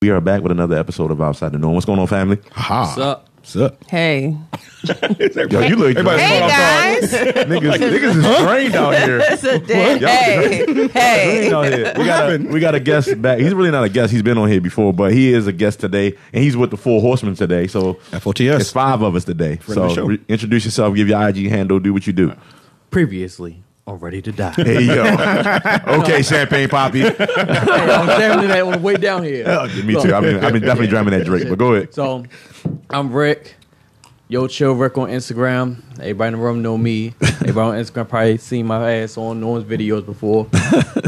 We are back with another episode of Outside the Norm. What's going on, family? Ha. What's up? What's up? Hey. Yo, you look Everybody's Hey, going off guys. niggas, niggas is drained out here. It's a day. Hey. Hey. Drained out here. We got, a, we got a guest back. He's really not a guest. He's been on here before, but he is a guest today, and he's with the Four Horsemen today. So FOTS. it's five of us today. of the so show. re- introduce yourself, give your IG handle, do what you do. Previously, on Ready to Die. There you go. okay, champagne poppy. I was jamming that on the way down here. Me too. I've been, I've been definitely drumming that Drake, but go ahead. So, I'm Rick. Yo, chill Rick on Instagram. Everybody in the room know me. Everybody on Instagram probably seen my ass on no one's videos before.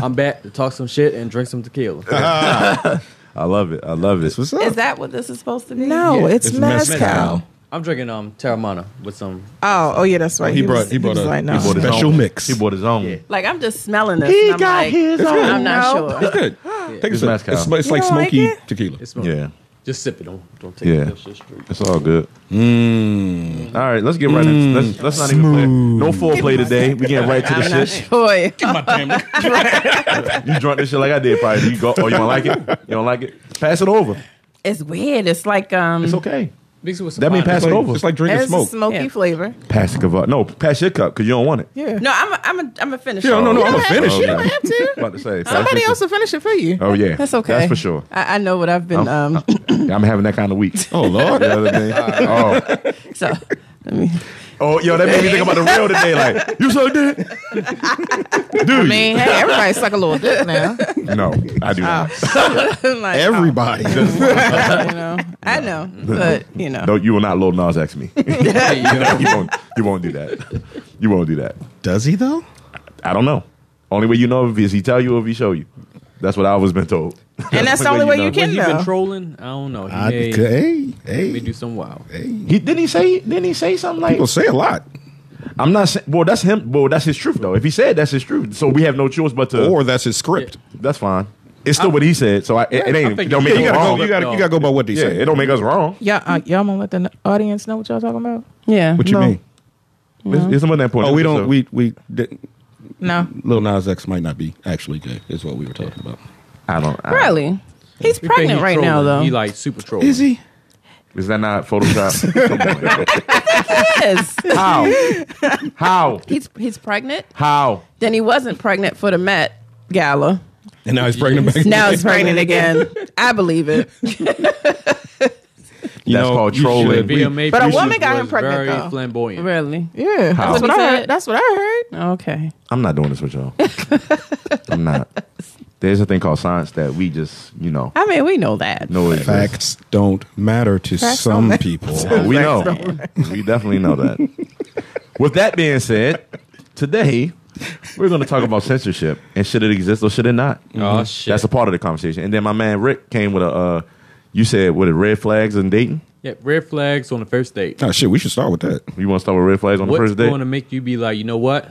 I'm back to talk some shit and drink some tequila. I love it. I love it. What's up? Is that what this is supposed to be? No, Yeah, it's, It's Mezcal. I'm drinking um Terramana with some. Oh, oh yeah, that's right. he brought- he brought was a- like, he no. He bought his Special own. mix. He bought his own. Yeah. Like I'm just smelling this. He and I'm got like, his own. I'm not No. sure. Good. Take a It's sip. mezcal. It's, it's You like don't like smoky it? tequila. It's smoke. yeah. Just sip it. Don't don't take Yeah. it. Just drink. It's all good. Mm. All right, let's get right into let's let's not even play. No foreplay today. We get right to the I'm not shit. sure. You drunk this shit like I did, probably. You go. Oh, you don't like it? You don't like it? Pass it over. It's weird. It's like um, It's okay. Mix it with some. That mean vodka. pass It's it like, over. It's like drinking it's smoke. a smoky Yeah. flavor. Pass the cup. No, pass your cup because you don't want it. Yeah. No, I'm a, I'm a, I'm a finisher. Yeah, no, no, You I'm don't a have to- finisher. You don't have to. About to say. pass Somebody your- else will finish it for you. Oh yeah. That's okay. That's for sure. I, I know what I've been. I'm- Um, I'm having that kind of week. Oh You lord. know what I mean? Oh. so let me. oh, yo, that made me think about the real today. Like you so did. I mean, hey, everybody suck a little dick now. No, I do not. Ah, like, ah. Everybody. you know, I know, but you know, No, you will not Lil Nas X me. you won't. You won't do that. You won't do that. Does he though? I don't know. Only way you know if is he tell you or if he show you. That's what I always been told. and that's the only way you know. can When he been know. trolling, I don't know. He I, may, hey, may hey. do some wild. He didn't he say didn't he say something like People say a lot. I'm not saying well that's him well that's his truth though. If he said that's his truth, so we have no choice but to Or that's his script. that's fine. It's still what he said, so I, it, it ain't I it think don't you- make You it gotta wrong. go. You gotta. You No. gotta go by what they yeah, say. it don't make us wrong. Y'all, uh, y'all gonna let the n- audience know what y'all talking about? Yeah. What you No. mean? It's, it's something that important. Oh, we don't. So- We we. didn't- No. Lil Nas X might not be actually gay. Is what we were talking about. I don't. I, Really? He's We think pregnant he right now, trolling. though. He like super trolling. he? Is that not Photoshop? Come yes. on. How? How? he's he's pregnant. How? Then he wasn't pregnant for the Met Gala. And now he's pregnant back. Now he's pregnant again. I believe it. You That's called you should trolling. be- VMA But a producers woman got him was pregnant, Very though. flamboyant. Really? Yeah. How? That's what What he I said? heard. That's what I heard. Okay. I'm not doing this with y'all. I'm not. There's a thing called science that we just, you know, I mean, we know that. know it. exists. Facts don't matter to some people. Oh, we know. We definitely know that. With that being said, today we're going to talk about censorship and should it exist or should it not? Mm-hmm. Oh shit. That's a part of the conversation. And then my man Rick came with a, uh, you said with it, red flags and dating. Yeah, red flags on the first date. Oh shit, we should start with that. You want to start with red flags on the What's first date? going to make you be like, you know what?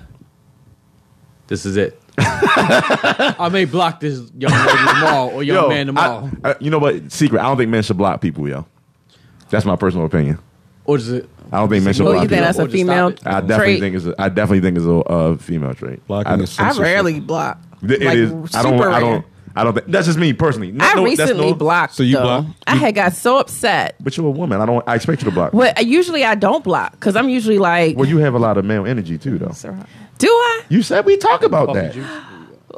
This is it. I may block this young lady tomorrow or young man tomorrow, I- I- you know what? Secret. I don't think men should block people, yo. That's my personal opinion. or is it? I don't think men should Oh, block you people. think that's Or a just stop female it. I definitely trait? think it's a, I definitely think it's a uh, female trait. Blocking I, is I censorship. rarely block. Th- it Like, is. I don't. super I rare. don't. I don't think that's just me personally. No, I no, that's recently no- blocked. So you though. block- I had got so upset. But you're a woman. I don't. I expect you to block. Well, I- usually I don't block because I'm usually like, Well, you have a lot of male energy too, though. do I? You said we talk Oh, about that.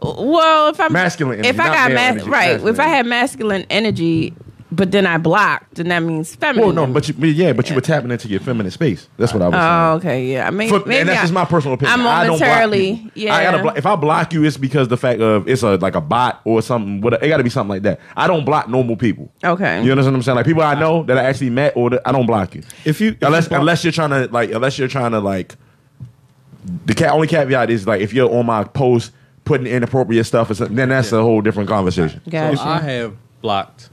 Well, if I'm Masculine energy, if I not got male ma- energy, right, masculine if I had masculine energy, but then I blocked, then that means Well, feminine. Oh, no, but you, but yeah, but you were tapping into your feminine space. That's what I was saying. Oh, okay, yeah. I mean, For- maybe and that's I- just my personal opinion. I I don't block momentarily, people. yeah. I gotta block. If I block you, it's because the fact of it's a like a bot or something. What it got to be something like that. I don't block normal people. Okay. You understand what I'm saying? Like people I know that I actually met, or that, I don't block you. If you- if unless you block- unless you're trying to like unless you're trying to like the cat only caveat is like if you're on my post putting inappropriate stuff or something, then that's a whole different conversation. So Gotcha. I have blocked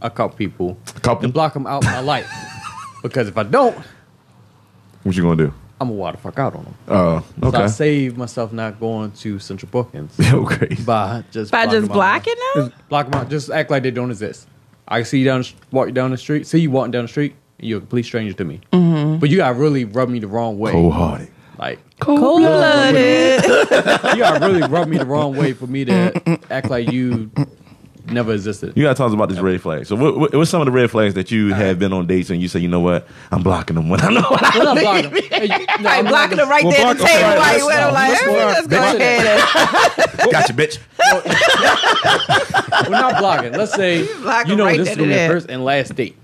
a couple people Couple? to block them out my life because if I don't, What you gonna do? I'm gonna wild the fuck out on them. Uh, So I okay. save myself not going to Central Bookings okay. by just By blocking just them out. blocking them? block them out. Just act like they don't exist. I can see you down, the sh- walk down the street, see you walking down the street, and you're a complete stranger to me. Mm-hmm. But you got to really rub me the wrong way. Cold hearted. Like Cold blooded. you got to really rub me the wrong way for me to act like you never existed. You gotta talk about this red flag. So, what, what, what's some of the red flags that you have been on dates and you say, you know what, I'm blocking them when I know what I I'm not blocking. Hey, you- no, Like I'm not blocking them right Well, there block- at the table. okay, like, let's- well, like, let's hey, block- let's go block- ahead and got you, bitch. We're not blocking. Let's say Block you them know right this then is gonna be and your there. first and last date,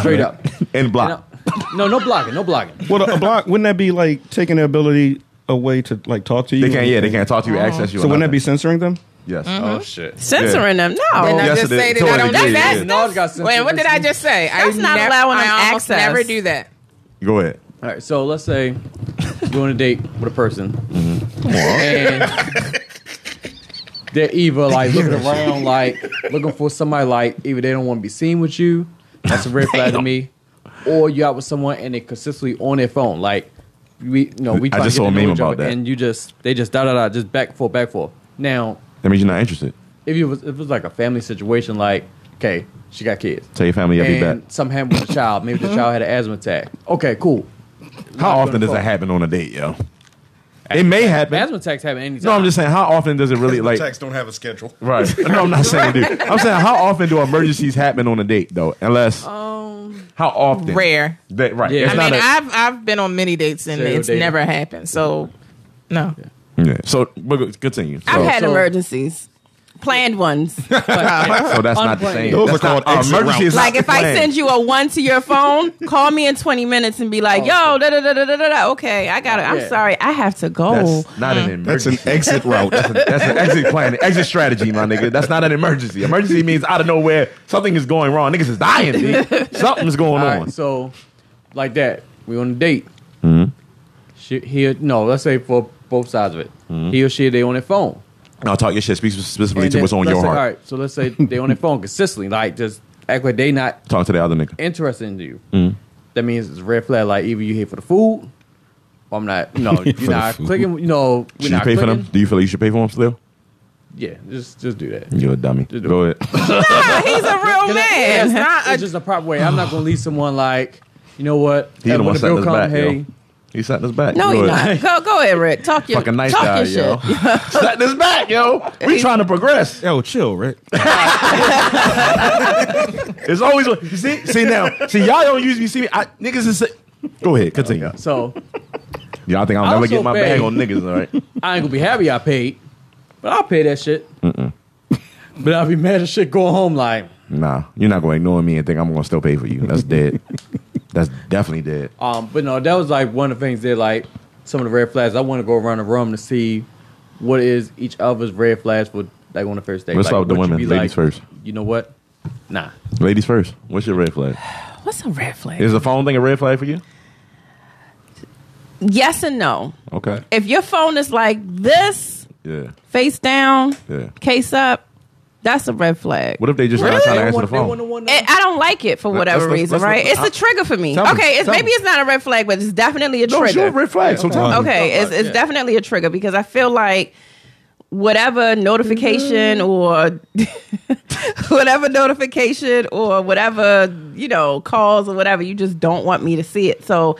straight up. And block. No, no, no blocking, no blocking. Well, a block wouldn't that be like taking the ability away to like talk to you? They can't. Yeah, they can. can't talk to you, access you. So or wouldn't that be nothing. censoring them? Yes. Oh shit. Censoring them. Then No. I Yes, just it say is. that I Totally don't do did, that. yeah. Nard got censored Wait, what did I just say? That's I not nev- allowing I them almost access. never do that. Go ahead. All right, so let's say you on a date with a person, Mm-hmm. and they're either like looking around, like looking for somebody, like either they don't want to be seen with you, that's a red flag to me, or you out with someone and they consistently on their phone, like we, you know, we. I try to just get saw a to know meme each other, about that. and you just they just da da da, just back and forth, back and forth. Now, That means you're not interested. if it was if it was like a family situation, like okay, she got kids, Tell your family I'll be back. and something happened with the child, maybe the child had an asthma attack. Okay, cool. How often does phone. that happen on a date, yo? It may Asthma happen. attacks happen anytime. No, I'm just saying. How often does it really like? don't have a schedule. Right. No, I'm not saying dude. I'm saying how often do emergencies happen on a date though? Unless Um, how often? Rare. That, right. Yeah. It's I not mean, a- I've I've been on many dates and Serial it's dating. never happened. So, no. yeah. So but go- continue. So, I've had so- emergencies. Planned ones. so that's not the same. Those That's are not- called uh, exit emergency is routes. not Like if I planned. send you a one to your phone, call me in 20 minutes and be Oh. like, yo, da da da da da da da. Okay, I got it. I'm Yeah. sorry. I have to go. that's not an That's emergency. an exit route. That's an exit plan, an exit strategy, my nigga. That's not an emergency. Emergency means out of nowhere something is going wrong. Niggas is dying. Dude. Something's going Mm-hmm. All on. right, so like that, we on a date. She, he, no, let's say for both sides of it, Mm-hmm. he or she they on their phone. Now talk your shit. Speak specifically And to then what's on let's your say- heart. All right, so let's say they on their phone consistently, like just act like they not Talk to the other nigga. interested in you. Mm-hmm. That means it's a red flag. Like either you here for the food, or I'm not. No, For you're the not food. clicking. You know, we're Should you not pay for clicking. them? Do you feel like you should pay for them still? Yeah, just just do that. You a dummy. Just do Go ahead. Ah, He's a real Can I- yeah, man. it's, not a it's just a proper way. I'm not gonna leave someone like, you know what? He uh, the one when setting bill us come, back. hey, Yo. He setting us back. No, Go you're ahead. not. Go, go ahead, Rick. Talk your, Fucking nice talk guy, your yo. shit. Setting us back, yo. We trying to progress. Yo, chill, right? It's always you see. See now. See y'all don't usually see me. I, niggas is. Go ahead. Continue. so Y'all think I'll I never also get my pay. bag on niggas? All right. I ain't gonna be happy I paid, but I'll pay that shit. but I'll be mad as shit going home like, Nah, you're not gonna ignore me and think I'm gonna still pay for you. That's dead. That's definitely dead. um, but no, that was like one of the things that like some of the red flags. I want to go around the room to see what is each other's red flags for like on the first date. Let's like, start with the would you women. be Ladies first. You know what? Nah, Ladies first. What's your red flag? What's a red flag? Is the phone thing a red flag for you? yes and no. Okay. If your phone is like this, Yeah. face down, Yeah. case up, that's a red flag. What if they just not trying to answer the They want- phone? they want to It, Eh, I don't like it for Let- whatever let's- let's- reason, let's- right? let's- it's a trigger for me. Tell me, okay, it's tell maybe me. it's not a red flag, but it's definitely a No, it's trigger. your red flag. So tell me. okay, it's, it's Yeah. definitely a trigger because I feel like whatever notification Mm-hmm. or whatever notification or whatever you know calls or whatever, you just don't want me to see it. So.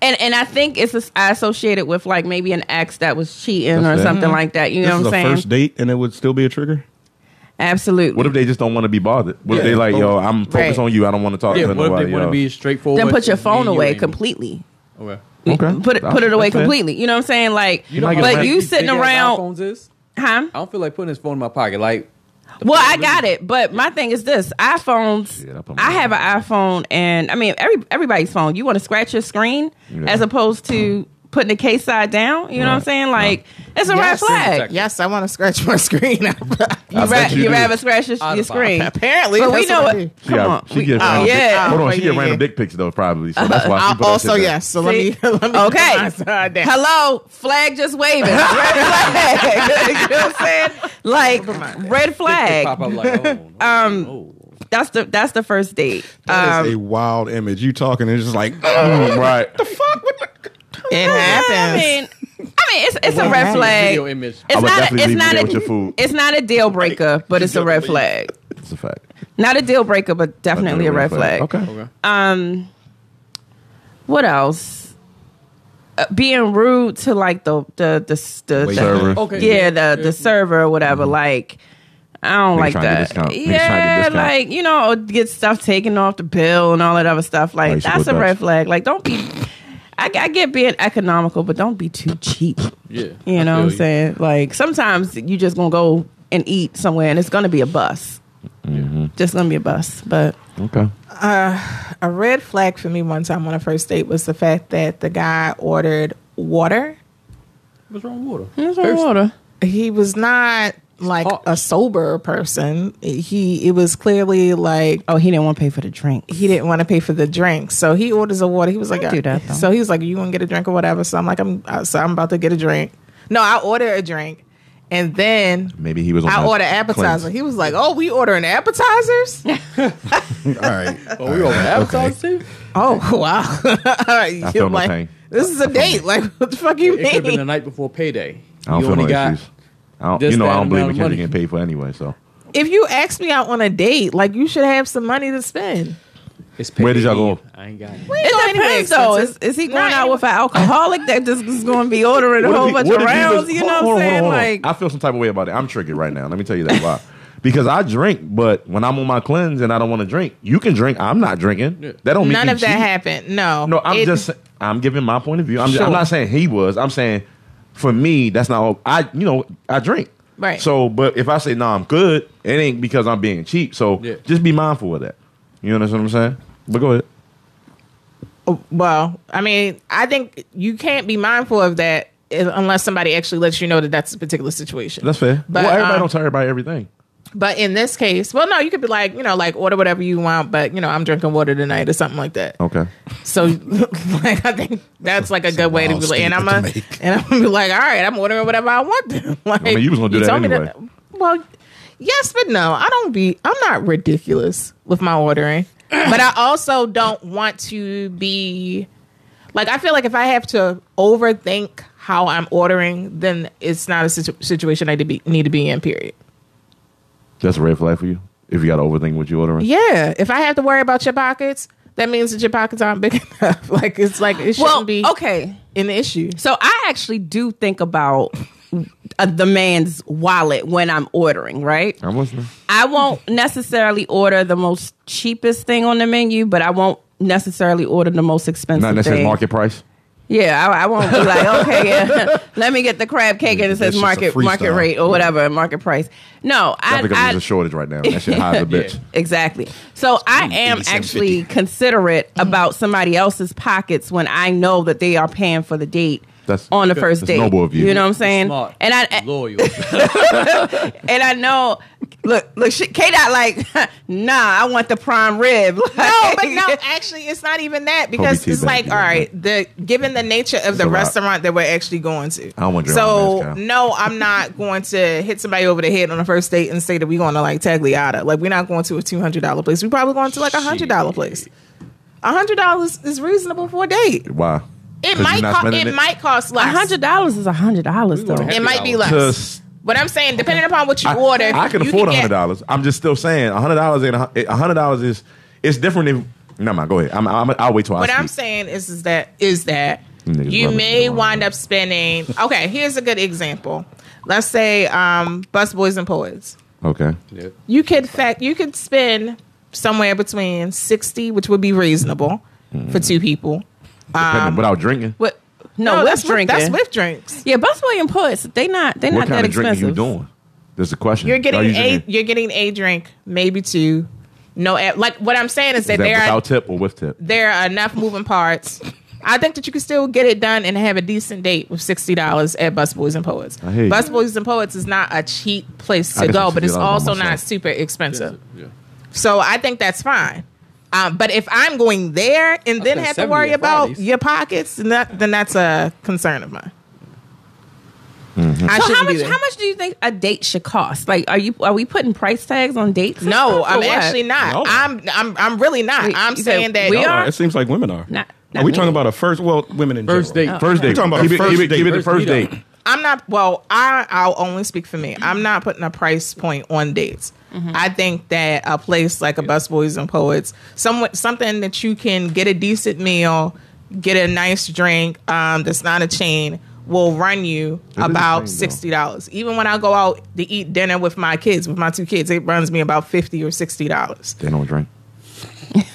And and I think it's as- I associate it with like maybe an ex that was cheating That's or it. Mm-hmm. something like that. You This know is what a I'm saying? first date, and it would still be a trigger. Absolutely. What if they just don't want to be bothered? What if Yeah. they like, yo, I'm focused Right. on you. I don't want to talk yeah, to what if nobody. they want to else. be straightforward? then put your It's me phone and you away ain't- completely. Okay. Okay. Put it put it That's away fair. completely. You know what I'm saying? Like, don't get but mad. you sitting around, Phones is, huh? I don't feel like putting his phone in my pocket. Like, Well, I got it, but my thing is this: iPhones. Shit, I put my- I have an iPhone, and I mean every everybody's phone. You want to scratch your screen Yeah. as opposed to putting the case side down. You know what I'm Right. saying? Like, it's a Yes. red flag. Yes, I want to scratch my screen. You, ra- bet you you do. rather scratch your, your Autobot. screen. Apparently, But we that's know what I it. do. She, Come got, on, she get oh, random, yeah. Hold on, she Yeah, get yeah. random dick pics though, probably. So that's why. she put that also, shit down. yes. So let See? me, let me okay. put my side down. Hello, flag just waving. Red flag. you know what I'm saying? Like red they flag. pop up like, oh, um, That's the that's the first date. That is Um, a wild image. You talking and it's just like Uh, Right. It I happens. mean, I mean, it's it's a red happens? flag. Video image. It's I would not. definitely It's leave you not there with your a. food. It's not a deal breaker, but it's a red flag. It's a fact. Not a deal breaker, but definitely a red flag. Okay. okay. What else? Uh, being rude to like the the the the, the Server. Mm-hmm. Okay. yeah the the server or whatever like I don't Niggas like trying to get that. discount. Niggas trying to get Yeah, discount. like you know, or get stuff taken off the bill and all that other stuff. Oh, Like you should that's go a red Dutch. flag. Like don't be. I, I get being economical, but don't be too cheap. Yeah. You I know what feel I'm saying? Like sometimes you just gonna go and eat somewhere, and it's gonna be a bus. Mm-hmm. Just gonna be a bus, but Okay. a red flag for me one time on a first date was the fact that the guy ordered water. What's wrong with water? water. He was not like Hot. a sober person. He it was clearly like Oh, he didn't want to pay for the drink. he didn't want to pay for the drink, so he orders a water. He was like, uh, I do that, though. so he was like, you want to get a drink or whatever. So I'm like, I'm uh, so I'm about to get a drink. No, I order a drink, and then Maybe he was on I that order appetizer. cleanse. He was like, oh, we ordering appetizers. All right. Oh, we over advertised too? oh wow, all right. I feel You're no like, pain. this is a date. Like what the fuck you It could have been mean? the night before payday. I don't you feel only no got issues. I don't, this, you know, that I don't believe amount in kids of money. getting paid for anyway. So if you ask me out on a date, like you should have some money to spend. It's payday. Where did y'all go? Eve. I ain't got it. It depends, though. Is, is he going Not out any- with an alcoholic that just is going to be ordering a What if whole he- bunch what of if he was- rounds? you know hold on, what I'm hold saying? on, hold on. Like, I feel some type of way about it. I'm triggered right now. Let me tell you that why. because I drink, but when I'm on my cleanse and I don't want to drink, you can drink. I'm not drinking. Yeah. Oh, That don't mean None of that happened. No, No, I'm It- just I'm giving my point of view. I'm, just, I'm Sure. not saying he was. I'm saying for me, that's not. all- I you know I drink. Right. So, but if I say no, I'm good. It ain't because I'm being cheap. So Yeah. just be mindful of that. You understand what I'm saying? But go ahead. well. I mean, I think you can't be mindful of that unless somebody actually lets you know that that's a particular situation. That's fair. But, well, everybody um, don't tell everybody everything. But in this case, well, no, you could be like, you know, like order whatever you want, but you know, I'm drinking water tonight or something like that. Okay. So, like, I think that's like a good way to wild be like, and I'm statement a, to make. and I'm gonna be like, all right, I'm ordering whatever I want. Then. Like, mean, you was gonna do that told me anyway. well, yes, but no, I don't be. I'm not ridiculous with my ordering, but I also don't want to be. Like, I feel like if I have to overthink how I'm ordering, then it's not a situ- situation I need to be need to be in. Period. That's a red flag for you. If you got to overthink what you ordering. Yeah, if I have to worry about your pockets, that means that your pockets aren't big enough. Like it's like it shouldn't well, be okay. an issue. So I actually do think about uh, the man's wallet when I'm ordering, right? I'm listening. I won't necessarily order the most cheapest thing on the menu, but I won't necessarily order the most expensive Not necessarily thing. market price. Yeah, I, I won't be like, okay, yeah, let me get the crab cake and That's it says just a market freestyle. market rate or whatever, market price. No, That's I, because I there's a shortage right now. That shit high as a bitch. Exactly. So I am 87.50. actually considerate Mm-hmm. about somebody else's pockets when I know that they are paying for the date That's- on the first that's date. noble of you. know what I'm saying? Smart. And I loyal. and I know. Look, look, she, K dot like, nah, I want the prime rib. No, but no, actually, it's not even that because Kobe it's tea like, bag. all right, the given the nature of the a lot. restaurant that we're actually going to. I don't want drink on So this, Kyle. no, I'm not going to hit somebody over the head on the first date and say that we're going to like Tagliata. Like we're not going to a two hundred dollar place. We're probably going to like a hundred dollar place. A hundred dollars is reasonable for a date. Why? It 'Cause might you not co- spending it might cost less. hundred dollars is hundred dollars though. It might be less. To s- But I'm saying, depending upon what you I, order, I can you afford a get- hundred dollars. I'm just still saying a hundred dollars ain't a hundred dollars is it's different. If no, mind, go ahead. I'm, I'm, I'll wait till I What speak. I'm saying is, is that is that Niggas you love it. may wind up spending. Okay, here's a good example. Let's say um, busboys and poets. Okay, Yeah. You could fact you could spend somewhere between sixty, which would be reasonable for Mm. two people. Depending- without drinking, what, What? No, No, with that's with, drinking. that's with drinks. yeah, Bus William puts. They not. They not kind that of drinking expensive. you doing? There's the question. You're getting Are you a drinking- you're getting a drink, maybe two. No, app- like what I'm saying is Is that, that there are without tip or with tip? there are enough moving parts. I think that you can still get it done and have a decent date with sixty dollars at Busboys and Poets. I hear you. Busboys and Poets is not a cheap place I to guess go, it's but it's $60 by also not myself. super expensive. Yeah. So I think that's fine. Um, but if I'm going there and then spent have to 70 worry at about Fridays. your pockets, then, that, then that's a concern of mine. Mm-hmm. I So shouldn't how be much? there. How much do you think a date should cost? Like, are you are we putting price tags on dates? and No, stuff, or I'm what? actually not. No. I'm I'm I'm really not. Wait, I'm you said saying that we No, are? Uh, it seems like women are. Not- are not we me. talking about a first? Well, women in First general. date. First date. We're talking about Keep it- first keep it- date. Give it the first First meetup. date. I'm not. Well, I I'll only speak for me. I'm not putting a price point on dates. I think that a place like a Busboys and Poets, some something that you can get a decent meal, get a nice drink. Um, that's not a chain. will run you the about same, sixty dollars. Even when I go out to eat dinner with my kids, with my two kids, it runs me about fifty or sixty dollars. They don't drink.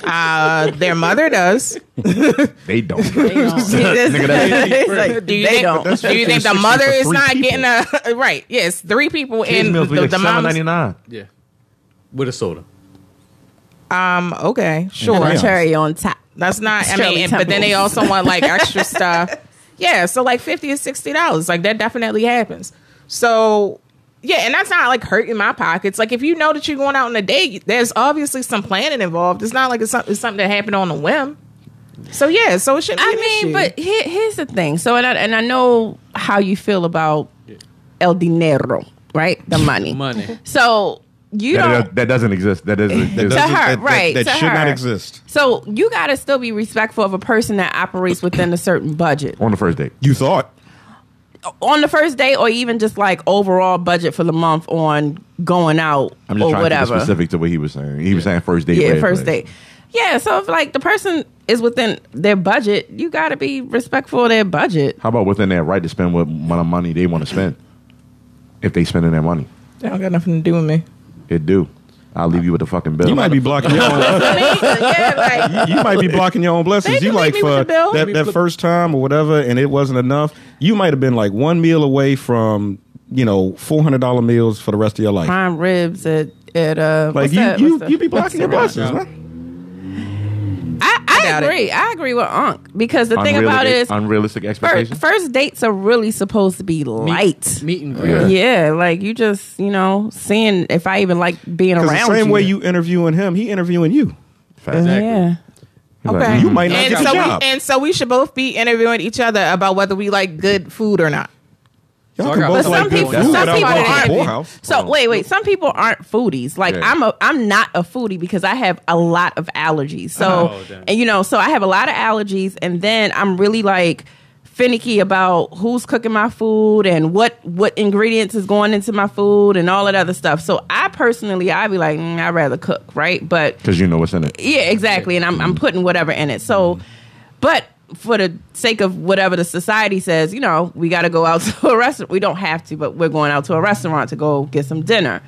Uh, their mother does. They don't. They don't. It's like, Do you they think, don't. Do you think the 50 or 60 mother for is three not people. getting a right? Yes, three people Kids and the, meals be like the seven ninety nine. mom's. Yeah. With a soda. Um, okay, sure. Or Yeah. cherry on top. That's not. I Shirley mean, and- but then they Temple. also want like extra stuff. Yeah, so like fifty or sixty dollars, like that definitely happens. So yeah, and that's not like hurting my pockets. Like if you know that you're going out on a date, there's obviously some planning involved. It's not like it's, some- it's something that happened on a whim. So yeah, so it should. Be I an mean, issue. but here, here's the thing. So, and I, and I know how you feel about el dinero, right? The money. Money. So you That, don't. that, that doesn't exist. That doesn't. That exist. doesn't- her, that- that- right, That, to should not her. exist. So you got to still be respectful of a person that operates within a certain budget on the first date. You thought. on the first date, or even just like overall budget for the month on going out I'm just trying or to Oh, whatever. be specific to what he was saying. He was saying first date. yeah, red first flags. date. Yeah, so if like the person is within their budget, you got to be respectful of their budget. How about within their right to spend what amount of money they want to spend? If they spending their money, that don't got nothing to do with me. it do. I'll leave you with the fucking bill. You might be blocking your own. I mean, yeah, like, You might be blocking your own blessings. They You can like leave me with for the bill. that, that first time or whatever, and it wasn't enough. You might have been like one meal away from you know four hundred dollar meals for the rest of your life. prime ribs at at uh Like what's you, that? you, What's the- you be blocking your what's the blessings, restaurant? man. restaurant? I, I doubt it. agree. I agree with Unc because the thing Unreali- about it is unrealistic fir- expectations. first dates are really supposed to be light. Meat and Yeah. grease. Yeah, like you just you know seeing if I even like being around Because the same you. way you interviewing him, he interviewing you. Exactly. Yeah. Okay, "Mm-hmm." You might not and get the so job. We, and so we should both be interviewing each other about whether we like good food or not. Y'all So I can got- both But like some good people- food some without people going to aren't. Poorhouse. So wait, wait. Some people aren't foodies. Like Yeah. I'm a, I'm not a foodie because I have a lot of allergies. So Oh, damn. and you know, so I have a lot of allergies, and then I'm really like finicky about who's cooking my food and what what ingredients is going into my food and all that other stuff. So I personally, I'd be like, mm, I'd rather cook, right? But Because you know what's in it. yeah, exactly. And I'm I'm putting whatever in it. So, but for the sake of whatever the society says, you know, we got to go out to a restaurant. We don't have to, but we're going out to a restaurant to go get some dinner.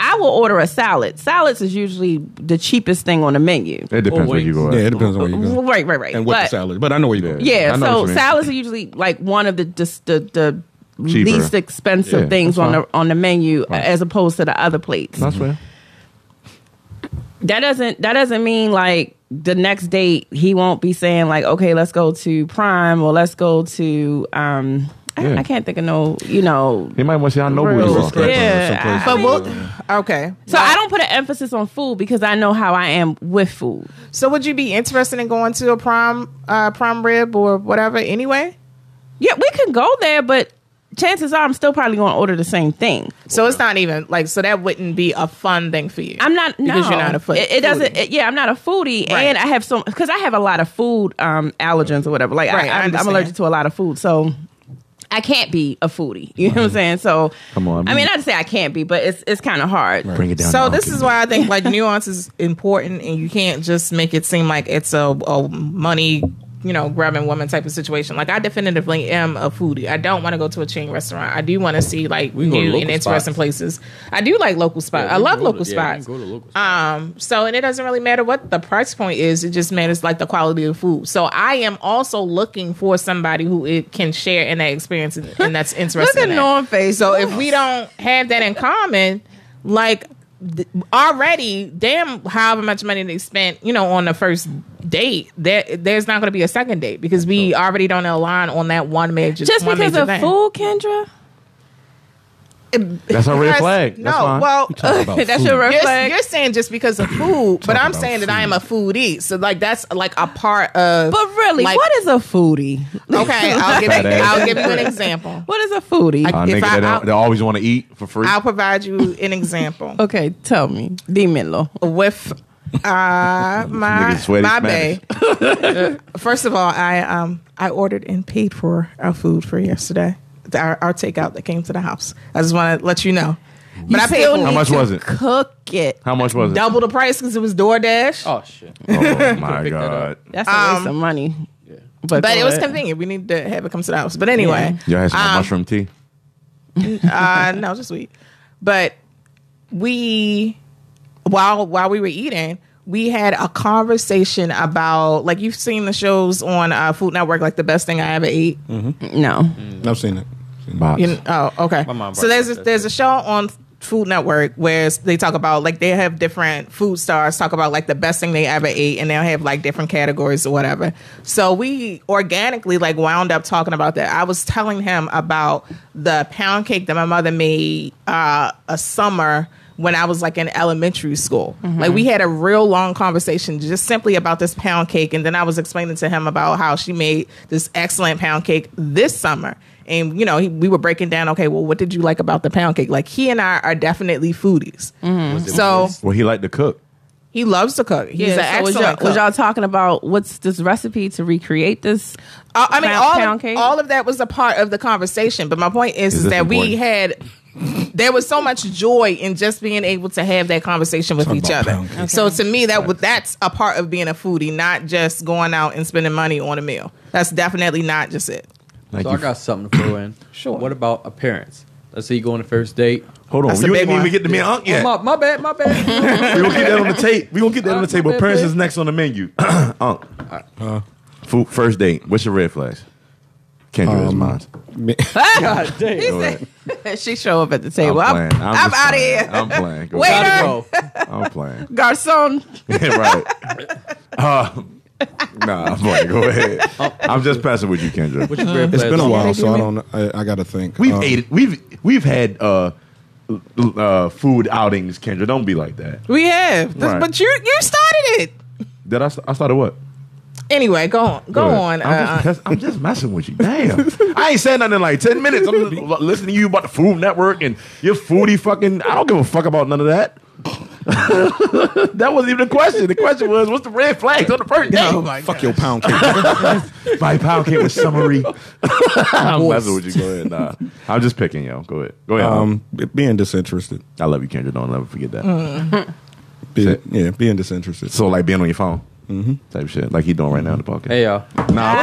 I will order a salad. Salads is usually the cheapest thing on the menu. It depends where you go. Yeah, it At. depends on where you go Right, right, right. and what the But- salad. But I know where you go. Yeah, I know what so you mean. salads are usually like one of the just the, the Cheaper. least expensive Yeah, things that's on fine. the on the menu as opposed to the other plates. That's fair. that doesn't that doesn't mean like the next date he won't be saying like okay let's go to prime or let's go to um I, Yeah. I can't think of no you know He might want to see how noble real- you Restaurant or are. someplace. yeah I- But we'll okay. so I don't put an emphasis on food because I know how I am with food So would you be interested in going to a prom uh prom rib or whatever anyway? yeah we can go there but chances are I'm still probably going to order the same thing So it's not even like so that wouldn't be a fun thing for you. I'm not Because no. you're not a food- It, it doesn't. foodie. it- yeah, I'm not a foodie, Right. and I have some because I have a lot of food um, allergens or whatever. Like I, Right, I I'm, I'm understand. allergic to a lot of food, so I can't be a foodie. You know what I'm saying? So Come on, I mean, I'd say I can't be, but it's it's kind of hard. Bring it down. so to this Uncle. is why I think like nuance is important, and you can't just make it seem like it's a, a money, you know, grabbing woman type of situation. Like I definitively am a foodie. I don't want to go to a chain restaurant. I do want to see like can go to new local and interesting spots. places. I do like local spots. I we love go to- local yeah, we spots. Go to local spots. Um, so and it doesn't really matter what the price point is, it just matters like the quality of food. So I am also looking for somebody who it can share in that experience and, and that's Look interested. at in that. Norm face. So if we don't have that in common, like th- already, damn, however much money they spent, you know, on the first date, there there's not going to be a second date because we already don't align on that one major. just one because major of thing. food, Kendra, That's a red Because- flag. No, That's fine. well, that's your red you're, flag. you're saying just because of food, but I'm saying that I am a foodie. So like that's like a part of. but really, like- what is a foodie? okay, I'll give Fat you, ass. I'll give you an example. What is a foodie? I- uh, if nigga, I- they, don't, they always want to eat for free. I'll provide you an example okay, tell me, dímelo. with uh, my Nigga sweaty my Spanish. bae. First of all, I um I ordered and paid for our food for yesterday. Our, our takeout that came to the house. I just want to let you know. But I paid still for How it. need much to was it? Cook it. How much was it? double the price because it was DoorDash. oh shit. Oh my pick that god! up. That's a waste of money. But, Um, But go it was ahead. convenient. We need to have it come to the house. But anyway, Y'all had some um, mushroom tea. uh, no, just sweet. But we, while while we were eating, we had a conversation about like you've seen the shows on uh, Food Network, like the best thing I ever ate. No. Mm. I've seen it. Box. You kn- oh, okay. mom So brought there's me a, that there's a show on Food Network where s- they talk about like they have different food stars talk about like the best thing they ever ate, and they'll have like different categories or whatever. So we organically like wound up talking about that. I was telling him about the pound cake that my mother made uh, a summer when I was like in elementary school. Like we had a real long conversation just simply about this pound cake, and then I was explaining to him about how she made this excellent pound cake this summer. And you know, he, we were breaking down. Okay, well, what did you like about the pound cake? Like he and I are definitely foodies, so Well, he liked to cook. he loves to cook. He's Yeah, an so was, y'all, excellent was cook. y'all talking about what's this recipe to recreate this? Uh, I mean, pound- all pound of, cake? all of that was a part of the conversation. But my point is, Is is this that we important? had there was so much joy in just being able to have that conversation with Talk each about other. pound cake. So to me, that would that's a part of being a foodie, not just going out and spending money on a meal. That's definitely not just it. Thank so you. I got something to throw in. Sure. What about appearance? Let's say you go on the first date. Hold on. That's a You big ain't one. even get to me unk yet. Oh, my, my bad, my bad. we gonna get that on the tape. We gonna get that on the Uh, table. my bad, Parents babe. is next on the menu. Unk. Food, first date. What's your red flags? Can't do this, mine. God damn. He ahead. said- she show up at the table. I'm, playing. I'm, just out of playing. here. I'm playing. Go Waiter. ahead. Gotta go. I'm playing. Garcon. Yeah, right. Uh, nah, I'm playing. Go ahead. I'm just passing with you, Kendra. What's your red It's been a flags? while, so I don't. I, I got to think. We've Um, ate it. We've we've had uh, l- l- uh, food outings, Kendra. Don't be like that. We have, Right. but you you started it Did I? st- I started what? anyway. Go on, go ahead. on. I'm, uh, just, mess- I'm just messing with you. Damn. I ain't said nothing in like ten minutes. I'm l- listening to you about the Food Network and your foodie fucking. I don't give a fuck about none of that. that wasn't even the question. The question was, what's the red flags on the first Oh day? Fuck your pound cake. My pound cake was summary. I'm messing with you. Go ahead. Nah, I'm just picking, yo. Go ahead. Go ahead. um, b- being disinterested. I love you, Kendra. Don't ever forget that. Be- Shit. yeah, being disinterested. So like being on your phone, type shit, like he doing right now in the podcast. Hey, y'all. Nah,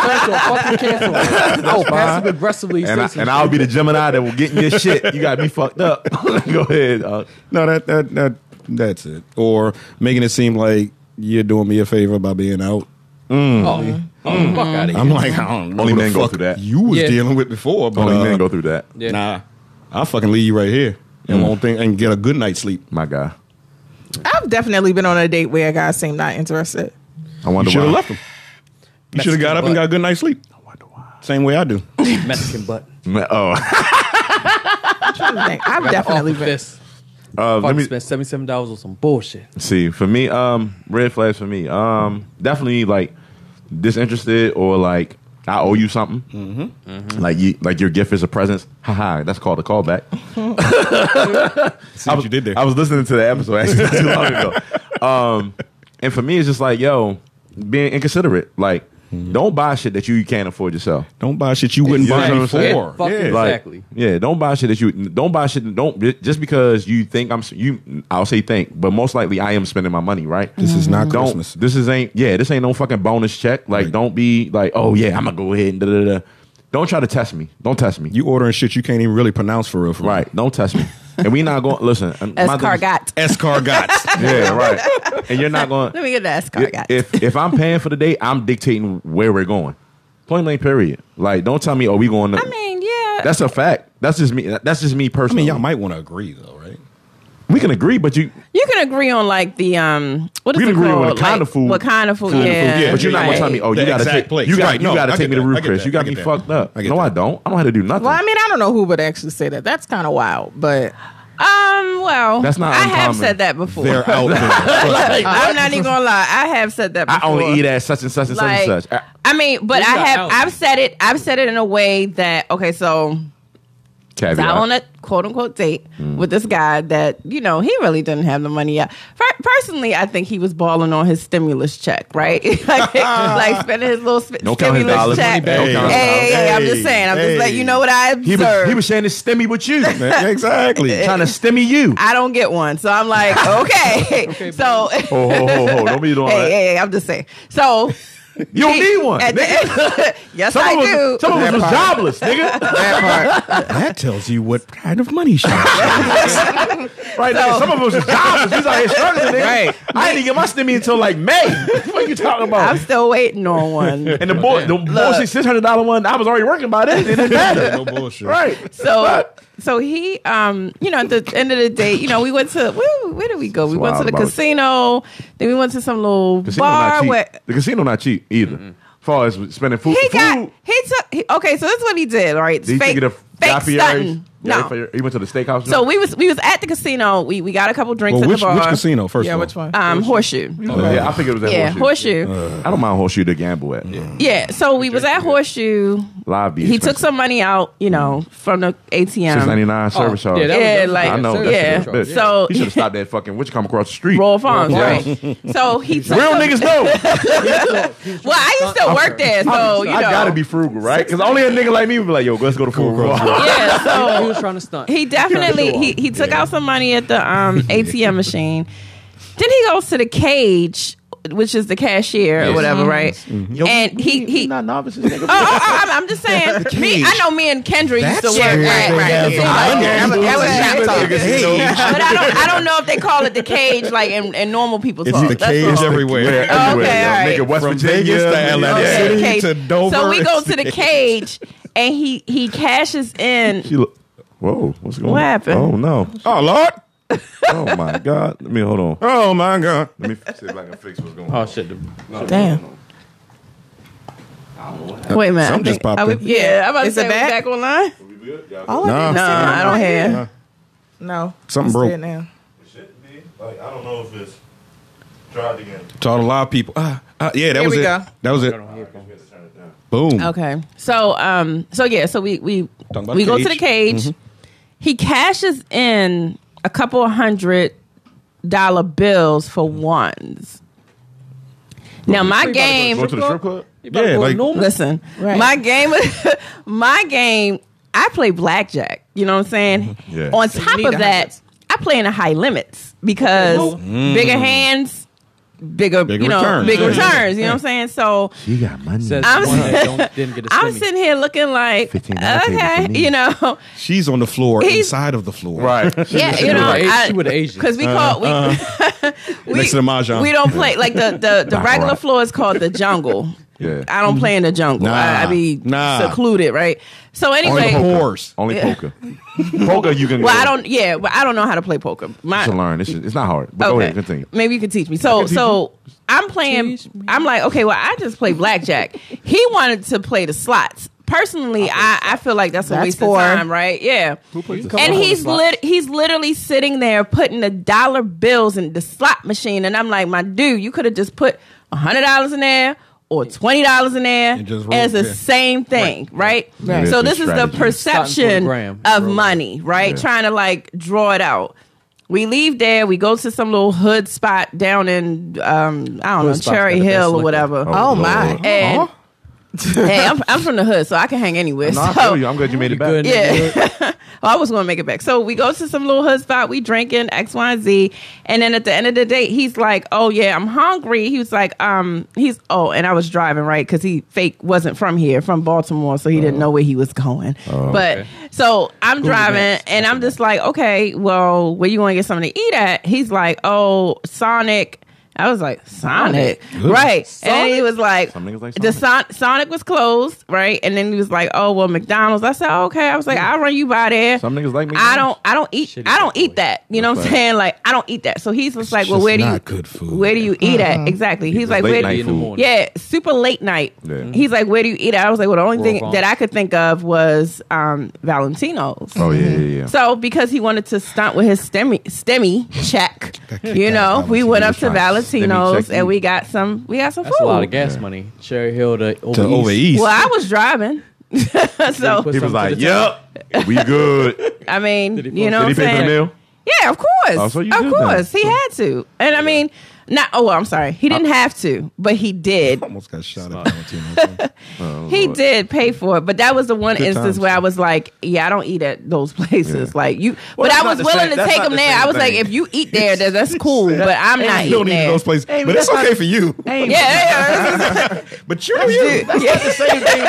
Cancel, fucking cancel. Oh, I will passive aggressively and, say I, some and I'll be the Gemini that will get in your shit. You got me fucked up. Go ahead. Uh, No, that that that that's it. Or making it seem like you're doing me a favor by being out. Oh, oh, fuck out of here. I'm like, I don't know Only who the men go fuck through that. You was Yeah. dealing with before, but only uh, men Oh, go through that. Mm. Yeah. Nah, I'll fucking leave you right here and won't think and get a good night's sleep. My guy, Uh, I've definitely been on a date where a guy seemed not interested. I wonder You should why. have left him. You should have got up and got a good night's sleep. I wonder why. Same way I do. Mexican butt. Ma- Oh, I'm trying to think. I've definitely been. this. uh, Fuck, let me spent seventy-seven dollars on some bullshit. see. For me, um, red flags for me, um, definitely like disinterested or like I owe you something. Mm-hmm. Mm-hmm. Like you, like your gift is a present. Haha, that's called a callback. See what you did there. I was listening to the episode actually not too long ago. Um, and for me, it's just like, yo, being inconsiderate. Like, Mm-hmm. don't buy shit that you can't afford yourself. don't buy shit you wouldn't You know buy what I'm saying? before. Fuck Yeah. it. Like, Exactly. Yeah, don't buy shit that you don't buy shit. Don't just because you think I'm you. I'll say think, but most likely I am spending my money. Right? This is not don't, Christmas. This is ain't yeah. This ain't no fucking bonus check. Like, Right. don't be like, oh yeah, I'm gonna go ahead and da da da. Don't try to test me. Don't test me. You ordering shit you can't even really pronounce for real. For real. right? Don't test me. and we not going. Listen, and my thing is- Escargot. Escargots. Yeah, right. and you're not going. Let me get the I- escargot. if if I'm paying for the date, I'm dictating where we're going. Point blank. Period. Like, don't tell me, oh, we going. To, I mean, yeah. that's a fact. That's just me. That's just me I personally. mean, y'all might want to agree though, right? we can agree, but you you can agree on like the um what is We it can agree on called? what kind Like, of food- What kind of food? Kind of food, yeah, yeah. But you're not right. gonna tell me, oh, The you gotta exact take, place. you got, Right, you no, gotta I take get me to that. I Roof get Chris. that. You got I me get that. fucked up. I get no, I that. don't. I don't have to do nothing. Well, I mean, I don't know who would actually say that. That's kind of wild, but Um, well, That's not I have uncommon. said that before. Uh, They're out there. I'm not even gonna lie. I have said that. I before. only eat at such and such and like, such Uh, and such. I- I mean, but I We got have. out. I've said it. I've said it in a way that okay. So I was Caveat. out on a quote unquote date Mm. with this guy that you know he really didn't have the money yet. Per- personally, I think he was balling on his stimulus check, right? like, like spending his little sp- Don't count his stimulus dollars. check. Don't count hey, his dollars. hey, hey, I'm Hey, just saying. I'm hey. just letting you know what I observed. he was he was sharing his stemmy with you, exactly. trying to stemmy you. I don't get one, so I'm like, okay. so Oh, ho, ho, ho. don't be doing hey, that. hey, hey, I'm just saying. So You don't need one. At the nigga. end- yes, Some I of us, do. some of us That was part. jobless, nigga. That part. That tells you what kind of money she has. Right now, some of us was jobless. He's out here struggling, nigga. Right. I didn't get my stimmy until like May. what are you talking about? I'm still waiting on one. and the boy, the bullshit six hundred dollar one, I was already working by then. It didn't matter. no bullshit. Right. So so he um you know at the end of the day you know we went to where, where did we go we went to the wild about it. casino then we went to some little Casino not bar cheap. where The casino not cheap either. Far as spending food, he food got he took he, okay so that's what he did all right Did you fake, get a fake Guy Fieri's? stunting Guy no Fieri- He went to the steakhouse. so we was we was at the casino we we got a couple drinks Well, at which, the bar which casino first? yeah, of all? which one? um horseshoe Oh, yeah, I figured it was at yeah horseshoe. Uh, horseshoe I don't mind horseshoe to gamble at. yeah so we was at horseshoe Live be he expensive. Mm. took some money out you know from the six ninety ATM nine service charge. Oh. yeah, that was- Yeah, that was- like- I know. service that yeah. shit was bad. So- he should have stopped that fucking. What you come across the street? Royal Farms, Farms. right? So he took Real some- niggas know. Well, I used to work there, so Oh, you know. I gotta be frugal, right? Because only a nigga like me would be like, "Yo, let's go to food." Yeah, He so was trying to stunt. he definitely he, he took out some money at the um, ATM machine. Then he goes to the cage, which is the cashier or whatever, right? And he he. Oh, not novices, nigga. oh, oh, I'm, I'm just saying. Me, I know. Me and Kendra used to That's work weird. at. They have Right, some money. right. That was shot Niggas know. But I don't. I don't know if they call it the cage like in, in normal people's It's talk. the That's cage all. everywhere. Oh. Everywhere, yo. alright. Nigga, West From Virginia Vegas to yeah. Atlanta. Yeah. City Okay. to Dover. So we go to the cage, and he he cashes in She look. Whoa, what's going on? What happened? Oh no! Oh Lord! Oh my God! Let me hold on. Oh my God! Let me see if I can fix what's going Oh on. shit! The, Damn. Wait a minute. Something I just think- popped are we- up. Oh, Yeah, I'm about to Is it say back? back? back online. We good? Y'all All good? of Nah. them No, sitting I don't on my- have. No, Something it's broke. dead Now. It should be. Like, I don't know if it's tried again. To all the live people. Ah, ah, yeah, that Here was we it. go. That was it. Boom. Okay. So um so yeah, so we we Talking about we the go to cage. Mm-hmm. the cage. He cashes in a couple hundred dollar bills for ones. Now my Go game to the strip club. Yeah, like listen, Right. my game my game I play blackjack. You know what I'm saying? Mm-hmm. Yeah. On you top need of the that, hundreds. I play in the high limits because mm. bigger hands, bigger, Bigger you know, returns. bigger Yeah. returns. You know what I'm saying? So She got money. says I'm- one that don't, didn't get a I'm stimmy. sitting here looking like, $15 table okay, for me. you know, she's on the floor, He's- inside of the floor. right. yeah, She you was know, a- she was an Asian. because we call we, we Uh-huh. Next to the mahjong. we don't play like the the, the Baccarat. regular floor is called the jungle. Yeah. I don't play in the jungle. I, I be Nah. secluded, right? So On the anyway, horse. Only Yeah. poker. poker, you can. well, go. I don't. Yeah, but I don't know how to play poker. My, You should learn. It's, it's not hard. But go ahead, continue. Maybe you could teach me. So so I'm playing I'm like, okay, well I just play blackjack. he wanted to play the slots. Personally, I, I feel like that's a That's waste of for- time, right? Yeah. and And he's lit he's literally sitting there putting the dollar bills in the slot machine and I'm like, my dude, you could have just put hundred dollars in there or twenty dollars in there And just as the roll, yeah. same thing, right? Right. So It is this a is the strategy. Starting perception for the gram. of Roll. money, right? Yeah. Trying to like draw it out. We leave there. We go to some little hood spot down in um, I don't know Hood spot's Cherry got the best Hill or liquor. whatever. Oh, my. Lord. And hey, I'm, I'm from the hood, so I can hang anywhere. No, I so feel you. I'm glad you made it back. Good. yeah. Oh, I was going to make it back. So we go to some little hood spot. We drinking X, Y, and Z. And then at the end of the day, he's like, oh, yeah, I'm hungry. He was like, um, he's, oh, and I was driving, right? Because he fake wasn't from here, from Baltimore. So he didn't know where he was going. but so I'm driving Maps. and I'm just like, okay, well, where you going to get something to eat at? He's like, oh, Sonic. I was like, Sonic. Right. And he was like, Some niggas like the Son- Sonic was closed, right? And then he was like, "Oh well, McDonald's." I said, oh, "Okay." I was like, "I'll run you by there." Some niggas like me. I don't. I don't eat. Shitty I don't Subway. eat that. You know what I'm right. saying? Like I don't eat that. So he's just like, "Well, just where do you? not good food. Where do you eat Mm-hmm. at?" Exactly. He's It's like, late "Where do night you?" in the food. morning. Yeah, super late night. Yeah. He's like, "Where do you eat at?" I was like, "Well, the only World thing Farms. that I could think of was um, Valentino's." Oh yeah, yeah, yeah. So because he wanted to stunt with his stemmy stemmy check, you know, we went up to Valentino's. Valentino's and we got some we got some That's food. a lot of gas money. Cherry Hill to over To east. over east. Well, I was driving. so He was like, yeah. "Yep, we good." I mean, Did he you know, Did he what I'm pay for the saying? meal? Yeah, of course. course. Oh, so Uh, you of did that. course. He had to. And I mean, not oh well, I'm sorry. He didn't have to, but he did. Almost got shot at Valentino. Oh, He did pay for it, but that was the one Good instance times. where I was like, "Yeah, I don't eat at those places." Yeah. Like you, Well, but that's I not was the willing same- to that's take not him the there. same I was like, thing. "If you eat there, then that's cool, but I'm not you eating don't need there." those places, Hey, but it's that's okay not- for you. yeah, yeah, yeah. But you, you. That's not the same thing.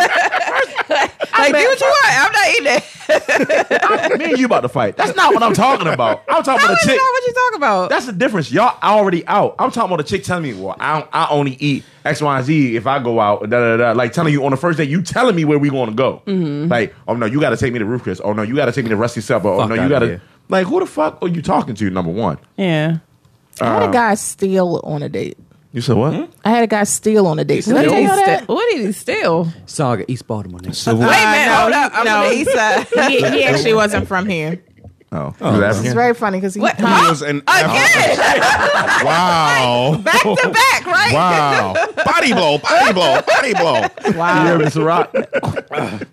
like do what you want. I'm not eating it. Me and you about to fight. That's not what I'm talking about. I'm talking How Oh, about is a that chick. what you talking about? That's the difference. Y'all already out. I'm talking about a chick telling me, well, I don't, I only eat X, Y, and Z if I go out. Da, da, da. Like telling you on the first day, you telling me where we going to go. Like, oh no, you got to take me to Roof Chris. Oh no, you got to take me to Rusty Supper. Oh Fuck no, you outta got to. here. Like, who the fuck are you talking to? Number one, yeah. I Uh. had a guy steal on a date. you said what? I had a guy steal on a date. Did I tell What you did, he that? steal? what did he steal? Sound like an East Baltimore nigga. Civil, Wait a minute, no, hold he- up. I'm no. on the east side. He, he actually wasn't from here. Oh, he was It's African? very funny because he. What? Huh? He was an Again, wow. back to back, right? Wow. Body blow, body blow, body blow. You hear me, Ciroc?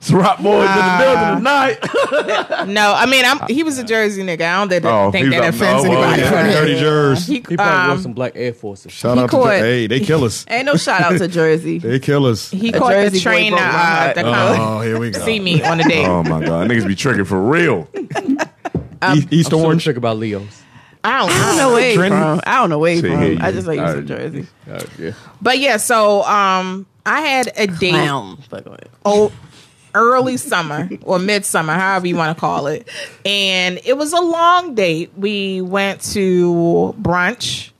Ciroc boys in the building tonight. No, I mean, I'm, he was a Jersey nigga. I don't think that, Oh, he think was that a- offends oh, well, anybody. yeah. from here. Dirty Jers. He, uh, He probably wore some um, black Air Forces. Shout He out to caught. hey, they kill us. Ain't no shout out to Jersey. They kill us. he A caught Jersey the boy train broke my uh, heart. the college Oh, here we go. see me on a date. Oh my god, niggas be tricking for real. East, East I'm so Orange. shook about Leos. I don't, I know. don't know where he's Trenton. from. I don't know where he's See, from. here you I just go. like you All right. said Jersey. But yeah, so um, I had a date But go ahead. oh, early summer or midsummer, however you want to call it. And it was a long date. We went to brunch.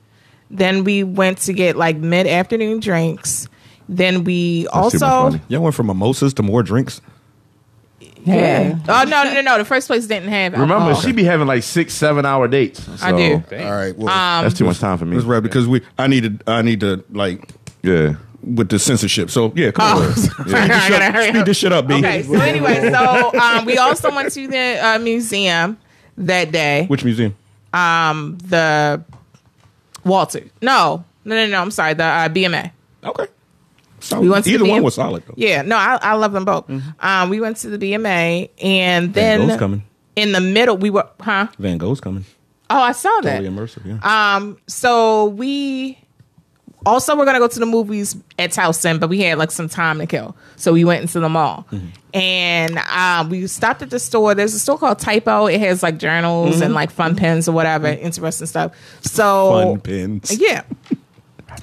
Then we went to get like mid afternoon drinks. Then we too much also. money. Y'all went from mimosas to more drinks. Yeah. Oh, no, no, no. The first place didn't have. Remember, alcohol. she be having like six, seven hour dates. I So, do. All right. Well, Um, That's too much time for me. That's right, because we I need to I need to like Yeah. with the censorship. So yeah, come Oh, on. sorry, Speed this I gotta shit- hurry Speed up. this shit up, B. Okay, so anyway, so um, we also went to the uh, museum that day. Which museum? the Walter. No, no, no, no. I'm sorry. The uh, BMA. Okay. So We went to either the one BM was solid though. Yeah, no, I, I love them both. Um, we went to the BMA, and Van then Gogh's coming. in the middle, we were, huh? Van Gogh's coming. Oh, I saw that. Totally immersive, yeah. So we also were gonna go to the movies at Towson, but we had like some time to kill, so we went into the mall. Mm-hmm. And um, we stopped at the store. There's a store called Typo. It has like journals Mm-hmm. and like fun pens or whatever, interesting stuff. So Fun pins. yeah.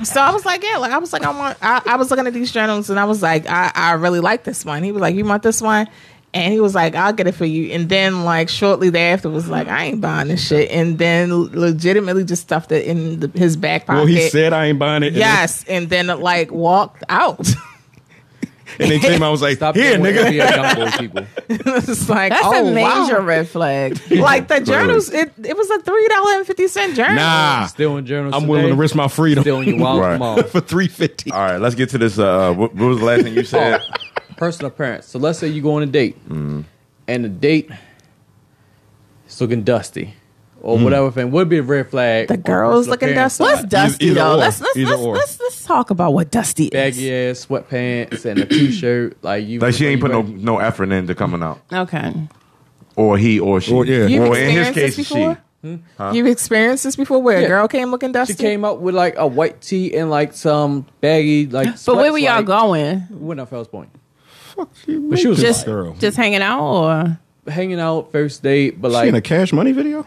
So I was like, yeah, like I was like, I want. I, I was looking at these journals, and I was like, I, I really like this one. He was like, you want this one? And he was like, I'll get it for you. And then like shortly thereafter was like, I ain't buying this shit. And then legitimately just stuffed it in the, his back pocket. Well, Oh, he said I ain't buying it. and then- yes, and then like walked out. And they came, I was like, Stop here, doing nigga. NBA young boy people. it's like That's oh, a wow. major red flag. Like the journals, it, it was a three dollar and fifty cent journal. Nah. Still in journals. Ah. I'm willing to today. risk my freedom Still in your wallet Right. tomorrow. for three fifty. All right, let's get to this. Uh, what, what was the last thing you said? personal appearance. So let's say you go on a date, Mm-hmm. and the date is looking dusty, Mm. or whatever thing would be a red flag. The on girl's personal looking appearance. dusty? What's dusty either though? or. Let's let's Either let's, or. let's let's talk about what dusty is. Baggy ass sweatpants and a t-shirt. Like you, like she ain't you put no ready- no effort into coming out, Okay. or he or she. Or- yeah. You've Well, in his experienced case, this it's she. before? You've experienced this before, where a Yeah. girl came looking dusty. She came up with like a white tee and like some baggy like. But where sweats, were y'all like, going? Went up Fells Point, But she was Just girl. just hanging out or hanging out first date, but she like. in a cash money video?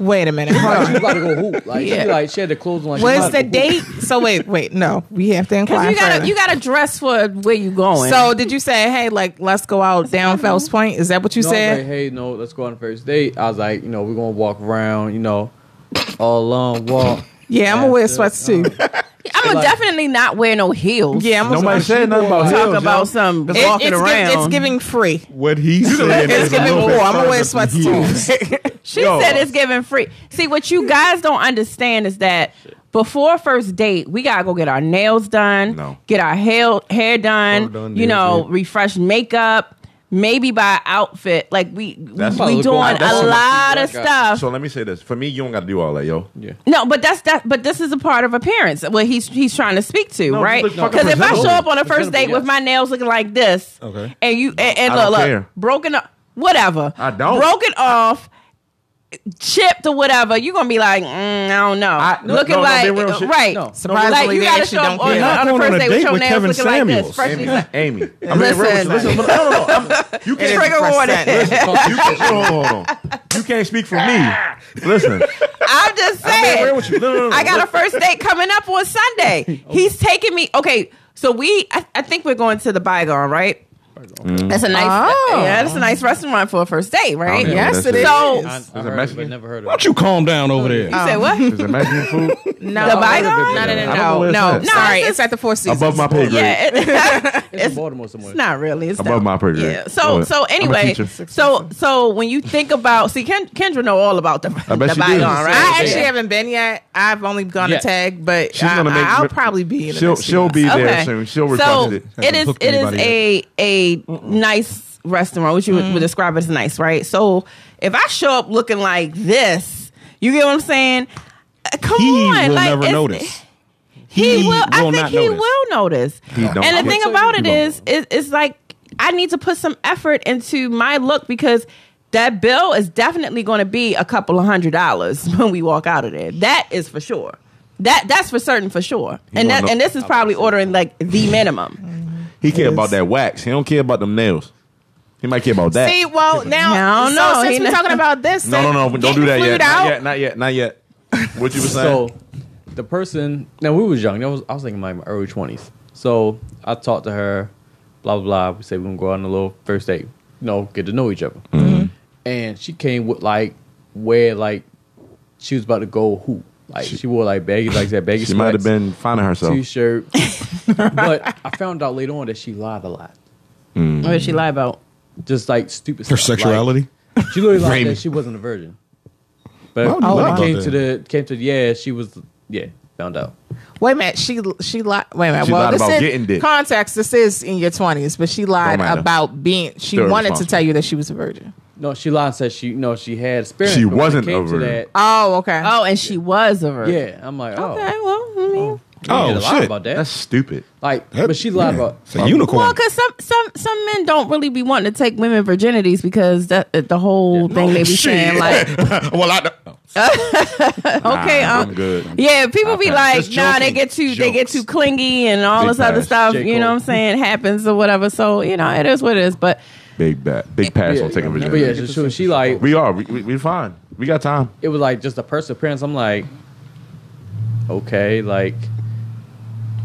Wait a minute. Like, Hold she on. was about to go hoop. Like, Yeah. she, like she had the clothes on. Like, she What's about the to go hoop. date? So wait, wait, no, we have to inquire. you gotta further. you gotta dress for where you going. so did you say, hey, like let's go out down Fells Point? Is that what you No, I was said? like, hey, no, let's go on a first date. I was like, you know, we're gonna walk around, you know, all along walk. yeah, I'm gonna wear sweats uh, too. I'm like- definitely not wear no heels. yeah, I'm Nobody said nothing about Talk heels, about yo. some It- walking it's, gi- around. it's giving free. What he said. It's is a giving little four. bit I'm gonna wear further sweats than too. he is. She Yo. said it's giving free. See, what you guys don't understand is that before first date, we gotta go get our nails done, No. get our hair hair done, done, you nails know, did. refresh makeup, maybe buy outfit. Like we That's- we Look, doing that's a what- lot of Like, uh, stuff. So let me say this: for me, you don't got to do all that, yo. Yeah. No, but that's that. But this is a part of appearance. What he's he's trying to speak to, No, right? you look fucking Because if I presentable. show up on a first Presentable, date with yes. my nails looking like this, Okay. and you and, and I look, don't look, care. broken up, whatever. I don't. broken off. chipped or whatever, you're gonna be like, mm, I don't know. I- no, looking no, no, like they real shit. right. No. Like Surprisingly, you they gotta actually show don't up on, care. Not on the going first on a date date with your with nails Kevin looking Samuels. like this. Fresh Amy. I mean, Listen. listen, listen, no, no, no, no. I'm- You can't Trigger warning. You can't, hold on, hold on. You can't speak for me. Listen, I'm just I'm being real saying. with you. No, no, no, no. I got a first date coming up on Sunday. He's taking me. Okay, so we. I, I think we're going to the Bygone, right? Mm. That's a nice. Oh. Yeah, that's a nice restaurant for a first date, right? I don't know Yes, what it So- is. I, I heard of it, but Mexican? never heard Why of don't it. you calm down over there? You say what? Is it Mexican food? No, The Bygone? No, no, I no, don't know no, where no. it's at. Sorry, No, it's at the Four Seasons. Above my pay grade. Yeah, it- It's, in Baltimore somewhere. it's not really. It's Above not- my pay grade. Yeah. So Go so ahead. I'm a anyway, teacher. so so when you think about see Ken, Kendra know all about the, I bet the she Bygone, do. right? I actually Yeah. haven't been yet. I've only gone Yes. to tag, but She's gonna I, make- I'll probably be in the She'll next few she'll months. be there soon. She'll so request it. it is booked it is anybody a a nice restaurant, which you would, would describe it as nice, right? So if I show up looking like this, you get what I'm saying? Uh, Come He on, will like, never it's- notice. He, He will. I will think not he notice. will notice. don't. And I'm the thing tell about you it is, it, it's like I need to put some effort into my look because that bill is definitely going to be a couple of hundred dollars when we walk out of there. That is for sure. That that's for certain for sure. won't and that, know- and this is probably ordering like the minimum. He care about that wax. He don't care about them nails. He might care about that. See, well, now, I don't so know. since He we're know- talking about this, no, no, no. Don't do that yet. Not Out, yet. Not yet. Not yet. What you were saying? So the person now we was young. That was I was thinking like my early twenties. So I talked to her, blah blah blah. We said we are gonna go on a little first date, you know, get to know each other. And she came with like where like she was about to go who like she, wore like baggy like that baggy she might have slacks, been finding herself. t-shirt. but I found out later on that she lied a lot, What did she lie about? just like stupid Her stuff. Like, sexuality. she literally lied Raymond. that she wasn't a virgin. Why But would you when lie it about came that? to the came to the, yeah she was yeah found out. wait a minute. She she lied. Wait a minute. She well, lied this about is getting dick. context. This is in your twenties, but she lied Don't matter. about being. She Still wanted to responsible. tell you that she was a virgin. No, she lied and said she no, she had experience. She but when it wasn't came a to virgin. that- Oh, okay. Oh, and she was a virgin. yeah, I'm like, oh, Okay, well, I mean, we Oh, had a lot shit. about that. That's stupid. like, That- but she lied yeah. about It's a unicorn. well, because some some some men don't really be wanting to take women virginities because that uh, the whole thing they be saying like, well, I. don't- okay, Nah, um, I'm good. Yeah, people be Okay. like, Just nah, they joking. get too they get Jokes. too clingy and all Big this other pass. stuff. J. You know Cole. what I'm saying? Happens or whatever. So you know, it is what it is. But Big bat. Big pass on taking But virginity. yeah, she, she, she like We are. We, we, we fine. We got time. it was like just a person appearance. I'm like, okay, like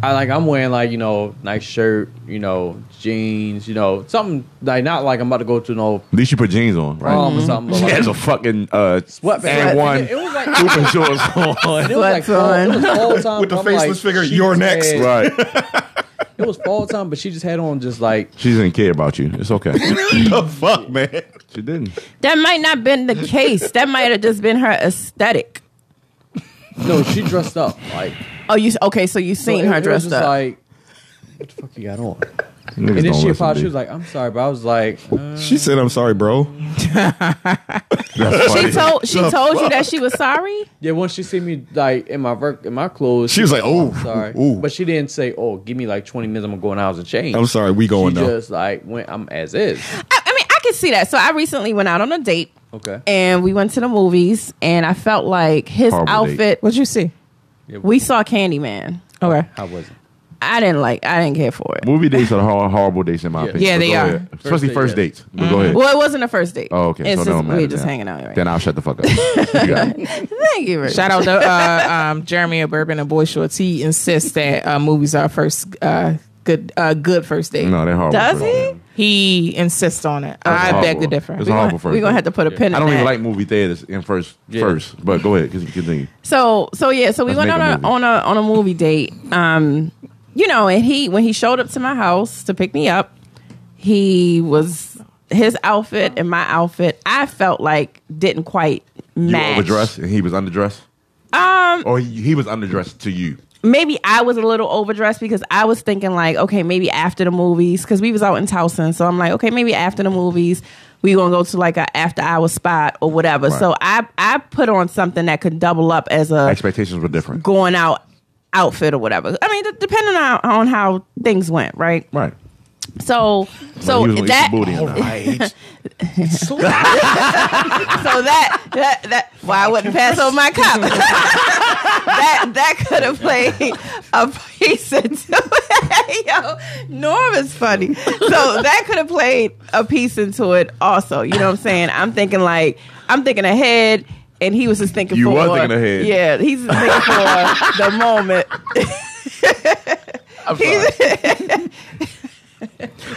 I like I'm wearing like you know nice shirt, you know jeans, you know something like not like I'm about to go to no At least you put jeans on, right? prom Mm-hmm. or something. But She like, has a fucking uh, Oh, sweatpants. and one It, it was like. hoop and shorts on. It was like Sweats fall, it on. was fall time. With the I'm faceless like, figure, she you're just next. had- Right. It was fall time, but she just had on just like She didn't care about you. It's okay. the fuck, man? She didn't. that might not been the case. that might have just been her aesthetic. no. She dressed up like Oh, you okay? So you seen So it- her it was dressed just up? Like, what the fuck you got on? Niggas And then don't she listen, apologized. She B. was like, "I'm sorry," but I was like, uh, She said, "I'm sorry, bro." That's funny. she told she told you that she was sorry. "Yeah." Once she see me like in my work, in my clothes, She was like, oh, I'm "Sorry," ooh. but she didn't say, "Oh, give me like 20 minutes. I'm gonna go and I was a change." I'm sorry, we She going though. just like went. I'm as is. I, I mean, I can see that. So I recently went out on a date Okay. and we went to the movies, and I felt like his Horrible outfit. What'd you see? We saw Candyman. Okay. I wasn't. I didn't like. I didn't care for it. Movie dates are the hor- horrible dates in my Yeah. opinion. Yeah, But they go are. ahead. Especially date, first yeah. dates. But go ahead. Well, it wasn't a first date. Oh, okay. It's so just, no we were just hanging out. Right? Then I'll shut the fuck up. You got it. Thank you. Very Shout out to uh, um, Jeremy of Bourbon and Boy Shorts. He insists that uh, movies are first uh, good uh, good first date. No, they're horrible. Does first he? dates. He insists on it. I horrible. beg to differ. It's a horrible first. We're gonna date. have to put a pin. I in don't even that. like movie theaters in first first, but go ahead, con- continue. So so yeah. So we Let's went make on a a, movie. on a on a movie date. Um, you know, and he when he showed up to my house to pick me up, he was his outfit and my outfit. I felt like didn't quite You match. overdressed and he was underdressed, Um, or he, he was underdressed to you. maybe I was a little overdressed because I was thinking like, okay, maybe after the movies because we was out in Towson, so I'm like, okay, maybe after the movies we gonna go to like a after hour spot or whatever. Right. So I I put on something that could double up as a Expectations were different, going out outfit or whatever. I mean, d- depending on, on how things went, right? right? So so he was gonna eat that your booty in there. right. so that that that why I wouldn't pass on my cup. that that could have played a piece into it. Yo, Norm is funny. So that could have played a piece into it also. You know what I'm saying? I'm thinking like I'm thinking ahead and he was just thinking You for were thinking ahead. Yeah, he's just thinking for the moment. I'm sorry.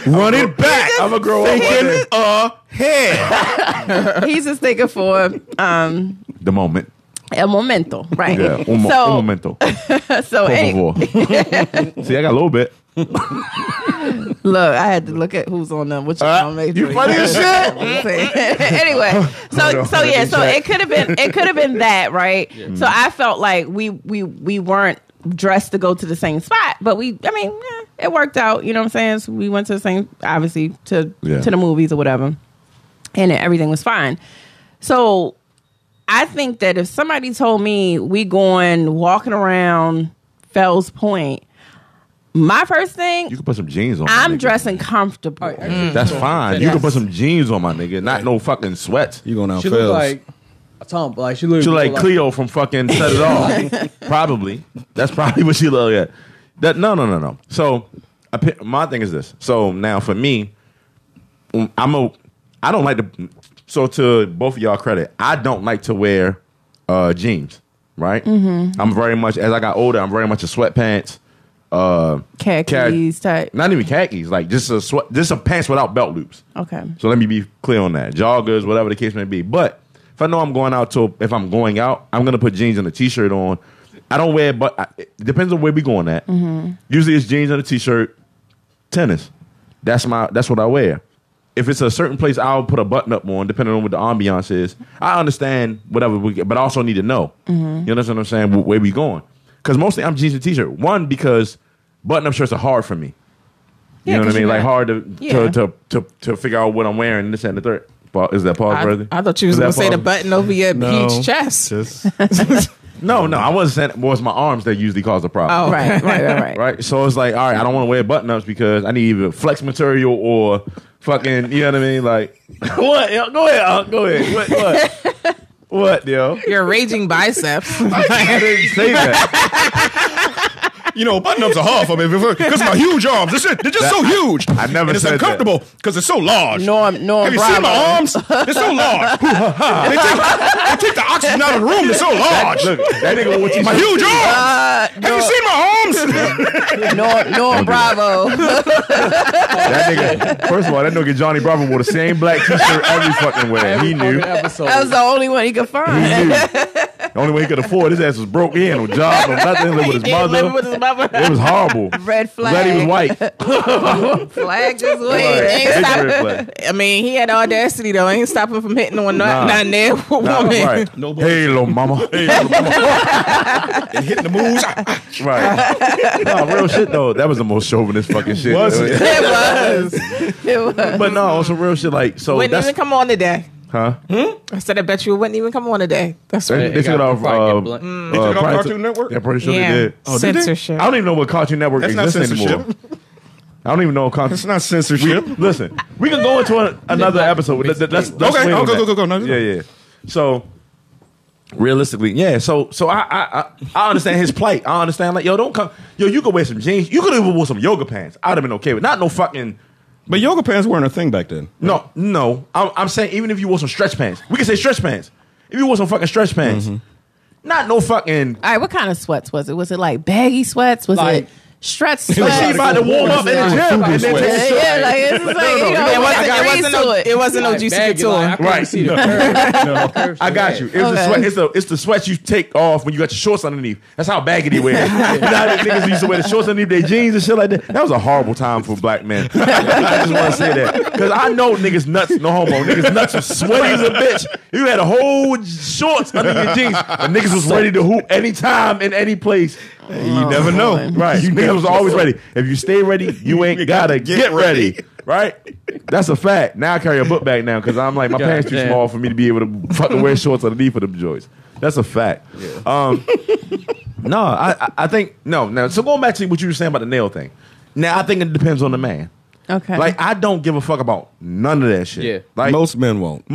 Run it back. I'm gonna grow up with it. ahead. He's just thinking for um the moment. el momento, right? Yeah, un, mo- so un momento. so Por any- favor. See, I got a little bit. Look, I had to look at who's on them. Which Uh, uh, make you sure funny as shit. anyway, so so yeah, so it could have been it could have been that right. So I felt like we we we weren't dressed to go to the same spot, but we I mean eh, it worked out. You know what I'm saying? So we went to the same obviously to Yeah. to the movies or whatever, and everything was fine. So I think that if somebody told me we going walking around Fells Point, my first thing. You can put some jeans on. my I'm nigga. dressing Oh, comfortable. That's fine. You can put some jeans on my nigga, not no fucking sweats. You going out She looked fails. like a tom. Like she looked She look like like Cleo from fucking Set It Off. probably. That's probably what she look at. That no no no no. So I, pi- my thing is this. So now for me, mm, I'm a I don't like to. So to both of y'all credit, I don't like to wear uh, jeans. Right. Mm-hmm. I'm very much as I got older. I'm very much a sweatpants. Uh, Khakis khak- type. Not even khakis. Like just a sweat. Just a pants without belt loops. Okay. So let me be clear on that. Joggers, whatever the case may be. But if I know I'm going out to, if I'm going out, I'm gonna put jeans and a t-shirt on. I don't wear, but I, it depends on where we going at. Mm-hmm. Usually it's jeans and a t-shirt, tennis. That's my. That's what I wear. If it's a certain place, I'll put a button up on, depending on what the ambiance is. I understand whatever, we get, but I also need to know. Mm-hmm. You understand what I'm saying? Wh- Where we going? Because mostly I'm jeans and t-shirt. One because button-up shirts are hard for me. You Yeah, know what I 'cause mean? you're Like not- hard to, Yeah. to to to to figure out what I'm wearing. and This and the third. Pa- Is that pause I, worthy? I thought you was Is that gonna say the pause- button over your No. huge chest. Just- No, no, I wasn't saying. It Well, it's my arms that usually cause the problem. Oh, Right, right, right, right. Right. So it's like, all right, I don't want to wear button ups because I need either flex material or fucking, you know what I mean? Like, what? Yo? Go ahead. Unc, go ahead. What? What? what yo? your raging biceps. I didn't say that. You know, button ups are hard for me because my huge arms. This shit, they're just so huge. I and never it's said that. uncomfortable because it's so large. Norm, Norm Have you Bravo. seen my arms? They're so large. they, take, they take the oxygen out of the room. They're so large. Look, that nigga want you. my huge arms. Have you seen my arms? Norm, Norm Bravo. That nigga. First of all, that nigga Johnny Bravo wore the same black t-shirt every fucking way. He knew. The episode. That was the only one he could find. only way he could afford his ass was broke. He had no job, no nothing. Lived with his mother. It was horrible. Red flag. Glad he was white. Flag just Right. waved. ain't Big stop- red flag. I mean, he had audacity though. Ain't stopping from hitting on Nah. not not there woman. Nah, right. Hey, little mama. Hey, little mama. and hitting the moves. Right. no, real shit though. That was the most chauvinist fucking shit. Was it? It was. It was. But no, on some real shit like so. Wouldn't Oh, that's even come on today. huh? I said, I bet you it wouldn't even come on today. That's They, right. they took it off. Uh, Probably get Mm. blunt. They took uh, it off probably Cartoon took- Network? Yeah, pretty sure yeah. they did. Censorship. I don't even know what Cartoon Network That's not exists anymore. censorship. I don't even know what Cartoon. It's not censorship. Listen, we can go into a, another episode. Let- let- Let's, let's Okay, wait oh, on go, that. go, go, go. No, no. yeah, yeah. So realistically, yeah. So so I I I, I understand his plight. I understand like yo, don't come. Yo, you could wear some jeans. You could even wear some yoga pants. I'd have been okay with not no fucking. But yoga pants weren't a thing back then. No, no. I'm, I'm saying even if you wore some stretch pants, we can say stretch pants. If you wore some fucking stretch pants, not no fucking. All right, what kind of sweats was it? Was it like baggy sweats? Was Like- it stretch She sweats? about to warm up in the gym. and then take a shit. yeah, like it's just like, you know, it wasn't, it it wasn't no, to it it. wasn't no Like, juicy baggy, like, I couture. couldn't Right. see the curve. Curves I got so bad. you. It's the Okay. sweat. It's the it's the sweats you take off when you got your shorts underneath. That's how baggy they wear. you know how the niggas used to wear the shorts underneath their jeans and shit like that. That was a horrible time for black men. I just want to say that because I know niggas nuts. No homo. Niggas nuts was sweaty as a bitch. You had a whole shorts under your jeans, but niggas was ready to hoop anytime in any place. Oh, You never know. Right. You niggas was always ready. If you stay ready, you ain't gotta get, ready. Right? That's a fact. Now I carry a book bag now because I'm like my God pants too damn. small for me to be able to fucking wear shorts underneath of them joints. That's a fact. Um, no, I I- I think no. Now so going back to what you were saying about the nail thing. Now I think it depends on the man. Okay. Like I don't give a fuck about none of that shit. Yeah. Like most, Most men won't.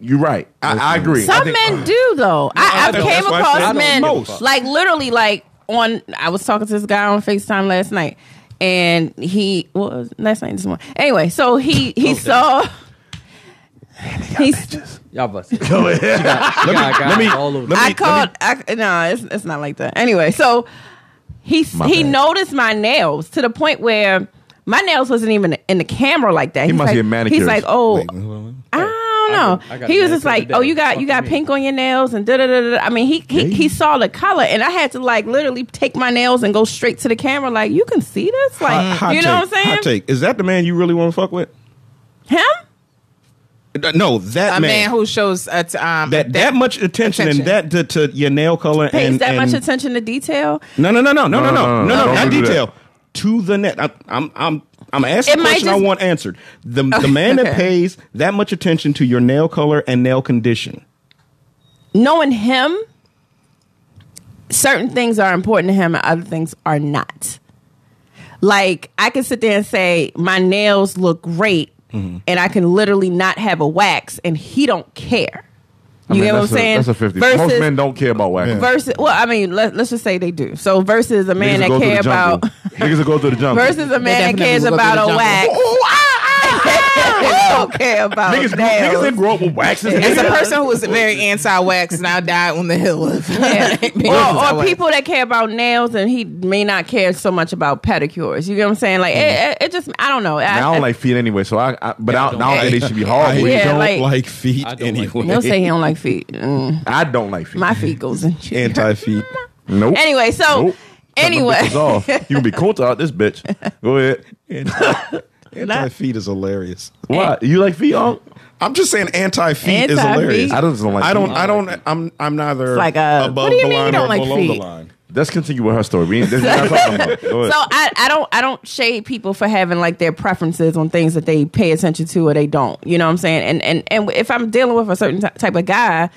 you're right. I, I agree. I Some think- men do though. I, I've don't. came That's why I said I across don't men give a fuck. like literally like on. I was talking to this guy on Facetime last night, and he well, it was last night this morning. Anyway, so he he saw. He's, Y'all busted. Go ahead. Let me- All over. let I called. I, no, it's, it's not like that. Anyway, so he My he bad. noticed my nails to the point where my nails wasn't even in the camera like that. He must be a He's manicurist. like, oh, I I don't got- I know. got he a was manicure just like, today. "Oh, you got Fuck you got you mean? pink on your nails and da da da da." I mean, he he, he saw the color, and I had to like literally take my nails and go straight to the camera. Like, you can see this, like Hot- hot you know take, what I'm Hot saying? take. Is that the man you really want to fuck with? Him? Uh, No, that A man man. who shows a t- um, that, that much attention, attention. and that to, to your nail color Pays and that and- much attention to detail? No, no, no, no, no, no, no, no, no, no, don't no, not do that. detail. To the net. I, I'm, I'm, I'm asking It the might question I just- want answered. The the man that okay. pays that much attention to your nail color and nail condition. Knowing him, certain things are important to him, and other things are not. Like I can sit there and say my nails look great, and I can literally not have a wax, and he don't care. I You mean, get what I'm that's a- saying? That's a fifty. Most Versus- men don't care about wax. versus well i mean let, let's just say they do so versus a Niggas man that will go through care the about jungle. niggas will go through the jungle. versus a They man that definitely cares will go about through the a wax don't care about ah, niggas, grew, niggas that nails. grow up with waxes. As a person who was very anti-wax and I died on the hill of Yeah. being or, or anti-wax. people that care about nails and he may not care so much about pedicures you get what i'm saying like Mm. it, it, it just i don't know I don't like feet anyway, so I. I but I, I don't, think they should be I hard. with. Yeah, don't like- like, feet I don't like anyway. He'll say he don't like feet. Mm, I don't like feet. my feet goes in. here. Anti feet. nope. Anyway, so Nope. Cut them anyway, bitches off. you can be cool out this bitch. Go ahead. Anti feet is hilarious. Why you like feet? On? I'm just saying anti feet is Anti-feet. hilarious. I just don't like. I don't. feet. I don't. I'm. I'm neither. It's like a- above What do you the mean you line don't or like below feet? the line. Let's continue with her story. We ain't, this is not talking about. Go ahead. So I, I don't I don't shade people for having like their preferences on things that they pay attention to or they don't. You know what I'm saying? And and and if I'm dealing with a certain ty- type of guy,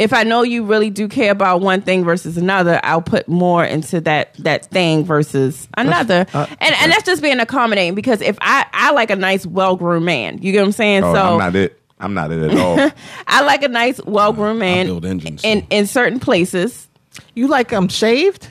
if I know you really do care about one thing versus another, I'll put more into that that thing versus another. and and that's just being accommodating because if I I like a nice well groomed man, you get what I'm saying? Oh, so I'm not it. I'm not it at all. I like a nice well groomed man build engines, so. in in certain places. You like them shaved?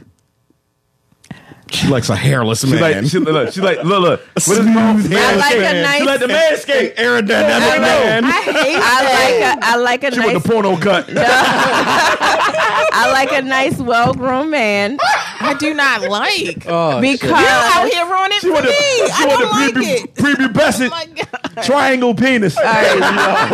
She likes a hairless She's man. like, she, look, she's like, look, look. What is it called? I like Manscaped. a nice. She like the manscape. I Aerodynamic like, man. I hate I like a, I like a She nice with the porno cut. I like a nice, well groomed man I do not like. Oh, shit. because Out here ruining it She for with me. the, she I with don't like the it. pre- Oh prepubescent My God. triangle penis.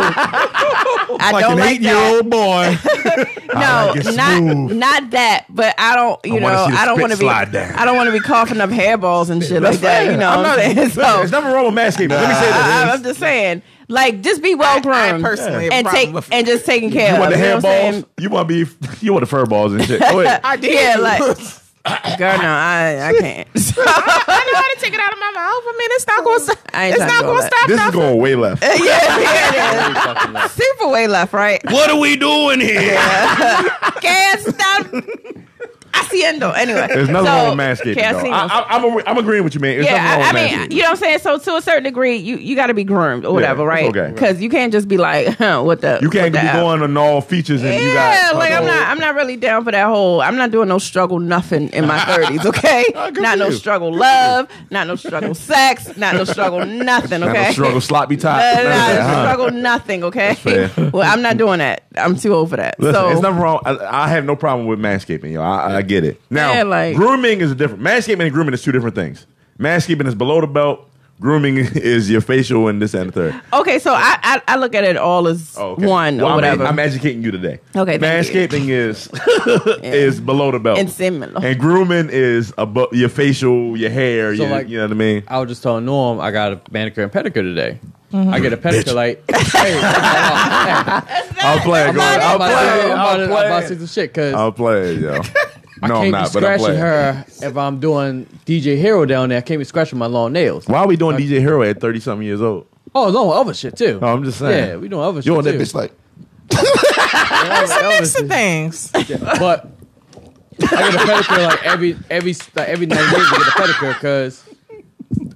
I Like don't an like eight year that. old boy. No, like it not smooth. not that. But I don't, you I wanna know, see the I don't spit want to be, slide down. I don't want to be coughing up hairballs and shit like that. You know, I'm what I'm saying? So There's nothing wrong with manscaping. Let me say I- this. I'm just saying, like, just be well I groomed personally have a and problem take with- and just taking care You of. want the you know hair what I'm saying? balls? You want to be? You want the fur balls and shit? Go ahead. I did. Yeah, like, girl, no, I I can't. So, I knew how to take it out of my mouth. I mean, it's not going to. I ain't It's trying to not go going to back. stop. This is nothing. going way left. yeah, here it is. Super way left, right? What are we doing here? can't stop haciendo. Anyway, There's nothing so, wrong with manscaping. Though. casino. I, I, I'm, agree- I'm agreeing with you, man. There's yeah, I, I nothing wrong with mean, manscaping. you know what I'm saying. So to a certain degree, you you got to be groomed or whatever, it's right? okay. Because you can't just be like, huh, what the? You what can't the be hell? going on all features and you Yeah, got. like I'm not. I'm not really down for that whole. I'm not doing no struggle nothing in my 30s. Okay, good not for no you. struggle love, not no struggle sex, not no struggle nothing. Not no Okay, struggle sloppy top. Uh, None of nah, that, huh? struggle nothing. Okay, That's fair. well, I'm not doing that. I'm too old for that. Listen, so it's nothing wrong. I, I have no problem with manscaping, yo. I, I get it. Now, Yeah, like- grooming is different. Manscaping and grooming is two different things. Manscaping is below the belt. Grooming is your facial and this and the third. okay, so I, I I look at it all as Oh, okay. one Well, or I'm- whatever. I'm, educating you today. Okay, thank you. Manscaping is is below the belt And similar. and grooming is above your facial, your hair. So, your, like- you know what I mean? I was just telling Norm I got a manicure and pedicure today. I get a pedicure like, hey, I'll play. it, Go ahead. I'm I'll about to- play. it, I'm about to- I'm about to I'll say play. it. some shit because I'll play, it, yo. No, I I'm can't not, be but I'll scratching play. it. her if I'm doing DJ Hero down there. I can't be scratching my long nails. Why are we doing DJ Hero at thirty something years old? Oh, no, other shit too. Oh, I'm just saying. Yeah, we doing other shit. You on that too. bitch like? That's Mix of things. But I get a pedicure like every every like every nine days. I get a pedicure because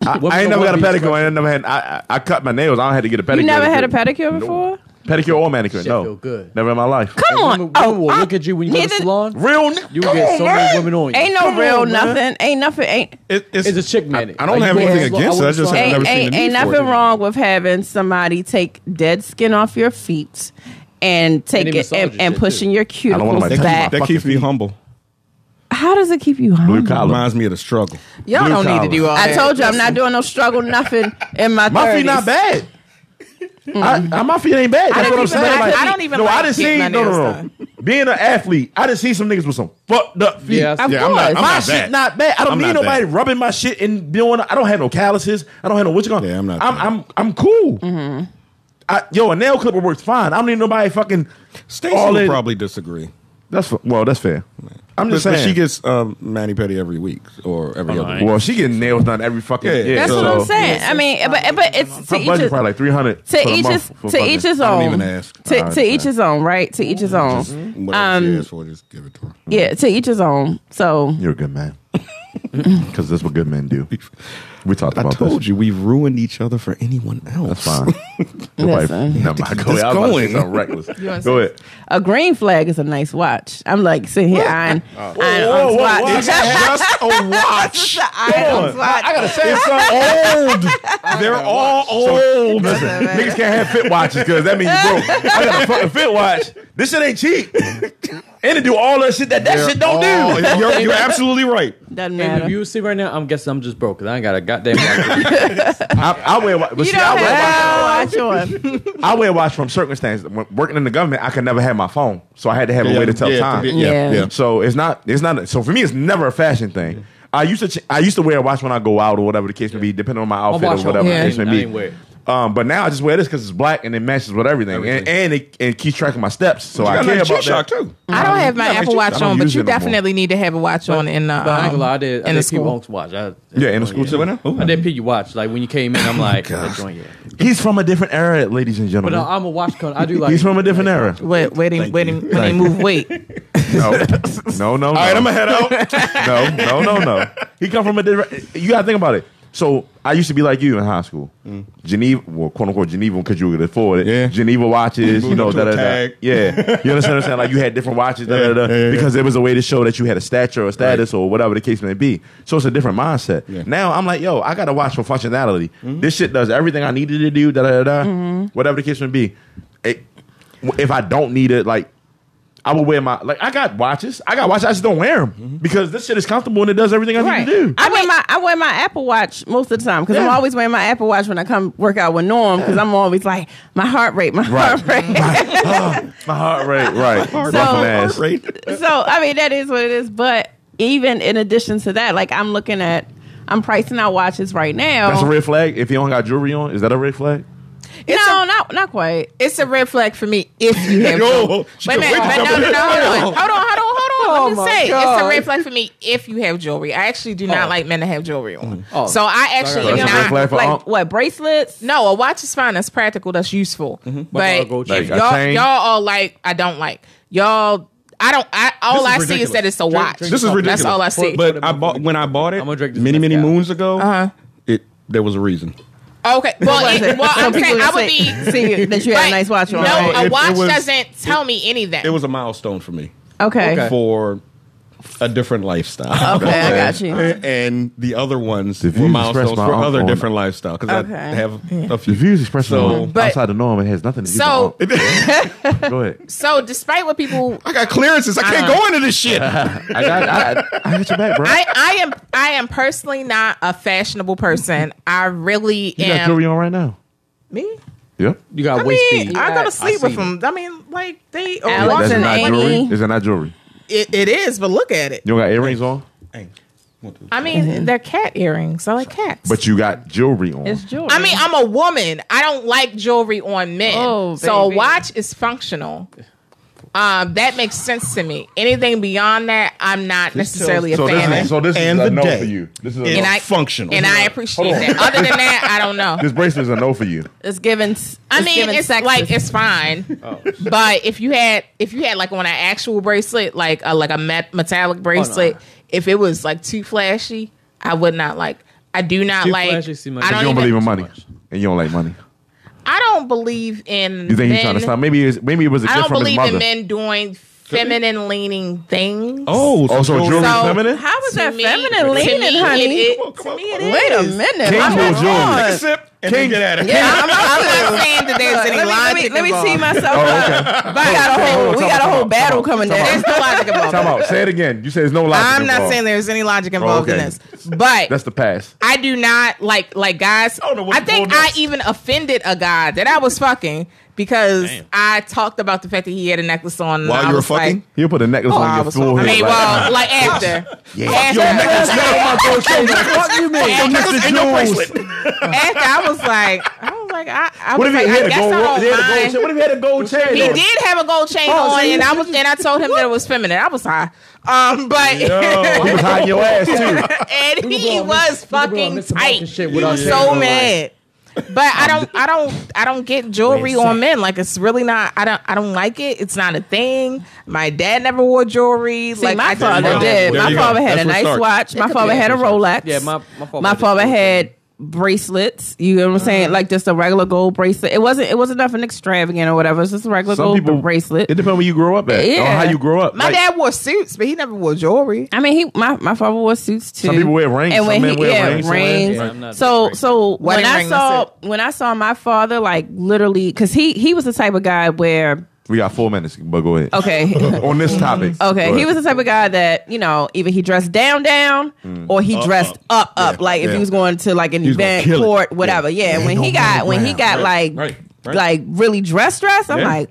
I, Women I ain't never don't got a wanna be pedicure. I ain't never had. I, I I cut my nails. I don't had to get a pedicure. You never had a pedicure. pedicure before? Pedicure or manicure? Shit no, feel good. Never in my life. Come on. Oh, Women, women will I- look at you when you go to the neither- salon. Real. n- You come get on, so man. many women on you. Ain't no Come real on, man. nothing. Ain't nothing. Ain't It, it's, it's a chick man. I don't have anything against it. I just have ain't, never seen ain't, the need ain't for it. nothing wrong with having somebody take dead skin off your feet and take they it massage and, your and shit, pushing too. your don't want cuticles nobody touching back. that keeps me humble. How does it keep you Blue humble? collar. Reminds me of the struggle. Y'all Blue don't collar. need to do all I that. told you I'm not doing no struggle nothing in my My 30s. feet not bad. I, I, my feet ain't bad. That's what don't I'm even saying. like- Like, I don't even No, I like didn't see. getting No, my no, nails no. Being an athlete, I didn't see some niggas with some fucked up feet. Yeah, Of Yeah, I'm not- course. I'm my not shit bad. not bad. I don't I'm need not nobody bad. rubbing my shit and doing. I don't have no calluses. I don't have no what you going. Yeah, I'm not I'm Mm-hmm. bad. I'm, I'm cool. I, yo, a nail clipper works fine. I don't need nobody fucking. Stacey all would in- probably disagree. That's f- well, that's fair. I'm But, just but saying. she gets um, mani pedi every week or every other week. well, she getting nails done every fucking. Yeah, year, That's what so- I'm saying. I mean, but but it's to Her each budget his- probably like three hundred. to each his to each his I Mm-hmm. own. don't even I To, ask. to each understand. his own, right? To each his own. Whatever she asks for, just give it to her. Yeah, to each his own. So You're a good man. Because that's what good men do. We talked I about told this. you we've ruined each other for anyone That's else. fine. Your wife- Listen. Never mind. keep Go this ahead. I was about to say going. something reckless. wanna Go say- ahead. a green flag is a nice watch. I'm like sitting here eyeing, eyeing whoa, on whoa, swatch. whoa, I Just a watch. Eyeing on swatch. I gotta say it's old. They're all old. Listen, niggas can't have fit watches because that means you broke. I got a fucking fit watch. This shit ain't cheap. and it do all that shit that that shit don't Oh, do. you're, you're absolutely right. If Doesn't matter. you see right now, I'm guessing I'm just broke 'cause I ain't got a goddamn. watch. I, I wear wa- but You see, don't I wear watches. have a watch on. I wear watch from circumstance. When working in the government, I could never have my phone, so I had to have a way to tell time. Yeah. yeah. So it's not it's not so for me it's never a fashion thing. I used to ch- I used to wear a watch when I go out or whatever the case may be, depending on my outfit watch or whatever on. the case Yeah. I may ain't wear it. be. Um, but now I just wear this because it's black and it matches with everything, Everything. and and it, and it keeps track of my steps. So I I got care a about that. G-Shock too. I don't have my Yeah, but Apple you- I Watch don't on, but use you it no more. definitely need to have a watch on in the But I ain't um, gonna lie, I did. I in the did pee school. Wonk's watch. I, Yeah, in the school too. I did pee your watch. Like when you came Oh in, I'm like, that joint, yeah. He's from a different era, ladies and But gentlemen. uh, I'm a watch con. I do like. He's from a different era. Wait, waiting, waiting, when they move weight. No, no, no. no. All right, I'ma head out. no, no, no, no. He come from a different. You gotta think about it. So I used to be like you in high school, Geneva, well, quote unquote Geneva, because you could afford it. Yeah. Geneva watches, you Moved know, up to a da da da. tag. Yeah, you understand? what I'm saying? Like you had different watches, da da da, Yeah, yeah, yeah. because it was a way to show that you had a stature or status or whatever the case may be. So it's a different mindset. Yeah. Mm-hmm. Now I'm like, yo, I gotta watch for functionality. This shit does everything I needed to do, da da da, da. whatever the case may be. It, if I don't need it, like I would wear my like I got watches. I got watches. I just don't wear them because this shit is comfortable and it does everything I Right. need to do. I wear my I wear my Apple Watch most of the time because I'm Yeah. always wearing my Apple Watch when I come work out with Norm because I'm always like my heart rate, my heart rate. My heart rate, right? Heart So- ass. so I mean that is what it is. But even in addition to that, like I'm looking at I'm pricing out watches right now. That's a red flag. If you don't got jewelry on, is that a red flag? no, not not quite. It's a red flag for me if you have. Yo, she Wait a can minute, but wait to no, jump no, in. no, hold on, hold on, hold on, hold on. Oh Let me my say, it's God. a red flag for me if you have jewelry. I actually do not Oh. like men to have jewelry on, Oh. so I So actually That's am a red not. flag for like all- what bracelets? No, a watch is fine. That's practical. That's useful. Mm-hmm. Like, I'll But go if check. y'all, Chain. y'all all like, I don't like y'all. I don't. I This all I is see is ridiculous. that it's a Drink- watch. drink This is something. ridiculous. That's all I see. But I bought when I bought it I'm gonna drink this many many mezcal. moons ago. Uh-huh. It there was a reason. okay. Well, Was it, it? well, So I'm people saying I just would say- be. see that you had a Right. nice watch on. No, right? it- a it watch was- doesn't tell me anything. It was a milestone for me Okay. Okay. Okay, for a different lifestyle. I got you. and the other ones The were views expressed milestones by for Uncle other on- different lifestyles because I Okay. have a The few views expressed So- on- But- outside the norm, it has nothing to do. So- with the- go ahead. So, despite what people, I got clearances. I can't go into this shit. I got, I, I got your back, bro. I, I am, I am personally not a fashionable person. I really you got am. jewelry on right now. Me? Yep. You got I waist mean, beat. I go I to sleep with see them. I mean, like they are Alex That's Watching not Amy. jewelry. Is that not jewelry? It, it is, but look at it. You don't got earrings on, I mean, they're cat earrings. I like cats. but you got jewelry on. it's jewelry. I mean, I'm a woman. I don't like jewelry on men. Oh, so a baby. watch is functional. Um, that makes sense to me. Anything beyond that, I'm not necessarily a so fan this is of. so this And is a the no day. for you. This is a And no. I- functional. And I appreciate that. Other than that, I don't know. this bracelet is a no for you. it's giving. I mean, giving it's sexist. like it's fine, Oh, but if you had if you had like on an actual bracelet, like a, like a met- metallic bracelet, if it was like too flashy, I would not like. I do not Too like. flashy, see my- I But don't You don't even- believe in too money, much. and you don't like money. I don't believe in. You think he's trying men- to stop? Maybe it's, maybe it was a I gift don't from his believe in mother. men doing feminine leaning things. Oh, so Also, Jordan- jewelry So- feminine. How is To that me- feminine to leaning, me, honey? it- to me, it is. Wait a minute. King I'm Bull not Jordan. on. Take a sip and then get at it. Yeah, I'm, I'm I'm, not saying that there's let me, any let logic me, let me involved. tee myself Oh, up. okay. Oh, But I got a Hold whole, on, we time got a out, whole time battle out, coming time down. There's no logic involved. Time out. Say it again. You say there's no logic. I'm not involved. saying there's any logic involved Oh, okay. in this, but That's the past. I do not like like guys. don't know what I you think told I us. even offended a guy that I was fucking because I talked about the fact that he had a necklace on and While I you were was like- oh, fucking? He'll put a necklace I on your was full fucking. I head. mean, like, uh, well, like after, after, Ain't no bracelet. after, I was like, I was like, I, I what was if he like, I had a guess gold? I What if he had a don't gold mind. chain? What if he had a gold chain? He on? did have a gold chain Oh, on, see? and I was and I told him that it was feminine. I was high, um, but He was hiding your ass too. and he was fucking tight. He without was saying so no mad. But I don't, I don't, I don't get jewelry on men. Like it's really not. I don't, I don't like it. It's not a thing. My dad never wore jewelry. See, like my I just father don't. did. There My you go. father had That's a where it nice starts. watch. My father had a Rolex. Yeah, my- my father my had father this had bracelets. You know what I'm Uh-huh. saying? Like just a regular gold bracelet. It wasn't. It wasn't nothing extravagant or whatever. It's just a regular Some gold people bracelet. It depends where you grow up at. Or Yeah. how you grow up. My Like, dad wore suits, but he never wore jewelry. I mean, he my, my father wore suits too. Some people wear rings. And when Some he men wear yeah, rings. rings. Yeah, I'm not so a so when Wedding I ring, saw that's when I saw my father like literally because he he was the type of guy where We got four minutes, but go ahead. okay On this topic. Okay, Go he ahead. was the type of guy that you know either he dressed down down or Uh-uh. he dressed up up. like if yeah. he was going to like an was gonna event, kill it. court, whatever. Yeah, when he got when he got like Right, right, right. like really dressed dressed, I'm Yeah. like,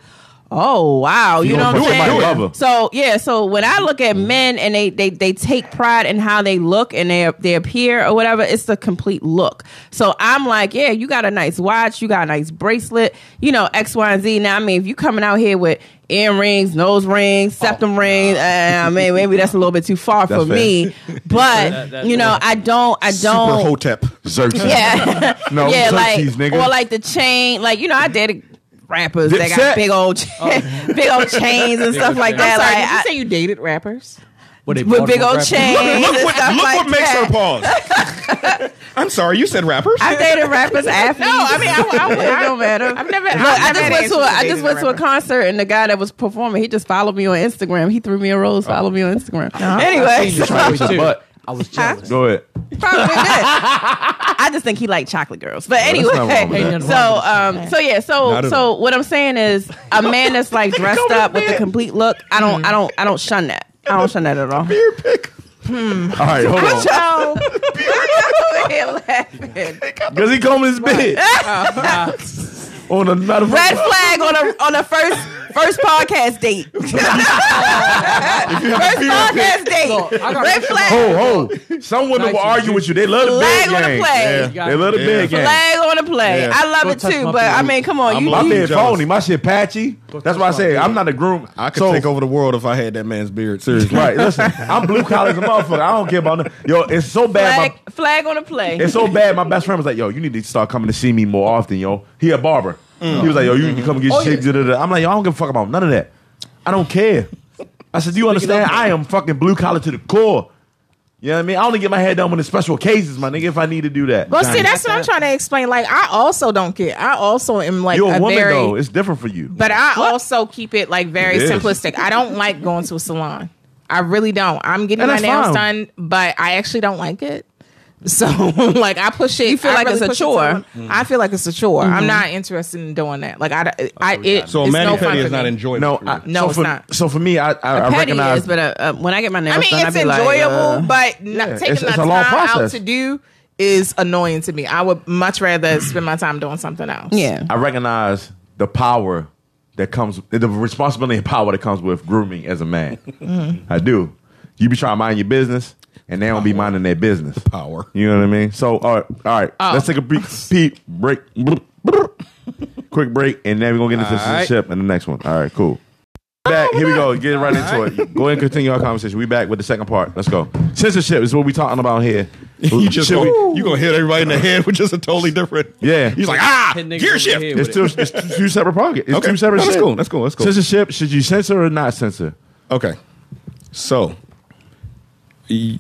oh wow, you, gonna know put what somebody I'm in saying? love. So yeah, so when I look at men and they they they take pride in how they look and they they appear or whatever, it's the complete look. So I'm like, yeah, you got a nice watch, you got a nice bracelet, you know X Y and Z. Now I mean, if you coming out here with earrings, nose rings, septum rings, uh, I mean, maybe that's a little bit too far That's for fair. me. But that- you know, I don't, I Super don't. hotep. Xerxes. Yeah. No, yeah, Xerxes, like Oh, nigga. or like the chain, like you know, I dated rappers that Dipset? got big old, cha- big old chains and stuff like that. I'm sorry, like, I- did you say you dated rappers? What they with bought big from old rappers. chains. Look and what, stuff look like what makes that. her pause. I'm sorry, you said rappers. I dated rappers athletes. No, I mean, I, I, it I, don't matter. I've never. Look, I've I just never went had to a, I dated just went to a rapper. concert and the guy that was performing, he just followed me on Instagram. He threw me a rose, Oh. followed me on Instagram. anyway, so- Try to push your butt. I was jealous. Go ahead. probably did. I just think he liked chocolate girls. But anyway, that's not wrong with that. so um, so yeah, Not so at so what I'm saying is, a man that's like dressed up with a complete look, I don't, I don't, I don't shun that. I don't shun that at all. Beer pick. All right, hold on. So over here laughing. Because he combed his bed. Uh-huh. On another Red flag on a on a first first podcast date. first podcast date. I got Red flag. Ho, ho. Some women will Nice argue with you. They love the Flag big on the game. play. Yeah. They love the Yeah. big game. Flag on the play. Yeah. I love Don't it touch too, my but I penis. mean, come on, I'm you, My I'm you bed jealous. phony. My shit patchy. That's why I say I'm not a groom. I could So- take over the world if I had that man's beard. Seriously. Right, listen. I'm blue collar as a motherfucker. I don't care about no. Yo, it's so bad. my- flag, flag on the play. It's so bad. My best friend was like, "Yo, you need to start coming to see me more often, yo." He a barber. He was like, "Yo, you need to come get Oh, shaped." yeah. da-da-da." I'm like, "Yo, I don't give a fuck about none of that. I don't care." I said, "Do you understand? I am fucking blue collar to the core." You know what I mean? I only get my hair done when it's special occasions, my nigga. If I need to do that, Well, see, that's what I'm trying to explain. Like, I also don't care. I also am like you're a, a woman very though. It's different for you. But I also keep it like very It is. simplistic. I don't like going to a salon. I really don't. I'm getting And my that's nails fine. done, but I actually don't like it. So like I push it. You feel like it's a chore. Mm-hmm. I feel like it's a chore. I'm not interested in doing that. Like I, I it, So a it's no fun mani pedi for is not me. enjoyable. no, for you. I, No, so it's for, not. So for me, I I, I petty recognize. is, but uh, uh, when I get my nails I mean, done, it's I be enjoyable, like, uh, but not, taking it's- my it's a time long process. out to do is annoying to me. I would much rather spend my time doing something else. yeah. I recognize the power that comes, the responsibility and power that comes with grooming as a man. Mm-hmm. I do. You be trying to mind your business, and they don't be minding their business. Power. You know what I mean? So, all right, all right. Oh. Let's take a brief peep, break, bloop, bloop. quick break, and then we're gonna get into All right. citizenship and the next one. All right, cool. Back here we go. Get right into it. Go ahead and continue our conversation. We back with the second part. Let's go. Censorship is what we talking about here. you just Should gonna, we- you gonna hit everybody in the head, which is a totally different. Yeah. he's like ah, Hit niggas gear over shift. the head It's with two, it. it's two separate pockets. It's Okay. two separate No, that's shit. cool. That's cool. That's cool. Censorship, should you censor or not censor? Okay, so y-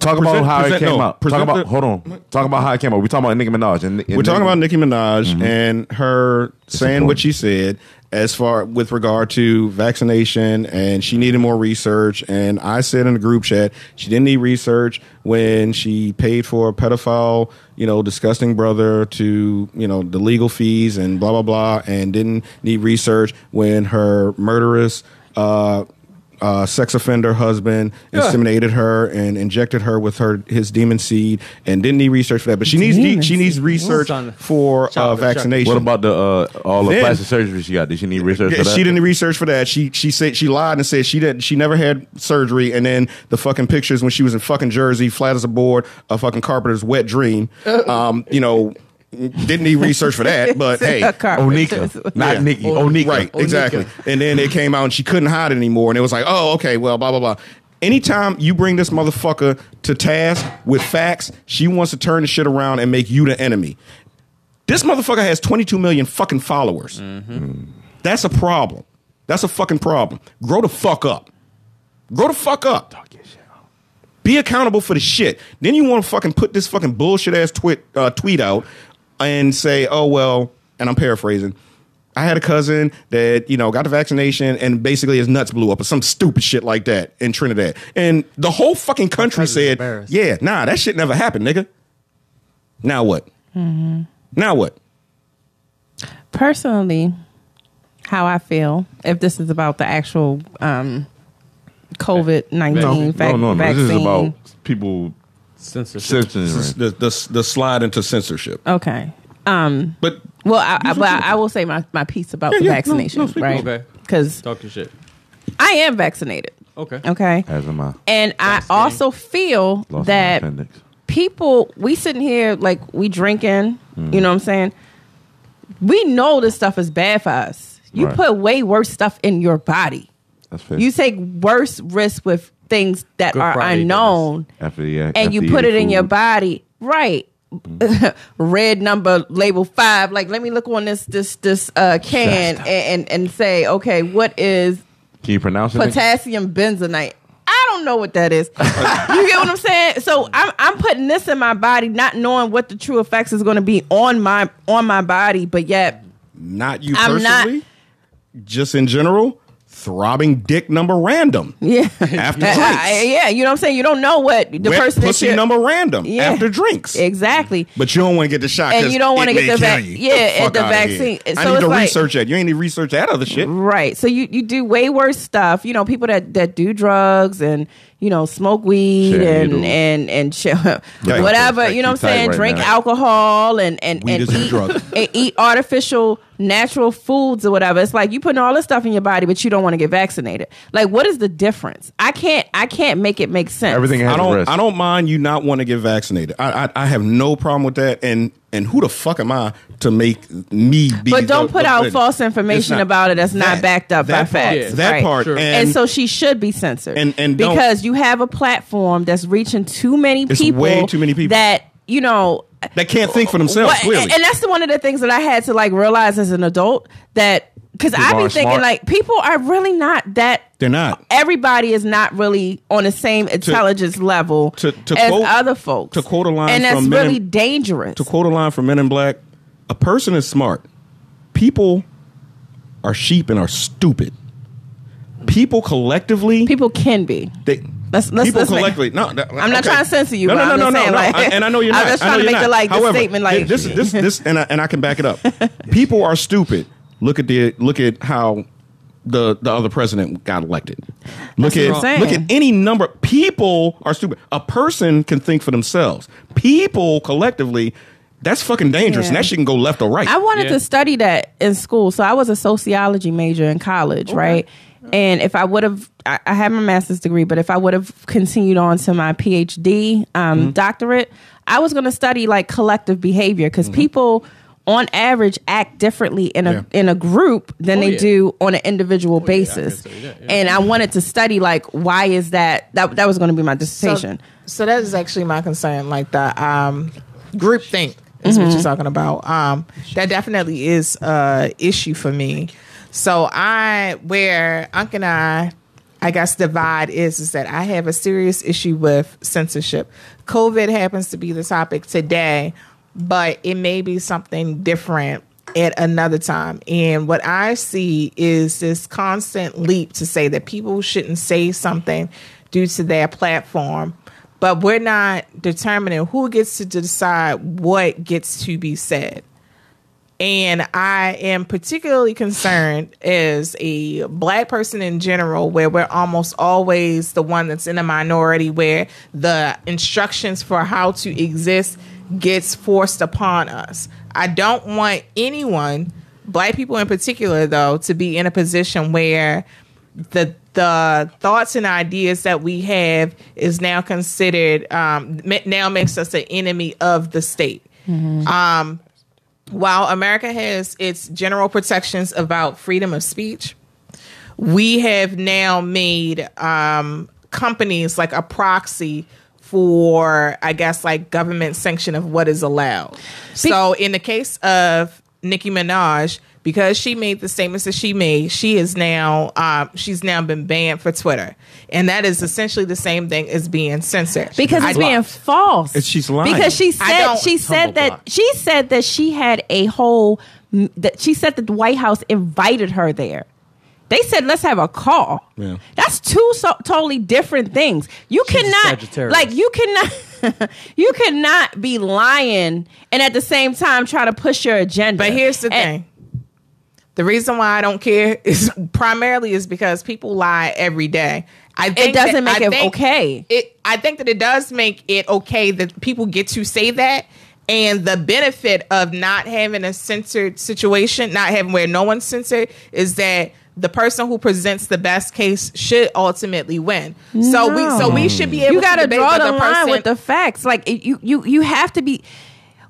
Talk about Present- how it present- came no, out. Talk present about the- hold on. Talk about how it came out. We're talking about Nicki Minaj and, and We're talking about Nicki Minaj and her saying what she said as far with regard to vaccination, and she needed more research. And I said in the group chat she didn't need research when she paid for a pedophile, you know, disgusting brother to you know the legal fees and blah blah blah, and didn't need research when her murderous. Uh, uh, sex offender husband inseminated her and injected her with her his demon seed and didn't need research for that but she needs de- Demon she needs research Son. for uh, Child abduction. vaccination. What about the uh, all the Then- plastic surgery she got? Did she need research? Yeah, for that? she didn't research for that. She she said she lied and said she didn't. She never had surgery. And then the fucking pictures when she was in fucking Jersey, flat as a board, a fucking carpenter's wet dream. Um, you know, didn't need research for that. But hey, A carpenter. Onika, not Yeah. Nikki. Oh, Onika. Right, Onika. exactly. And then it came out and she couldn't hide it anymore. And it was like, oh, okay, well, blah, blah, blah. Anytime you bring this motherfucker to task with facts, she wants to turn the shit around and make you the enemy. This motherfucker has 22 million fucking followers. That's a problem. That's a fucking problem. Grow the fuck up. Grow the fuck up. Be accountable for the shit. Then you want to fucking put this fucking bullshit ass tweet uh, tweet out and say, oh well, and I'm paraphrasing. I had a cousin that you know got the vaccination and basically his nuts blew up or some stupid shit like that in Trinidad, and the whole fucking country cousin's said, embarrassed. yeah, nah, that shit never happened, nigga. Now what? Now what? personally how I feel if this is about the actual um, COVID nineteen vac- No, no, no. vaccine. This is about people Censorship. censoring. The, the the slide into censorship, okay. but Well, I, I, well, I will say my, my piece about the yeah, no, vaccination, no, speak right? up. Okay. Because Talk your shit. I am vaccinated. Okay. Okay. As am I. And I also feel Lost that my appendix. people we sitting here like we drinking you know what i'm saying we know this stuff is bad for us you Right. put way worse stuff in your body That's fair. you take worse risks with things that Good are Friday unknown after the and you after put it eating in your E food. body right red number label five like let me look on this this this uh can and, and and say okay what is Can you pronounce it? nigga? potassium benzoate. I don't know what that is. you get what I'm saying? So I'm I'm putting this in my body, not knowing what the true effects is going to be on my on my body, but yet not you I'm not- personally, just in general, throbbing dick number random yeah, after drinks. I- I- yeah, you know what I'm saying. You don't know what the Wet person pussy that number random Yeah. after drinks. exactly. But you don't want to get the shot, And 'cause you don't wanna it get may the kill vac- you. yeah, and fuck the outta here. vaccine. I So need it's to like- research that. You ain't even research that other shit. Right. So you, you do way worse stuff. You know, people that, that do drugs and, you know, smoke weed Shit, and, you do. and, and shit, Yeah, whatever, that's you know what actually tight I'm saying? right Drink now. alcohol and, and, Weed and, is a eat, drug. and eat artificial natural foods or whatever. It's like you putting all this stuff in your body, but you don't want to get vaccinated. Like, what is the difference? I can't, I can't make it make sense. Everything has I a don't. risk. I don't mind you not want to get vaccinated. I, I I have no problem with that. And and who the fuck am I to make me be? But don't the- put the- out it's false information not- about it that's not backed up by that part, facts, That right. part. Sure. and, And, so she should be censored. and- and don't- because you have a platform that's reaching too many It's people, way too many people. that you know. they can't think for themselves. what- clearly, and and that's the, one of the things that I had to like realize as an adult that because I be aren't thinking smart. like people are really not that. they're not. Everybody is not really on the same intelligence level to- to as quote- other folks. to quote a line and that's from Men in- really dangerous. To quote a line from Men in Black, a person is smart. People are sheep and are stupid. People collectively, people can be. they, Let's- let's- people let's make- collectively. no, no, I'm not trying to censor you, No, but no, I'm no, just no, saying, no, like- no. I- and I know you're I'm not. just I know trying to you're make the, not. like, the However, statement, thi- like- this, this, this, and I, and I can back it up. People are stupid. Look at the look at how the the other president got elected. Look That's what I'm at look saying. at any number. People are stupid. A person can think for themselves. People collectively. That's fucking dangerous, and Yeah. that shit can go left or right. I wanted Yeah. to study that in school. So I was a sociology major in college, right? And if I would have, I, I had my master's degree, but if I would have continued on to my PhD um, Mm-hmm. doctorate, I was going to study like collective behavior because Mm-hmm. people, on average, act differently in a Yeah. in a group than they Oh, yeah. Oh, do on an individual basis. say that, yeah. And I wanted to study like why is that? That that was going to be my dissertation. So that is actually my concern. Like the um, group think is what you're talking about. Um, that definitely is a issue for me. So I, where Unc and I I guess divide is is that I have a serious issue with censorship. COVID happens to be the topic today, but it may be something different at another time. And what I see is this constant leap to say that people shouldn't say something due to their platform but we're not determining who gets to decide what gets to be said. And I am particularly concerned as a black person in general, where we're almost always the one that's in a minority, where the instructions for how to exist gets forced upon us. I don't want anyone, black people in particular, though, to be in a position where the the thoughts and ideas that we have is now considered um, ma- now makes us an enemy of the state. Um, while America has its general protections about freedom of speech, we have now made um, companies like a proxy for, I guess, like government sanction of what is allowed. so, in the case of Nicki Minaj, because she made the statements that she made, she is now um, she's now been banned for Twitter, and that is essentially the same thing as being censored because it's being false. And she's lying. Because she I said don't- she said that she said that she had a whole m- that she said that the White House invited her there. They said let's have a call. Yeah. That's two so, totally different things. You She's a cannot Sagittarius. like you cannot you cannot be lying and at the same time try to push your agenda. But here's the And- thing. The reason why I don't care is primarily is because people lie every day. I think that- doesn't make I it think okay. It I think that it does make it okay that people get to say that. And the benefit of not having a censored situation, not having where no one's censored, is that the person who presents the best case should ultimately win. So we so we should be able you to gotta debate draw whether the a line person- with the facts. Like it- you, you, you have to be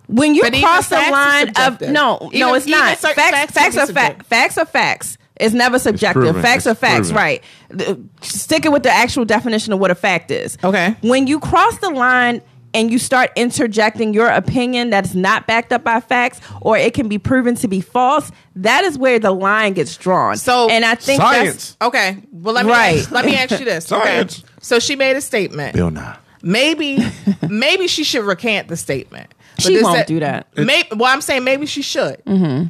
when you But even cross the facts are line of subjective. no, no, Even- it's even not. certain Facts, facts, facts can be are facts. subjective. Facts are facts. It's never subjective. proven. Facts are It's facts, proven. right? The- Sticking with the actual definition of what a fact is. Okay. When you cross the line and you start interjecting your opinion that's not backed up by facts or it can be proven to be false, that is where the line gets drawn. So- and I think that's Science. Okay. Well let me Right. ask, let me ask you this. Okay. Science. So she made a statement. Bill Nye. maybe maybe she should recant the statement. But She does won't do that. Mm-hmm. Maybe, well, I'm saying maybe she should.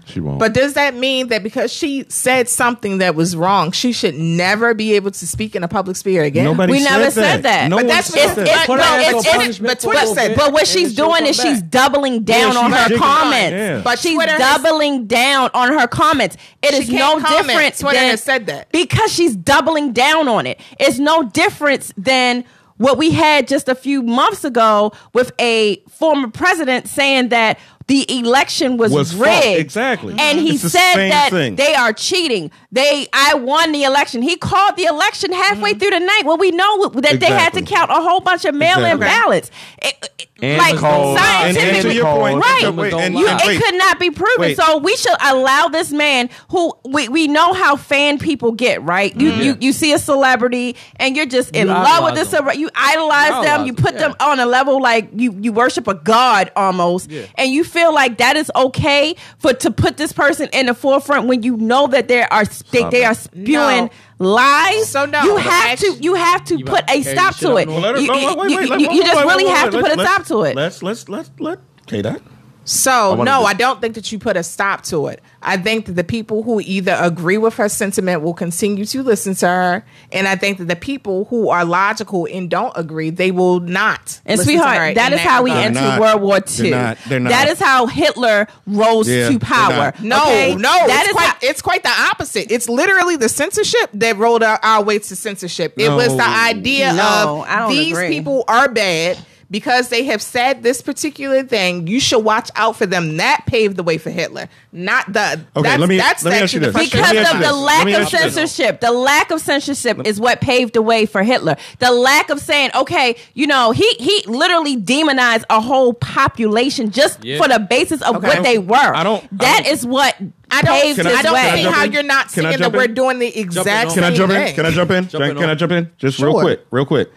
She won't. But does that mean that because she said something that was wrong, she should never be able to speak in a public sphere again? Nobody We said never that. said that. No But one that's said what- that. It's- Put no, her ass it's- on it's- punishment but for a Twitter little said- bit, But what and she's then she'll doing come is she's back. doubling down she's on her ridiculous. comments. Yeah. But she's Twitter has- doubling down on her comments. It is no can't comment. different. Twitter than- has said that. because she's doubling down on it. It's no difference than what we had just a few months ago with a former president saying that the election was, Was rigged. false. Exactly. And he It's the said same that thing. they are cheating. They I won the election. He called the election halfway through the night. Well, we know that they had to Mm-hmm. Exactly. count a whole bunch of mail-in Exactly. ballots. It- it- like called- And, scientifically, and to Scientifically your point, false. Right. wait, and- You- and it wait. could not be proven. Wait. So we should allow this man who we, we know how fan people get, right? You you, you see a celebrity and you're just in You love with idolize this them. celebrity. You idolize, You them, idolize you them, put them yeah. on a level like you you worship a god almost. Yeah. And you feel like that is okay for to put this person in the forefront when you know that there are they, they are spewing lies. So no, you have actu- to you have to put a about to carry stop this shit to up it. north? Let her- You no, you- wait, wait, you- let- you- you wait, just wait, really wait, have to wait, put a let's- stop to it. Let's let's let's let K that. So wanna no, do- I don't think that you put a stop to it. I think that the people who either agree with her sentiment will continue to listen to her, and I think that the people who are logical and don't agree, they will not. And listen to her sweetheart, that in is how we regard. entered not. World War They're II. not. They're not. That is how Hitler rose Yeah, to they're power. not. No, okay? no, That it's, is quite, how- it's quite the opposite. It's literally the censorship that rolled our, our way to censorship. It was No. the idea No, I of don't these agree. people are bad because they have said this particular thing. You should watch out for them. That paved the way for Hitler, not the. Okay, that's, let me- that's let me ask actually you the this. frustration Let me because ask of you the this. lack Let me of ask you this. censorship. The lack of censorship is what paved the way for Hitler. The lack of saying, okay, you know, he he literally demonized a whole population just Yeah. for the basis of what they were. I don't- That I don't- is what I don't, paved see, his I don't way. Can I see jump how in? you're not Can I seeing that jump we're in? doing the exact on. same Can I jump thing. in? Can I jump in? Jump in can I on. jump in? Just real Sure. quick, real quick.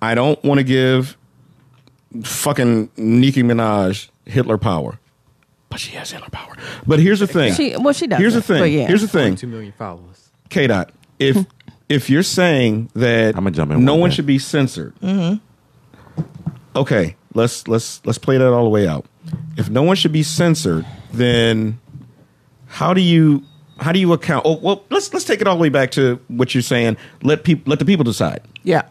I don't want to give fucking Nicki Minaj Hitler power, but she has Hitler power. But here's the thing. She- well, she does Here's the it, but thing. yeah. Here's the thing. Two million followers. K dot. If if you're saying that I'ma jump in no with one that. should be censored, okay, let's let's let's play that all the way out. If no one should be censored, then how do you how do you account? Oh, well, let's let's take it all the way back to what you're saying. Let people let the people decide. Yeah.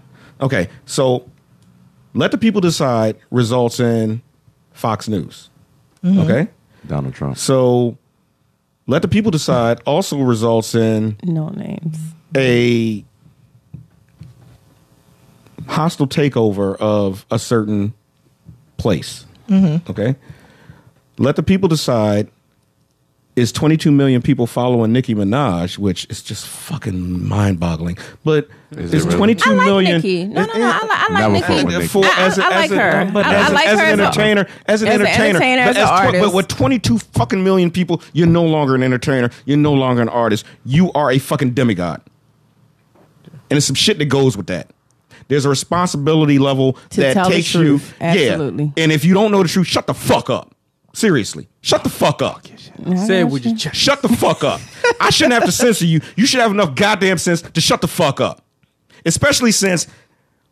Okay, so let the people decide results in Fox News. Okay, Donald Trump. so let the people decide also results in No names. a hostile takeover of a certain place. Mm-hmm. Okay. Let the people decide is 22 million people following Nicki Minaj, which is just fucking mind boggling. But Is is, it really? I 22 like million. Nicki. No, no, no. I, li- I Never like fuck Nicki. with Nicki. For, I- as a- I as like a- her. But I- I as, a- like as her an as a- entertainer, as an as an entertainer, entertainer, as but, an tw- but artist. with 22 fucking million people, you're no longer an entertainer. You're no longer an artist. You are a fucking demigod. And there's some shit that goes with that. There's a responsibility level To that tell the takes truth. you. Absolutely. Yeah. And if you don't know the truth, shut the fuck up. Seriously. Shut the fuck up. Say would you check? Shut the fuck up. I shouldn't have to censor you. You should have enough goddamn sense to shut the fuck up. Especially since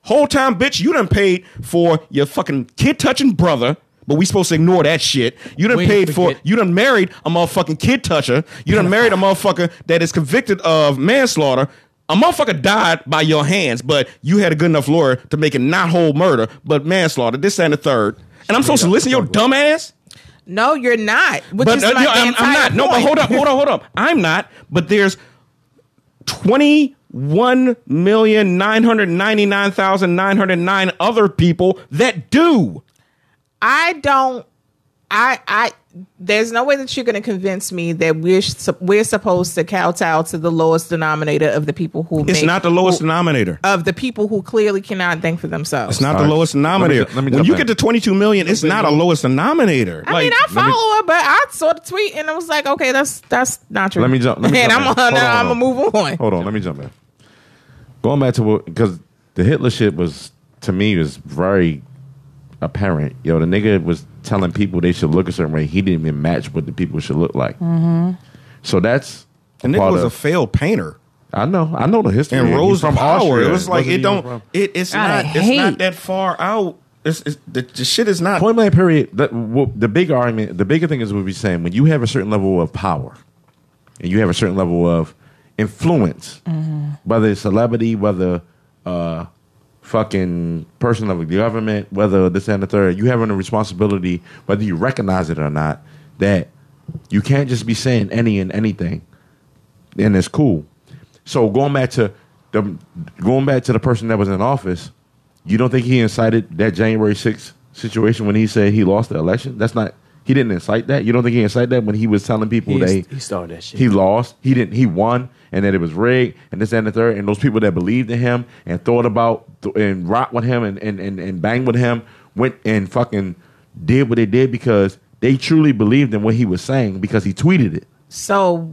whole time, bitch, you done paid for your fucking kid touching brother, but we supposed to ignore that shit. You done We paid for forget. you done married a motherfucking kid toucher. You done married a motherfucker that is convicted of manslaughter. A motherfucker died by your hands, but you had a good enough lawyer to make it not whole murder, but manslaughter, this and the third. And I'm supposed to listen to your dumb ass? No, you're not. Which but is uh, like yeah, the I'm, I'm entire not. No, but point. hold up, hold up, hold up. I'm not. But there's twenty one million nine hundred ninety nine thousand nine hundred nine other people that do. I don't. I I. There's no way that you're going to convince me that we're su- we're supposed to kowtow to the lowest denominator of the people who. It's make- not the lowest who- denominator. of the people who clearly cannot think for themselves. It's not the Sorry. lowest denominator. Let me- let me when jump you in. get to 22 million, it's not a lowest denominator. I mean, I follow her, but I saw the tweet and I was like, okay, that's that's not true. Let me jump- let me and jump I'm in. Hold gonna on, I'm hold gonna move on. Hold on, let me jump in. Going back to what, because the Hitler shit was, to me, was very apparent. Yo, the nigga was telling people they should look a certain way. He didn't even match what the people should look like. Mm-hmm. So that's. The nigga part was a of- failed painter. I know, I know the history. and He's Rose from of Power. Austria. It was like Wasn't it even don't. from- It, it's I not. It's hate- not that far out. It's, it's the, the shit is not. Point blank period. That, well, the big argument, the bigger thing is what we're saying. When you have a certain level of power, and you have a certain level of influence, whether it's celebrity, whether uh, fucking person of the government, whether this and the third, you having a responsibility, whether you recognize it or not, that you can't just be saying any and anything, and it's cool. So going back to the going back to the person that was in office, you don't think he incited that January 6th situation when he said he lost the election? That's not he didn't incite that. You don't think he incited that when he was telling people He- they he started that shit. He lost. He didn't. He won, and that it was rigged, and this that, and the third. And those people that believed in him and thought about th- and rocked with him and and and, and banged with him went and fucking did what they did because they truly believed in what he was saying because he tweeted it. So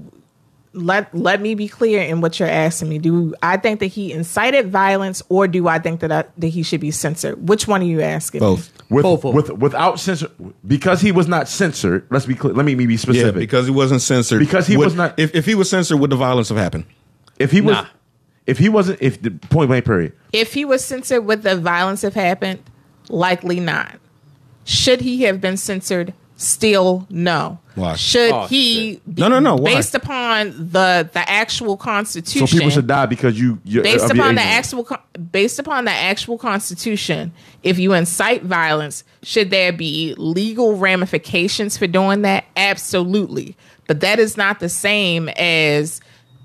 let let me be clear in what you're asking me. Do I think that he incited violence, or do I think that I, that he should be censored? Which one are you asking? Both. With, Both of with without censor because he was not censored. Let's be clear. Let me be Yeah, specific. because he wasn't censored. Because he Would- was not- If, if he was censored, would the violence have happened? if he was, Nah. if he wasn't, if the point blank period, If he was censored, would the violence have happened? Likely not. Should he have been censored? Still no. Why? Should Oh, he? Be, No, no, no. Why? Based upon the the actual so constitution. people should die because you you're, based of your upon the ignorance. actual con- based upon the actual constitution if you incite violence should there be legal ramifications for doing that absolutely but that is not the same as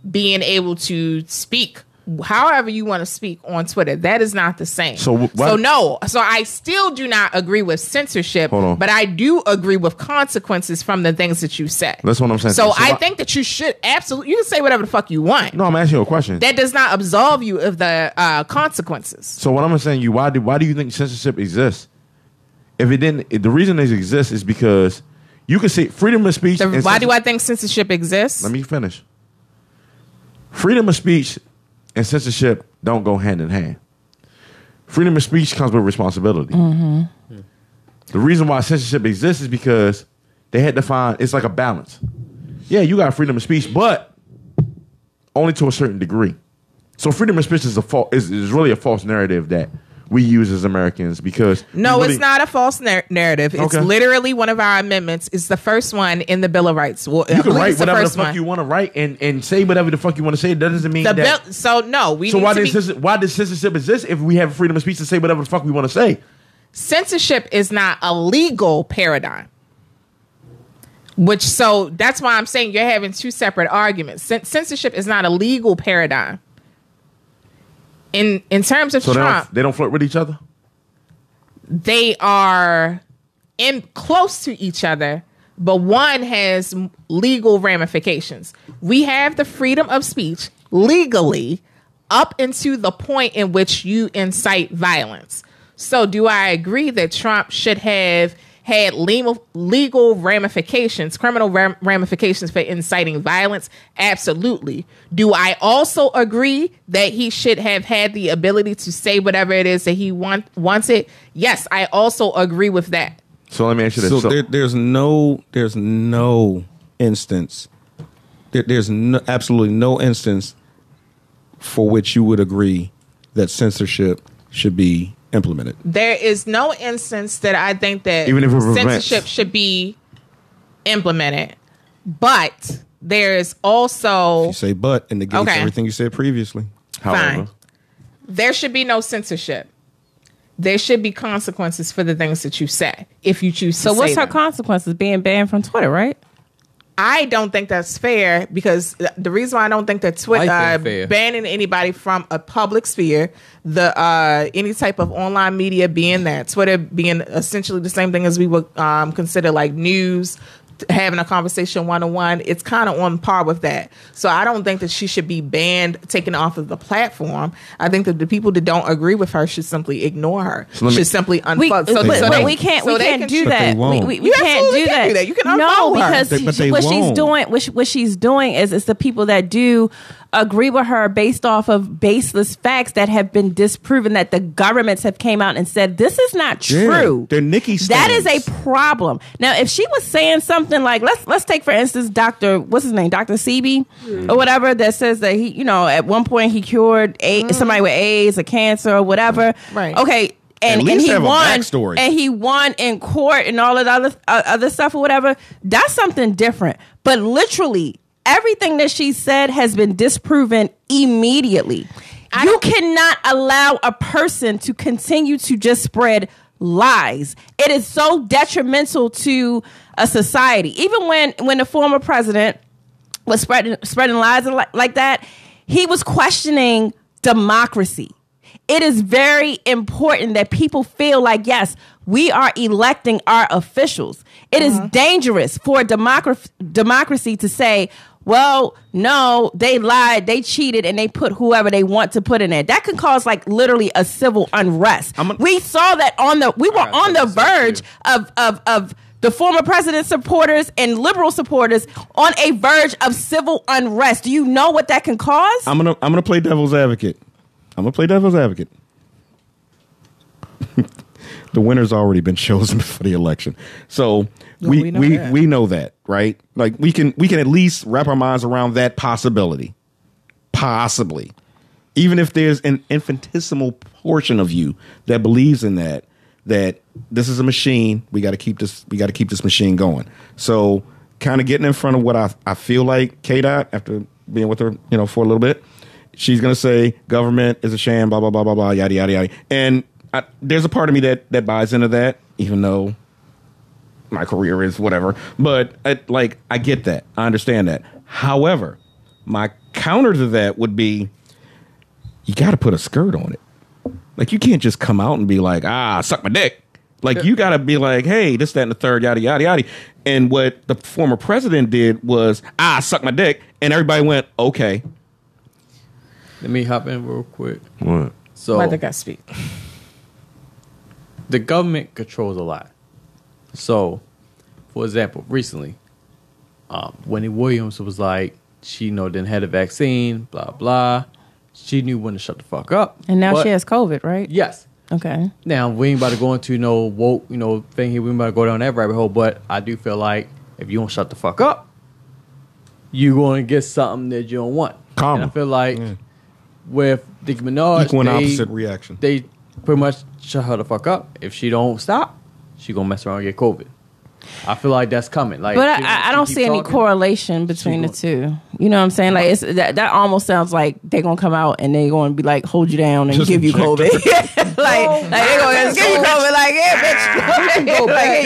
being able to speak however you want to speak on twitter that is not the same So wh- why- so no so i still do not agree with censorship Hold on. but i do agree with consequences from the things that you say That's what I'm saying. so, So i why- think that you should absolutely you can say whatever the fuck you want No, I'm asking you a question. that does not absolve you of the uh, consequences. So what I'm saying, you why do why do you think censorship exists? If it didn't, if the reason it exists is because you can say freedom of speech. The- and why censor- do I think censorship exists? Let me finish. Freedom of speech and censorship don't go hand in hand. Freedom of speech comes with responsibility. The reason why censorship exists is because they had to find it's like a balance. Yeah, you got freedom of speech, but only to a certain degree. So freedom of speech is a false is, is really a false narrative that we use as Americans because No, we really- it's not a false nar- narrative. It's Okay. literally one of our amendments. It's the first one in the Bill of Rights. Well, You can write it's the whatever the first fuck one. you want to write and, and say whatever the fuck you want to say. That doesn't mean the that. bill. So no, we. so need why to does be- cis- why does censorship exist if we have freedom of speech to say whatever the fuck we want to say? censorship is not a legal paradigm. Which so that's why I'm saying you're having two separate arguments. Cen- censorship is not a legal paradigm. In in terms of So they Trump, don't, they don't flirt with each other. they are in close to each other but one has m- legal ramifications we have the freedom of speech legally up into the point in which you incite violence so do i agree that trump should have had lema- legal ramifications criminal ram- ramifications for inciting violence absolutely do i also agree that he should have had the ability to say whatever it is that he want- wants it yes i also agree with that So let me ask you this. So So- there, there's no there's no instance there, there's no, absolutely no instance for which you would agree that censorship should be implemented. there is no instance that I think that Even if it prevents- censorship should be implemented, but there is also You say but and negates Okay. everything you said previously. however, fine. There should be no censorship. There should be consequences for the things that you say if you choose. So to what's say her them. consequences? Being banned from Twitter, right? I don't think that's fair because th- the reason why I don't think that Twitter I uh, think fair. banning anybody from a public sphere, the uh, any type of online media being that Twitter being essentially the same thing as we would um, consider like news, t- having a conversation one on one, it's kind of on par with that. So I don't think that she should be banned, taken off of the platform. I think that the people that don't agree with her should simply ignore her. let me- should simply unfollow. We, so, but, so but they- we can't. so we they can't can- do But they that. We, won't. we, we You can't absolutely do can that. do that. You can no, unfollow her. because They- but they what she's won't. doing, what, she- what she's doing is, is the people that do agree with her based off of baseless facts that have been disproven that the governments have came out and said this is not Yeah, true. They're Nikki That is stands. a problem. Now, if she was saying something like, let's let's take for instance, Doctor, what's his name, Doctor CB Hmm. or whatever, that says that he, you know, at one point he cured a- somebody with AIDS or cancer or whatever. Hmm. Right. Okay. And, least and he have a won, backstory. and he won in court and all of the other uh, other stuff or whatever. That's something different. But literally, everything that she said has been disproven immediately. you cannot allow a person to continue to just spread lies. It is so detrimental to a society. Even when when the former president was spreading spreading lies li- like that, he was questioning democracy. It is very important that people feel like yes, we are electing our officials. It is Uh-huh. dangerous for democra- democracy to say, well, no, they lied, they cheated, and they put whoever they want to put in there. That can cause like literally a civil unrest. we saw that on the we were I on the think so, too. verge of of of the former president's supporters and liberal supporters on a verge of civil unrest. Do you know what that can cause? I'm gonna I'm gonna play devil's advocate. I'm gonna play devil's advocate. the winner's already been chosen for the election, so we we we know we know, that. that, right? Like we can we can at least wrap our minds around that possibility, possibly, even if there's an infinitesimal portion of you that believes in that that this is a machine. We got to keep this. We got to keep this machine going. So kind of getting in front of what I I feel like K dot after being with her, you know, for a little bit she's gonna say government is a sham, blah blah blah blah blah, yada yada yada. And I, there's a part of me that that buys into that, even though my career is whatever. But I, like, I get that, I understand that. However, my counter to that would be, you got to put a skirt on it. Like, you can't just come out and be like, ah, suck my dick. Like, you got to be like, hey, this, that, and the third, yada yada yada. And what the former president did was, ah, suck my dick, and everybody went, okay. Let me hop in real quick. what? So Why they gotta speak. the government controls a lot. So, for example, recently, um, Wendy Williams was like, she you know didn't have the vaccine, blah blah. She knew when to shut the fuck up, and now But- she has COVID, right? yes. Okay. Now we ain't about to go into no woke, you know, thing here. We ain't about to go down that rabbit hole, but I do feel like if you don't shut the fuck up, you going to get something that you don't want. Karma. And I feel like with Nicki Minaj, Equal and they- opposite reaction. They pretty much shut her the fuck up. If she don't stop, she gonna mess around and get COVID. I feel like that's coming. Like, But she- I, I she don't keep see any talking. correlation between the gon- two. You know what I'm saying? Like it's that, that almost sounds like they're gonna come out and they're gonna be like hold you down and Just give you inject COVID. like, like they're gonna just give you COVID. Like yeah, bitch. Like,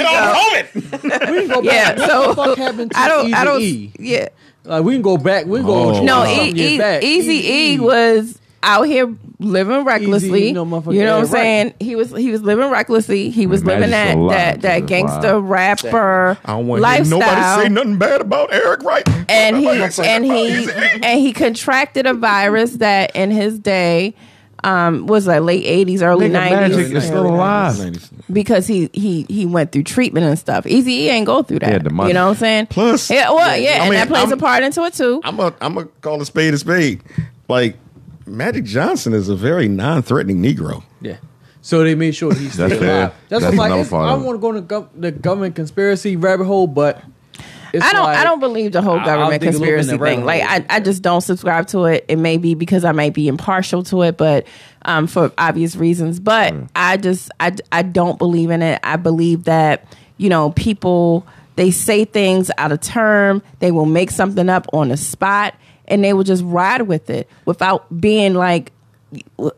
here Oh you go. Yeah. What the So fuck happened to I don't. I don't. Eazy-E? Yeah. Like we can go back. We can go. Oh. on No. Trump E, and get e, back. Easy E Eazy-E. was out here living recklessly. Eazy-E, no motherfucker, you know what yeah, I'm right. saying? He was he was living recklessly. He was Man, living that's that just a lie. that that That's just a gangster rapper I don't want to hear lifestyle. nobody say nothing bad about Eric Wright. and he Nobody say and nothing he about Eazy-E. and he contracted a virus that in his day um, was like late eighties, early Nigga, Magic is nineties, still Ah, alive. because he he he went through treatment and stuff. Easy E ain't go through that. had the money. You know what I'm saying? Plus- yeah, well, yeah, I and mean, that plays I'm- a part into it too. I'm a I'm a call a spade a spade. Like Magic Johnson is a very non-threatening Negro. Yeah. So they made sure he's That's still alive. bad. That's, That's what I'm like. another It's, part I of don't it. want to go in the, gov- the government conspiracy rabbit hole, but it's I don't. Like, I don't believe the whole I- I'll government dig a little bit in conspiracy that rabbit thing. Like hole. I, I just don't subscribe to it. It may be because I might be impartial to it, but um, for obvious reasons. But Mm. I just I I don't believe in it. I believe that you know people they say things out of term. They will make something up on the spot, and they will just ride with it without being like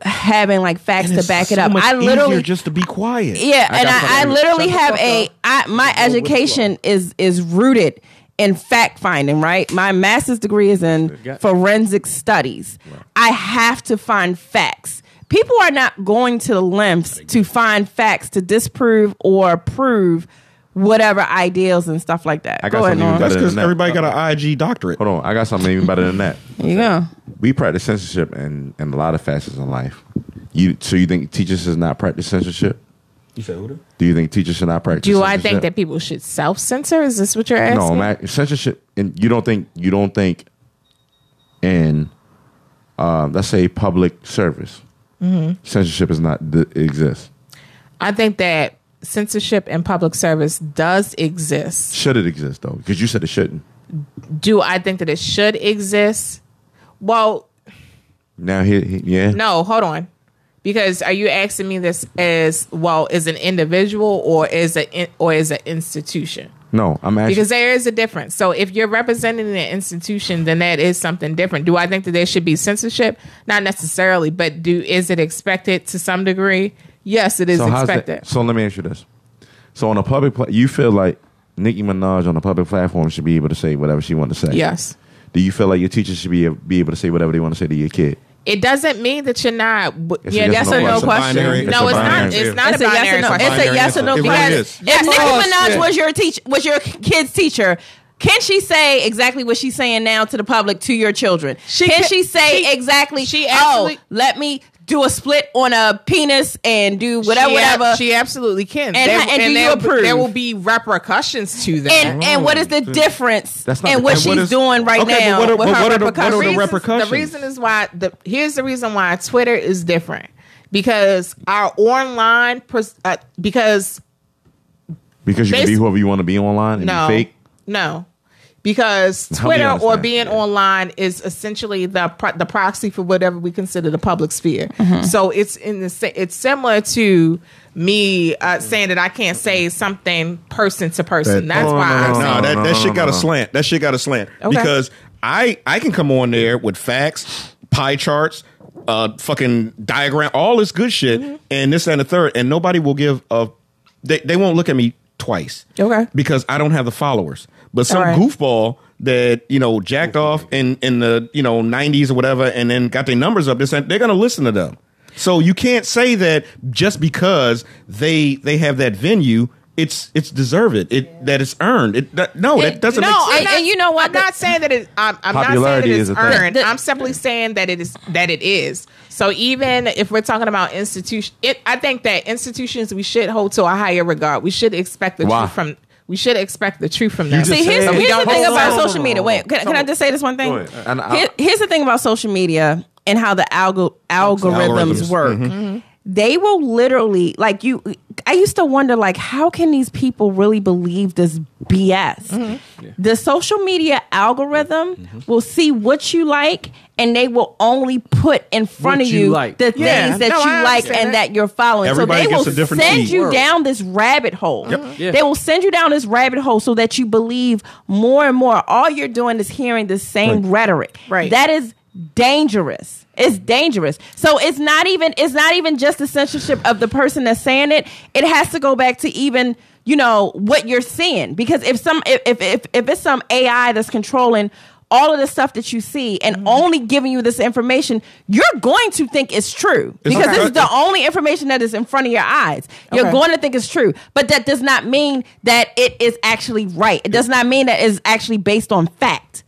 having like facts to back it up. I literally just to be quiet. yeah, and I, I literally Shut the have fuck a up. I, my education is is rooted in fact finding. Right, my master's degree is in forensic studies. I have to find facts. People are not going to the lengths to find facts to disprove or prove whatever ideals and stuff like that. I got Go ahead, something Norm. you That's Better because than that. everybody got an IG doctorate. Hold on, I got something even better than that. There you go. We practice censorship in, in a lot of facets in life. You so you think teachers does not practice censorship? You said who? Do you think teachers should not practice? Do I censorship? think that people should self censor? Is this what you're asking? No, man, censorship, and you don't think you don't think in um, let's say public service Mm-hmm. censorship is not th- exists. I think that censorship in public service does exist. Should it exist though? Because you said it shouldn't. Do I think that it should exist? Well, Now here, he- yeah, no, hold on. Because are you asking me this as well as an individual or as a in- or as an institution? no, I'm asking. Because there is a difference. So if you're representing an institution, then that is something different. Do I think that there should be censorship? Not necessarily, but do is it expected to some degree? Yes, it is so how's that- expected. So let me ask you this: So on a public, pla- you feel like Nicki Minaj on a public platform should be able to say whatever she wants to say. Yes. Do you feel like your teachers should be be able to say whatever they want to say to your kid? It doesn't mean that you're not. It's yeah, yes that's or a no no It's a question. binary- no, it's it's a not. binary It's answer. not It's a a yes or no. binary question. It's a yes or no It really because is. if Nicki Minaj was your teach was your kid's teacher, can she say exactly what she's saying now to the public to your children? She can ca- she say she- exactly? she actually- oh, let me do a split on a penis and do whatever, she, ab- whatever. She absolutely can. And ha- and do you there, approve? There will be repercussions to that. and and what is the difference That's not in the- what and she's what is- doing right Mm. Okay, but now what are- with but her what are the- what are repercussions? the reasons- repercussions? The reason is why the here's the reason why Twitter is different because our online pers- uh, because Because you can be Basi- whoever you want to be online and no be fake. no because Help me Twitter or understand. being online is essentially the pro- the proxy for whatever we consider the public sphere. Mm-hmm. So it's in the sa- it's similar to me uh, saying that I can't say something person to person. That- That's Oh, why I'm saying No, that, no, that no, shit no, got a no. slant. That shit got a slant. Okay. Because I I can come on there with facts, pie charts, uh fucking diagram, all this good shit, Mm-hmm. and this and the third, and nobody will give a they, they won't look at me twice. Okay. Because I don't have the followers. But some Alright. goofball that, you know, jacked off in in the, you know, nineties or whatever and then got their numbers up, this and they're gonna listen to them. So you can't say that just because they they have that venue, it's it's deserved. It that it's earned. It that, no, that doesn't no, make sense. I'm not, And you know what? I'm not saying that it. I'm, I'm not saying that Popularity it's is a thing. earned. The- I'm simply saying that it is that it is. So even if we're talking about institution, it, I think that institutions we should hold to a higher regard. We should expect the Why? truth from. We should expect the truth from them. just See, here's, So said- we here's the don't thing hold about to- hold on, social hold media. on, Wait, can, can I just say this one thing? Go ahead. And I- Here- here's the thing about social media and how the algo- algorithms, Algorithms. work. they will literally like you i used to wonder like how can these people really believe this bs the social media algorithm will see what you like and they will only put in front What of you you like. the Yeah. things that No, I you like understand and that. that you're following Everybody so they gets will a different send feed. you Word. down this rabbit hole Mm-hmm. Yeah. they will send you down this rabbit hole so that you believe more and more all you're doing is hearing the same rhetoric Right. that is dangerous it's dangerous so it's not even it's not even just the censorship of the person that's saying it it has to go back to even you know what you're seeing because if some if if if, if it's some ai that's controlling all of the stuff that you see and only giving you this information you're going to think it's true It's because this okay. is the only information that is in front of your eyes you're Okay. going to think it's true but that does not mean that it is actually right it does not mean that it's actually based on fact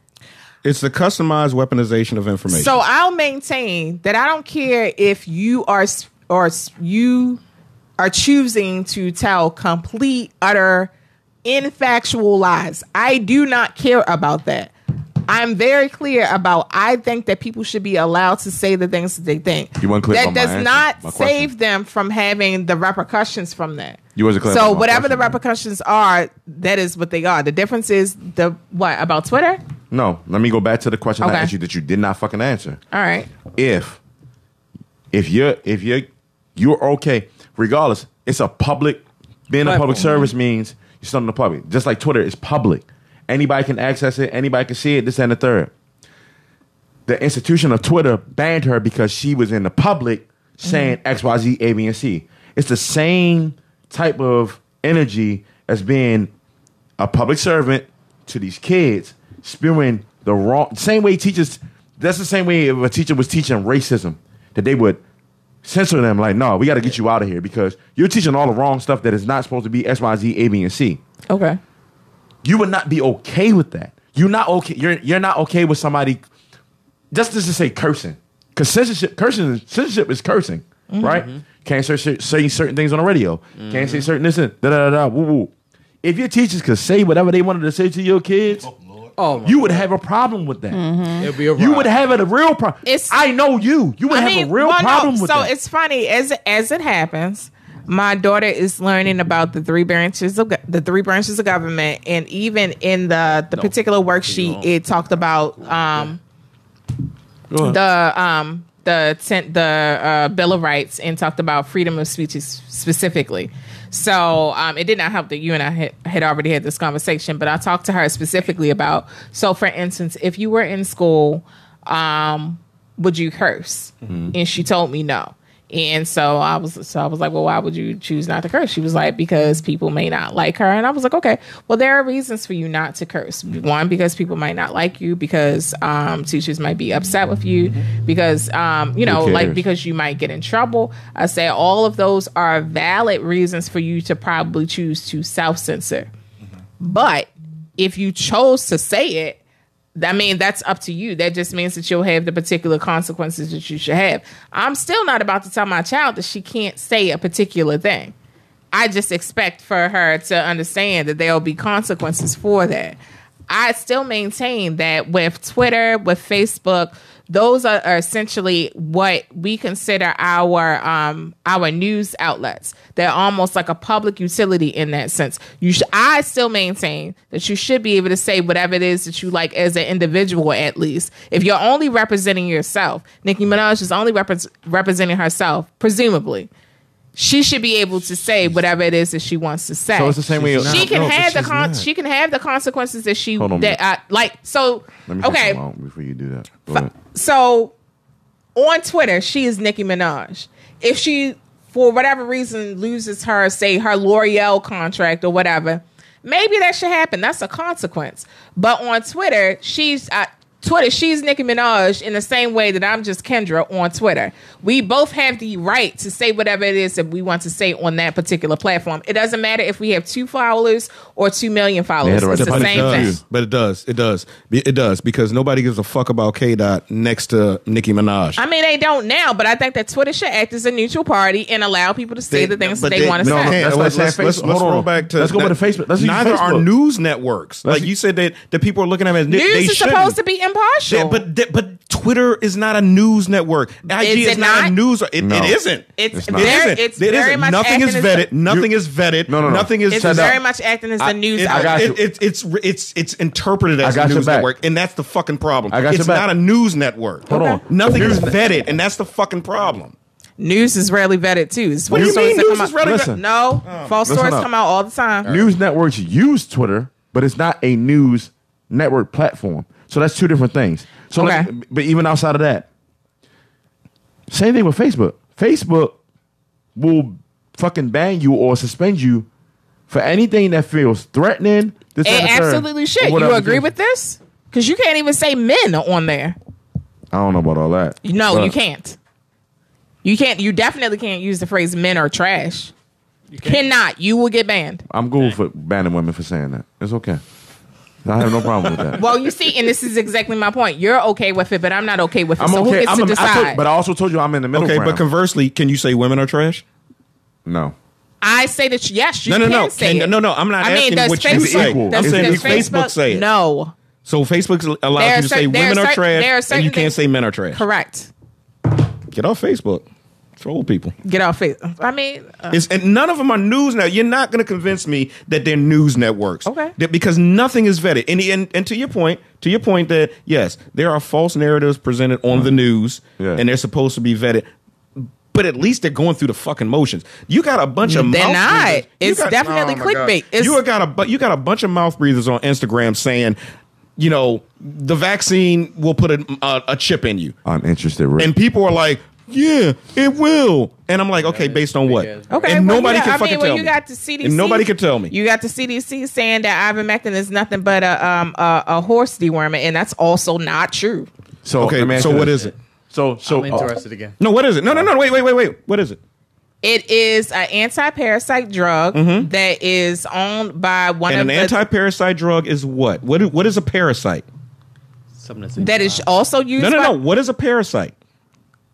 It's the customized weaponization of information. So I'll maintain that I don't care if you are s- or s- you are choosing to tell complete, utter, infactual lies. I do not care about that. I'm very clear about. I think that people should be allowed to say the things that they think. You weren't clear that about my does answer, not my question. save them from having the repercussions from that. You wasn't clear So about my whatever the question, man. repercussions are, that is what they are. The difference is the what about Twitter? No, let me go back to the question Okay. I asked you that you did not fucking answer. All right. If if you're if you're you're okay, regardless, it's a public being a public Platform. service means you're something to public. Just like Twitter is public. Anybody can access it, anybody can see it, this and the third. The institution of Twitter banned her because she was in the public saying X, Y, Z, A, B, and C. It's the same type of energy as being a public servant to these kids spewing the wrong same way teachers that's the same way if a teacher was teaching racism that they would censor them like no we got to get you out of here because you're teaching all the wrong stuff that is not supposed to be x y z a b and c Okay. you would not be okay with that you're not okay you're you're not okay with somebody just as to say cursing because censorship cursing censorship is cursing Mm-hmm. right can't say, cer- say certain things on the radio can't say certain this and da da da da woo woo if your teachers could say whatever they wanted to say to your kids Oh, my you would have a problem with that. It'd be a You riot. would have a real problem. Mm-hmm. It's- I know you. You would have a real well, no, problem with so that. it's funny as as it happens. My daughter is learning about the three branches of go- the three branches of government, and even in the the particular worksheet, it talked about um, the um the ten, the uh, Bill of Rights and talked about freedom of speech s- specifically. So um, it did not help that you and I had, had already had this conversation, but I talked to her specifically about. So, for instance, if you were in school, um, would you curse? And she told me no. And so I was so I was like, well, why would you choose not to curse? She was like, because people may not like her. And I was like, okay, well, there are reasons for you not to curse. One, because people might not like you, because um, teachers might be upset with you, because um, you know, like cares? because you might get in trouble. I say all of those are valid reasons for you to probably choose to self censor. But if you chose to say it, I mean, that's up to you. That just means that you'll have the particular consequences that you should have. I'm still not about to tell my child that she can't say a particular thing. I just expect for her to understand that there'll be consequences for that. I still maintain that with Twitter, with Facebook, those are, are essentially what we consider our um, our news outlets. They're almost like a public utility in that sense. You, sh- I still maintain that you should be able to say whatever it is that you like as an individual, at least. If you're only representing yourself, Nicki Minaj is only repres representing herself, presumably she should be able to say whatever it is that she wants to say. So it's the same way. She can No, but have the she's con- not. she can have the consequences that she Hold on a that uh, like so Let me okay. okay before you do that. Go ahead. so on Twitter she is Nicki Minaj. If she for whatever reason loses her say her L'Oreal contract or whatever, maybe that should happen. That's a consequence. But on Twitter she's uh, Twitter she's Nicki Minaj in the same way that I'm just Kendra on Twitter. We both have the right to say whatever it is that we want to say on that particular platform. It doesn't matter if we have two followers or two million followers. the right It's to the punish same does, thing. But it does. It does. It does because nobody gives a fuck about K Dot next to Nicki Minaj. I mean, they don't now, but I think that Twitter should act as a neutral party and allow people to say the things that but they, want to no, say. No, That's that's why I let's, said let's, Facebook. let's, let's Hold on. roll back to Let's go that- with the Facebook. Let's use neither are Facebook. news networks. Let's like u- you said that the people are looking at them as News is supposed to be impartial. Yeah, but th- but Twitter is not a news network. IG is, Is it not, a not? news. It, No. it isn't. it's, It's not. It very, isn't. it's It very isn't. much Nothing acting is as- vetted. Nothing is vetted. No, no, no. Nothing is It's Shut very up. much acting as the I- news. It, I got it- you. it- it's it's it's interpreted as I got a your news back. network, and that's the fucking problem. I got your it's back. not a news network. Hold on. nothing is News- vetted, and that's the fucking problem. news is rarely vetted too. It's What do you false mean stories that news come is out- Oh. rarely Listen. vetted? No, false Listen stories up. come out all the time. news networks use Twitter, but it's not a news network platform. So that's two different things. So, let- Okay. but even outside of that, same thing with Facebook. Facebook will fucking ban you or suspend you for anything that feels threatening. This It that, and the third, absolutely or should. You whatever. agree with this? Because you can't even say men on there. I don't know about all that. No, But- you can't. You can't. You definitely can't use the phrase "men are trash." You cannot. You will get banned. I'm cool for banning women for saying that. It's okay. I have no problem with that. Well, you see, and this is exactly my point. You're okay with it, but I'm not okay with it. I'm so who okay. gets I'm to a, I decide? told- but I also told you I'm in the middle. Okay, ground. but conversely, can you say women are trash? no. I say that yes, you No, no, can no. say Can- it. no, no, I'm not I mean, asking does what you Facebook, say. does- I'm saying does you- Facebook say it. No, So Facebook allows There you are to say cer- there are women are, cer- trash, there are and certain you can't things- say men are trash. correct. Get off Facebook. Troll people. Get off it. I mean, uh, Uh-uh. It's, and none of them are news now. You're not going to convince me that they're news networks. Okay. That- because nothing is vetted. And, and and to your point, to your point that yes, there are false narratives presented on Uh-huh. the news, Yeah. and they're supposed to be vetted. But at least they're going through the fucking motions. You got a bunch of They're mouth not. breathers. You It's definitely Oh, my God. clickbait. It's- you got a bu- you got a bunch of mouth breathers on Instagram saying, you know, the vaccine will put a, a, a chip in you I'm interested. Rick. and people are like, "Yeah, it will." And I'm like, "Okay, based on what?" ass okay. And well, nobody you can got, I fucking mean, when tell you me. got the CDC, And nobody can tell me. You got the CDC saying that ivermectin is nothing but a um a, a horse dewormer, and that's also not true. so okay, let me ask so you what this. Uh, is it? So so I'm interested again. No, what is it? No, no, no. Wait, wait, wait, wait. What is it? It is an anti-parasite drug that is owned by one Mm-hmm. And an of the anti-parasite drug is what? What? i- What is a parasite? Something that's that is also used. No, no, by, no. What is a parasite?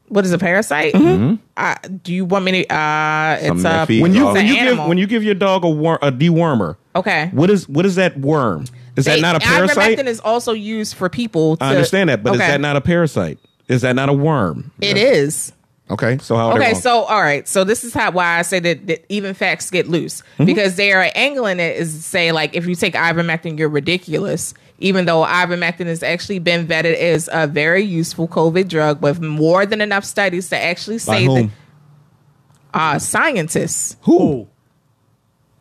What is a parasite? Mm-hmm. Uh, do you want me to? Uh, it's that a feeds When you Dog. it's an when you give animal. when you give your dog a wor- a dewormer, okay. what is what is that worm? Is that They- not a Ivermectin parasite? is also used for people. To, I understand that, but is Okay. that not a parasite? Is that not a worm? It is. uh, Okay, so how? are they Okay, wrong? so all right, so this is how why I say that, that even facts get loose Mm-hmm. because they are angling it is to say like if you take ivermectin, you're ridiculous. Even though ivermectin has actually been vetted as a very useful COVID drug with more than enough studies to actually by say that whom? uh, scientists. Who?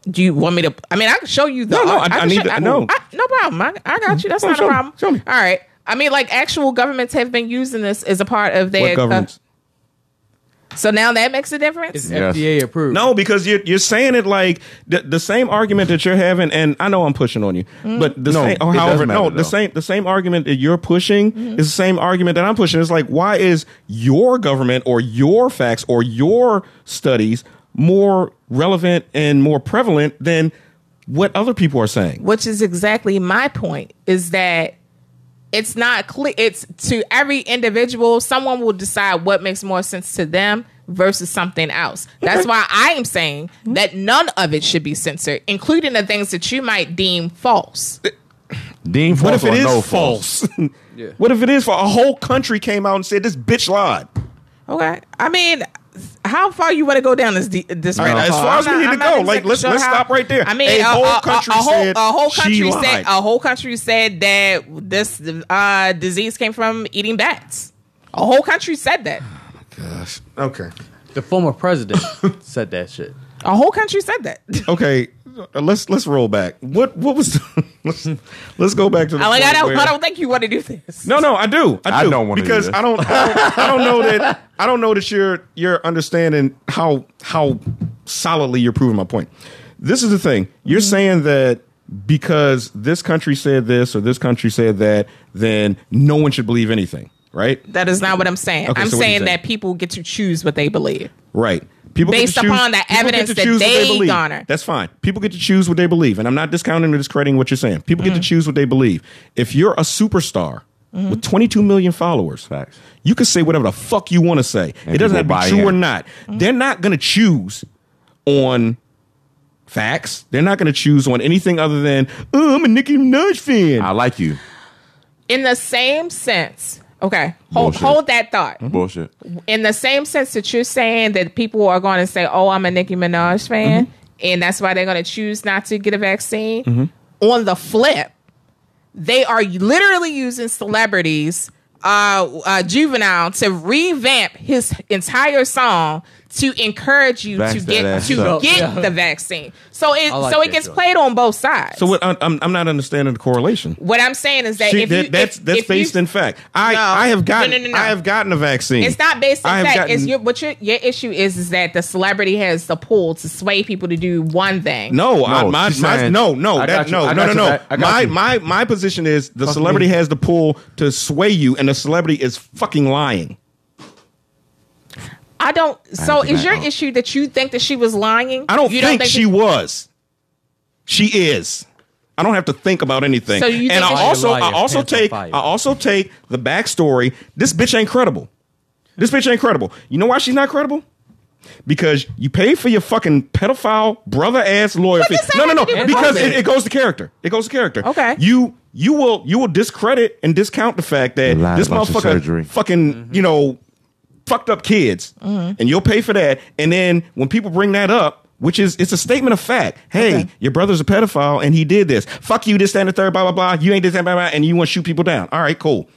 Do you want me to? I mean, I can show you the. No, no, I- can I need show- to- no. I- no problem. I, I got you. That's No, not show a me, problem. show me. All right. I mean, like actual governments have been using this as a part of their What governments? so now that makes a difference. It's Yes. FDA approved. No, because you're you're saying it like the, the same argument that you're having, and I know I'm pushing on you, but the No, same. it Or does however, matter, no, though. the same the same argument that you're pushing is the same argument that I'm pushing. It's like why is your government or your facts or your studies more relevant and more prevalent than what other people are saying? which is exactly my point is that it's not clear it's to every individual someone will decide what makes more sense to them versus something else that's why i am saying that none of it should be censored including the things that you might deem false Dean What false if it or is no false? Yeah. What if it is for a whole country came out and said this bitch lied? okay i mean how far you want to go down this de- this rabbit as hole? far as I'm we need to go, like, exactly let's- let's stop right there. I mean, A a, whole a- a- country a whole, said a whole she country lied. said a whole country said that this uh, disease came from eating bats. A whole country said that. Okay. The former president said that shit. A whole country said that. okay let's let's roll back what what was the, let's, let's go back to the like Oh, I point don't, where- I don't think you want to do this. no no i do i I do don't wanna do because this. i don't I don't- I don't know that i don't know that you're you're understanding how how solidly you're proving my point this is the thing you're Mm-hmm. saying that because this country said this or this country said that then no one should believe anything right That is not what I'm saying. Okay, I'm so what do you saying think? that people get to choose what they believe. Right. People get Based to choose- upon the people get evidence to that choose what they believe. garner. That's fine. People get to choose what they believe, and I'm not discounting or discrediting what you're saying. People Mm-hmm. get to choose what they believe. If you're a superstar with 22 million followers, Facts. you can say whatever the fuck you want to say. And it doesn't have people to buy be true in. or not. Mm-hmm. They're not going to choose on "Uh, facts. They're not going to choose on anything other than oh, I'm a Nicki Minaj fan. I like you. in the same sense, okay, hold, Bullshit. hold that thought. Bullshit. In the same sense that you're saying that people are going to say, "Oh, I'm a Nicki Minaj fan," and that's why they're going to choose not to get a vaccine. On the flip, they are literally using celebrities, uh, uh, juvenile, to revamp his entire song to encourage you Vax to that get ass to up. get the vaccine. So it I like so that it gets joint. played on both sides. So what, I'm- I'm, I'm not understanding the correlation. What I'm saying is that She- if that- you, that's if, that's if based you, in fact. I, No. I have gotten No, no, no, no. I have gotten a vaccine. It's not based I in have fact. it's gotten- your what your your issue is is that the celebrity has the pull to sway people to do one thing. No, I, No, my, she's my saying- no no I that got you, no I no got no you, no. I- I got my you. my my position is the celebrity me. has the pull to sway you, and the celebrity is fucking lying. I don't. So think is I your know. issue that you think that she was lying? I don't you think she that- was. She is. I don't have to think about anything. So you think and I it's- also Liar, I liar, also pants on take I fire. also take the backstory. This bitch ain't credible. This bitch ain't credible. You know why she's not credible? Because you paid for your fucking pedophile brother ass lawyer fee. does that No, no, have no. to do with Because COVID? it, it goes to character. It goes to character. Okay. You you will you will discredit and discount the fact that Lied this about your surgery. motherfucker fucking you know fucked up kids and you'll pay for that and then when people bring that up which is it's a statement of fact hey your brother's a pedophile and he did this fuck you this that, and the third blah blah blah you ain't this that, blah, blah, and you want to shoot people down all right cool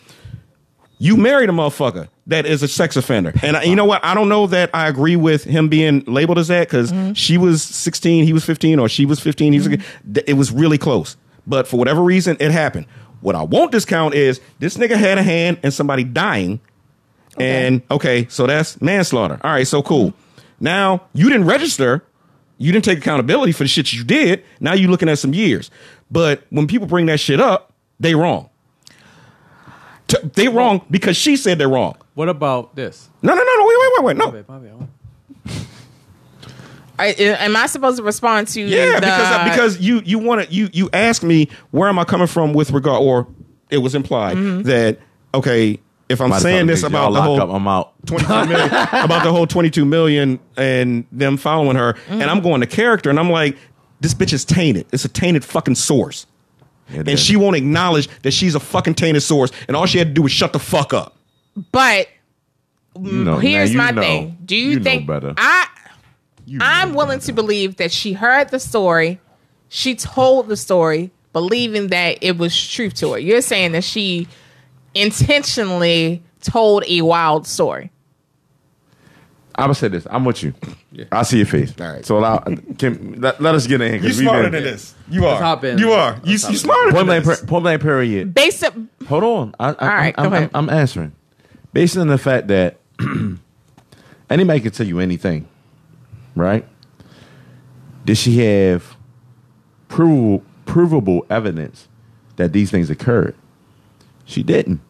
you married a motherfucker that is a sex offender and I, you know what i don't know that i agree with him being labeled as that because she was 16 he was 15 or she was 15 he was th- it was really close but for whatever reason it happened what i won't discount is this nigga had a hand in somebody dying and okay, so that's manslaughter. All right, so cool. Now you didn't register, you didn't take accountability for the shit you did. Now you're looking at some years. But when people bring that shit up, they wrong. T- They wrong because she said they're wrong. What about this? No, no, no, no. Wait, wait, wait, wait. No. Babe, my bad. I, am I supposed to respond to? Yeah, the- because because you you want to you you ask me where am I coming from with regard or it was implied that okay if I'm By the saying time this niggas y'all about the lock whole up, I'm out. 22 million, about the whole 22 million and them following her. And I'm going to character and I'm like, this bitch is tainted. It's a tainted fucking source. And she won't acknowledge that she's a fucking tainted source. And all she had to do was shut the fuck up. but You know, here's now my you know. thing. Do you, know think better? I? You I'm know willing better. to believe that she heard the story, she told the story, believing that it was truth to her. You're saying that she intentionally told a wild story. I'm gonna say this. I'm with you. I see your face. All right. So allow, can, let, let us get in. 'cause You we've smarter been- than this. You are. hop in. You are. You, you Let's hop in. smarter Point than blank, this. per, point blank period. Based up, Hold on. I, I, All right, I'm, go I'm, ahead. I'm answering. Based on the fact that anybody can tell you anything, right? Did she have provable, provable evidence that these things occurred? She didn't.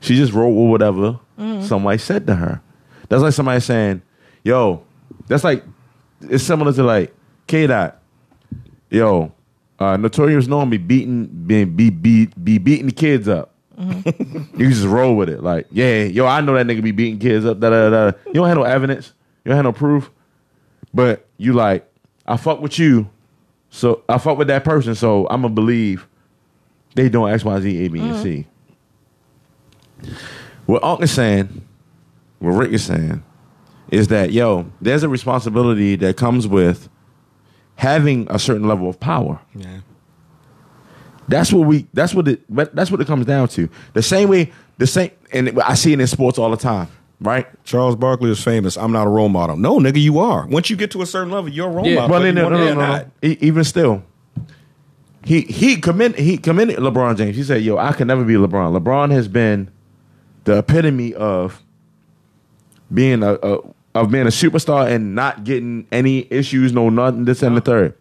She just wrote with whatever Mm-hmm. somebody said to her. That's like somebody saying, yo, that's like, it's similar to like, K Dot, yo, uh, Notorious known be beating, be, be, be, be beating the kids up. you just roll with it. Like, yeah, yo, I know that nigga be beating kids up. Da, da, da. da. You don't have no evidence. You don't have no proof. But you like, I fuck with you. So I fuck with that person. So I'm going to believe they doing X, Y, Z, A, B, and C. What Unc is saying, what Rick is saying, is that, yo, there's a responsibility that comes with having a certain level of power. That's what we. That's what it. but That's what it comes down to. The same way. The same. And I see it in sports all the time. Right. Charles Barkley is famous. I'm not a role model. No, nigga, you are. Once you get to a certain level, you're a role Yeah. model. Well, whether But no, you want no, it no, or no, not. no. E- Even still, he he commended he commended LeBron James. He said, "Yo, I could never be LeBron. LeBron has been the epitome of being a, a of being a superstar and not getting any issues, no nothing, this and the third.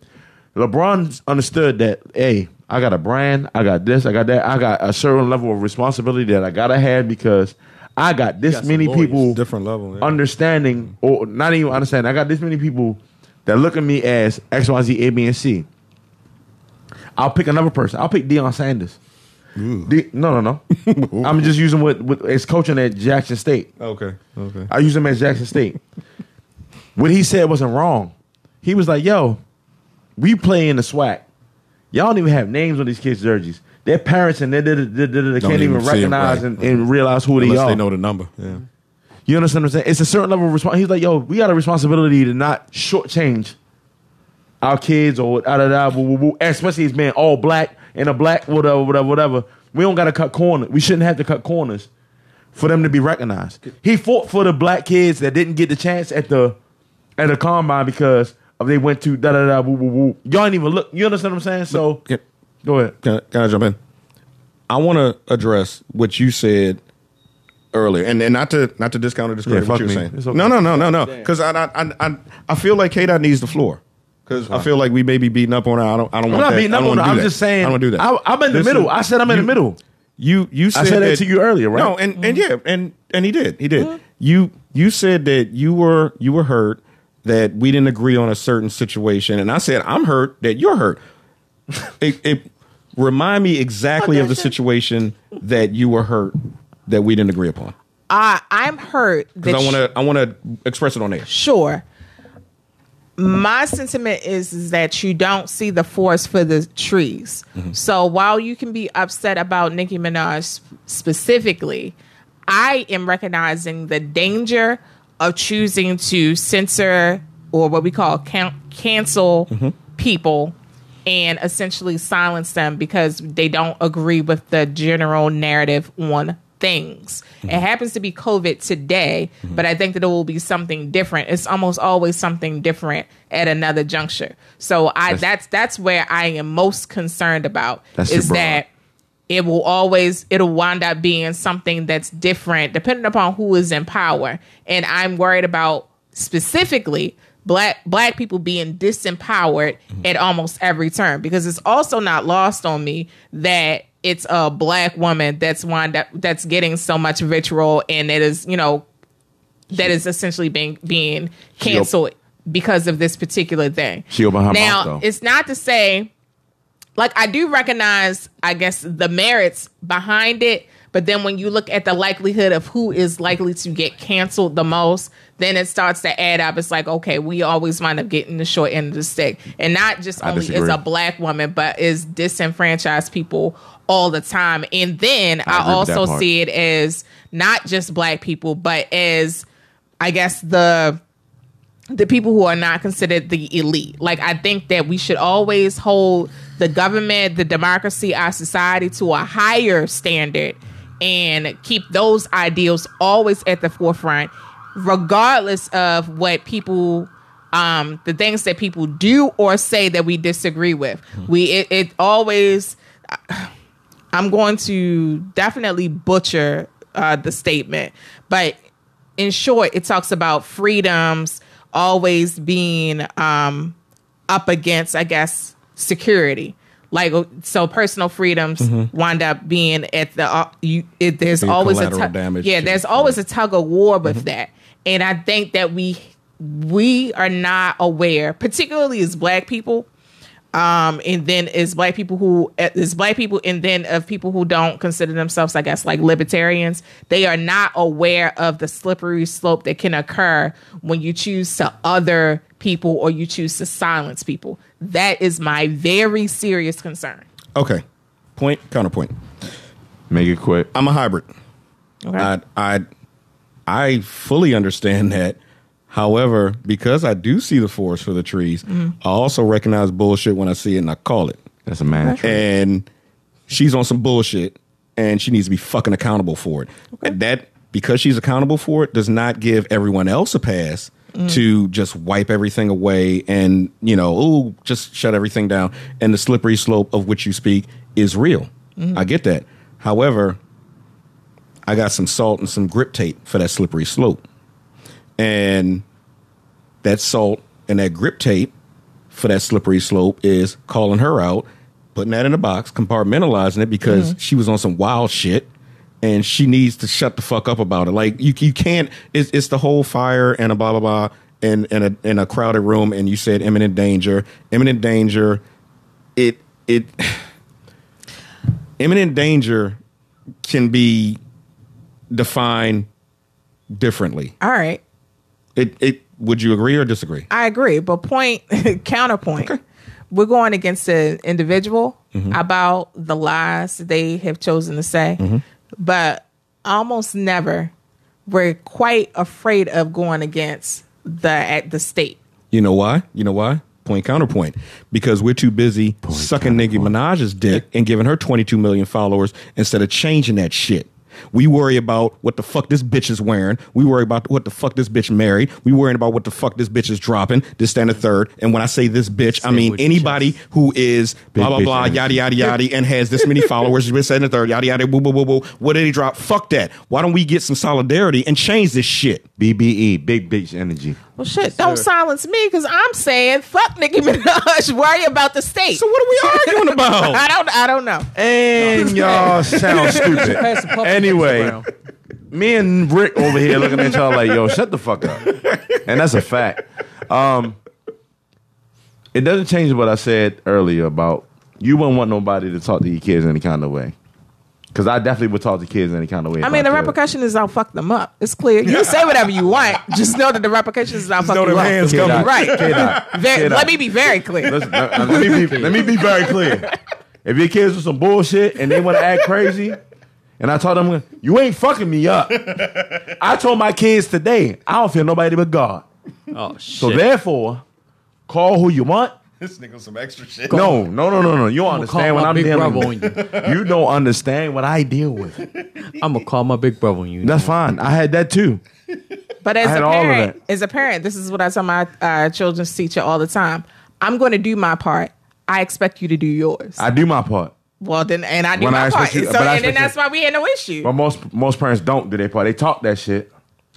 LeBron understood that, hey, I got a brand, I got this, I got that, I got a certain level of responsibility that I gotta have because I got this got some many lawyers. people Different level. yeah. understanding or not even understanding. I got this many people that look at me as X, Y, Z, A, B, and C. I'll pick another person. I'll pick Deion Sanders. De- no, no, no. I'm just using what, what is coaching at Jackson State. okay. Okay. I use him at Jackson State. what he said wasn't wrong. He was like, "Yo, we play in the SWAC. Y'all don't even have names on these kids' jerseys. their parents and they, they, they, they, they can't even even see 'em, recognize right. and, and realize who they Unless are. they know the number. Yeah. You understand what I'm saying? It's a certain level of response. He's like, yo, we got a responsibility to not shortchange our kids or da da da, woo, woo, woo. especially as being all black and a black whatever, whatever, whatever. We don't got to cut corners. We shouldn't have to cut corners for them to be recognized. He fought for the black kids that didn't get the chance at the at the combine because of they went to da da da, woo, woo, woo. Y'all ain't even look. You understand what I'm saying? So Can, go ahead. can, I- can I jump in? I want to address what you said earlier, and, and not to not to discount or discredit Yeah, fuck what you were me. saying. It's okay. No, no, no, no, no. Because I, I I I- I feel like K dot needs the floor. Because I feel like we may be beating up on her. I don't. I I'm don't want not that. beating I up don't on it. wanna do I'm that. just saying. I don't wanna do that. I, am in the Listen, middle. I said I'm in you- the middle. You you said, I said that to you earlier, right? No, and and yeah, and and he did, he did. You you said that you were you were hurt that we didn't agree on a certain situation, and I said I'm hurt that you're hurt. it, it remind me exactly of the situation that you were hurt that we didn't agree upon I I'm hurt that because I want you- to I want to express it on air. Sure. My sentiment is, is that you don't see the forest for the trees. So while you can be upset about Nicki Minaj specifically, I am recognizing the danger of choosing to censor or what we call can- cancel people and essentially silence them because they don't agree with the general narrative on things. Mm-hmm. It happens to be COVID today, but I think that it will be something different. It's almost always something different at another juncture. So I that's that's, where I am most concerned about That's is your bra. that it will always it'll wind up being something that's different depending upon who is in power and i'm worried about specifically black black people being disempowered at almost every turn because it's also not lost on me that it's a black woman that's wind up that's getting so much vitriol and it is you know that is essentially being being canceled because of this particular thing She opened her mouth, now though. it's not to say like I do recognize, I guess, the merits behind it, but then when you look at the likelihood of who is likely to get canceled the most, then it starts to add up. It's like, okay, we always wind up getting the short end of the stick, and not just I only is disagree. a black woman, but is disenfranchised people all the time. And then I, agree with that also part. see it as not just black people, but as I guess the the people who are not considered the elite. Like I think that we should always hold the government, the democracy, our society to a higher standard and keep those ideals always at the forefront regardless of what people um the things that people do or say that we disagree with. We it, it always I'm going to definitely butcher uh, the statement, but in short, it talks about freedoms always being um, up against, I guess, security. Like so, personal freedoms Mm-hmm. wind up being at the. Uh, you, it, there's The always a collateral tug, damage yeah. to- Mm-hmm. There's always a tug of war with that, and I think that we we are not aware, particularly as Black people, um, and then is black people who is black people, and then of people who don't consider themselves, I guess, like libertarians. They are not aware of the slippery slope that can occur when you choose to other people or you choose to silence people. That is my very serious concern. Okay, point counterpoint. Make it quick. I'm a hybrid. I I I fully understand that. However, because I do see the forest for the trees, I also recognize bullshit when I see it and I call it. That's a man. tree. And she's on some bullshit and she needs to be fucking accountable for it. And that because she's accountable for it does not give everyone else a pass to just wipe everything away and, you know, oh, just shut everything down. And the slippery slope of which you speak is real. I get that. However, I got some salt and some grip tape for that slippery slope. And that salt and that grip tape for that slippery slope is calling her out, putting that in a box, compartmentalizing it because she was on some wild shit and she needs to shut the fuck up about it. Like you, you can't. It's, it's the whole fire and a blah blah blah and in a in a crowded room and you said imminent danger, imminent danger. It it imminent danger can be defined differently. All right, It it would you agree or disagree? I agree, but point counterpoint. We're going against an individual Mm-hmm. about the lies they have chosen to say, Mm-hmm. but almost never we're quite afraid of going against the at the state. You know why? You know why? Point counterpoint. Because we're too busy sucking Nicki Minaj's dick and giving her 22 million followers instead of changing that shit. We worry about what the fuck this bitch is wearing. We worry about what the fuck this bitch married. We worrying about what the fuck this bitch is dropping. This, that, and the third. And when I say this bitch, I mean with your anybody who is blah blah bitch blah energy. yada yada yada and has this many followers. This, that, and the third yada yada. Woo woo woo woo. What did he drop? Fuck that. Why don't we get some solidarity and change this shit? BBE, E, big bitch energy. Well, shit, don't silence me because I'm saying fuck Nicki Minaj. Worry about the state. So what are we arguing about? I don't. I don't know. And y'all sound stupid. Pass the puppy Anyway, around. me and Rick over here looking at y'all like, yo, shut the fuck up. And that's a fact. Um, it doesn't change what I said earlier about you wouldn't want nobody to talk to your kids any kind of way. Because I definitely would talk to kids any kind of way. I if mean, the could. repercussion is I'll fuck them up. It's clear. You can say whatever you want. Just know that the repercussions is I'll fuck know you them up. hands Kid coming. out. Right. Kid out. Very, Kid let out. me be very clear. Listen, let, let me be, let me be very clear. If your kids are some bullshit and they want to act crazy, and I told them, you ain't fucking me up. I told my kids today, I don't fear nobody but God. Oh shit! So therefore, call who you want. This nigga some extra shit. No, no, no, no, no. You don't I'ma call understand what my I'm big dealing brother with. You don't understand what I deal with. I'm gonna call my big brother on you. That's fine. I had that too. But I as a had all of parent, as a parent, this is what I tell my uh, children's teacher all the time. I'm going to do my part. I expect you to do yours. I do my part. well, then, and I do When I my expect part. you- so, but I and then expect you- that's why we had no issue. But most most parents don't do their part. They talk that shit.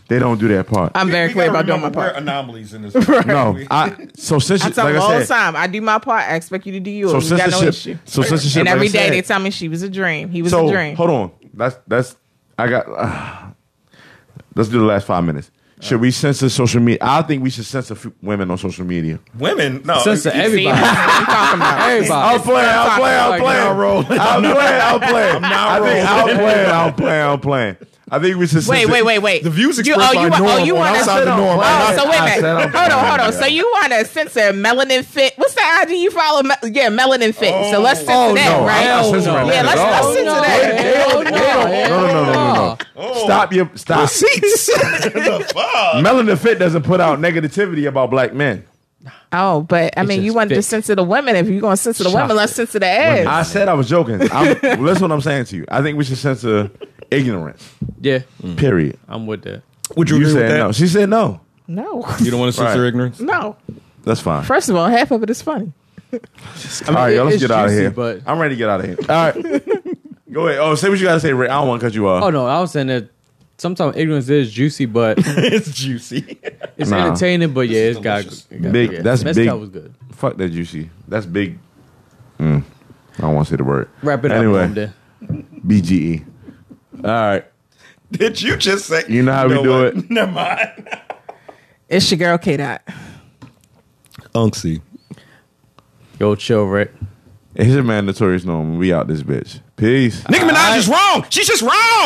They don't do their part. I'm very We clear gotta about doing my remember uh, we're part. anomalies in this. no, I. So since I you, tell like them all I the said, time. I do my part. I expect you to do yours. so we got no censorship. issue. So censorship. And like I every day said, they tell me she was a dream. He was so a dream. hold on. That's that's. I got. let's do the last five minutes. Should we censor social media? I think we should censor f- women on social media. Women, no. Censor See, everybody. that's what I'm talking about. I'll Everybody. play. I'll play. I'll Like, play. now I'll roll. I'll play. I'll play. I'm not rolling. I'll play. I'll play. I'll play. I think we should. Wait, wait, wait, wait. The views you, oh, expressed you by want, oh, Norm you on want Outside to the Norm. Oh, so wait a I minute. said I'm Hold on, hold fine. on. So you want to censor melanin fit? What's the IG you follow? Me- yeah, melanin fit. so let's censor that, Oh. no, right? I'm not Hell censoring no. that yeah, at let's, all. let's Oh, censor no, that. Oh, They don't- they don't- Hell No, no, no, no, no, no. Oh. Stop your stop. eh, seats. Melanin Fit doesn't put out negativity about black men. Oh, but I mean, you just want to thick. censor the women. If you're going to censor the Shocked. women, let's censor the ass. I said I was joking. I'm, well, that's what I'm saying to you. I think we should censor ignorance. Yeah, Period. Mm. I'm with that. Would you, agree said with that? no. She said no. No, You don't want to censor Right. ignorance? no. That's fine. First of all, half of it is funny. All right, it- y'all, let's it's get out of juicy, here. but- I'm ready to get out of here. All right. Go ahead. Oh, say what you got to say, Rick. I don't want to cut you off. Oh no, I was saying that sometimes ignorance is juicy, but it's juicy. it's Nah. entertaining. But yeah, it's got, delicious. it got Big- Yeah. that's Mezcal big. was good. Fuck that juicy. That's big. Mm. I don't want to say the word. Wrap it anyway, up. Anyway, BGE. All right. Did you just say? You know how we do what? it. Never mind. It's your girl K Dot. Unksy. yo, chill, Rick. It's your man, Notorious Norman. We out this bitch. Peace. Nicki Minaj is wrong. She's just wrong.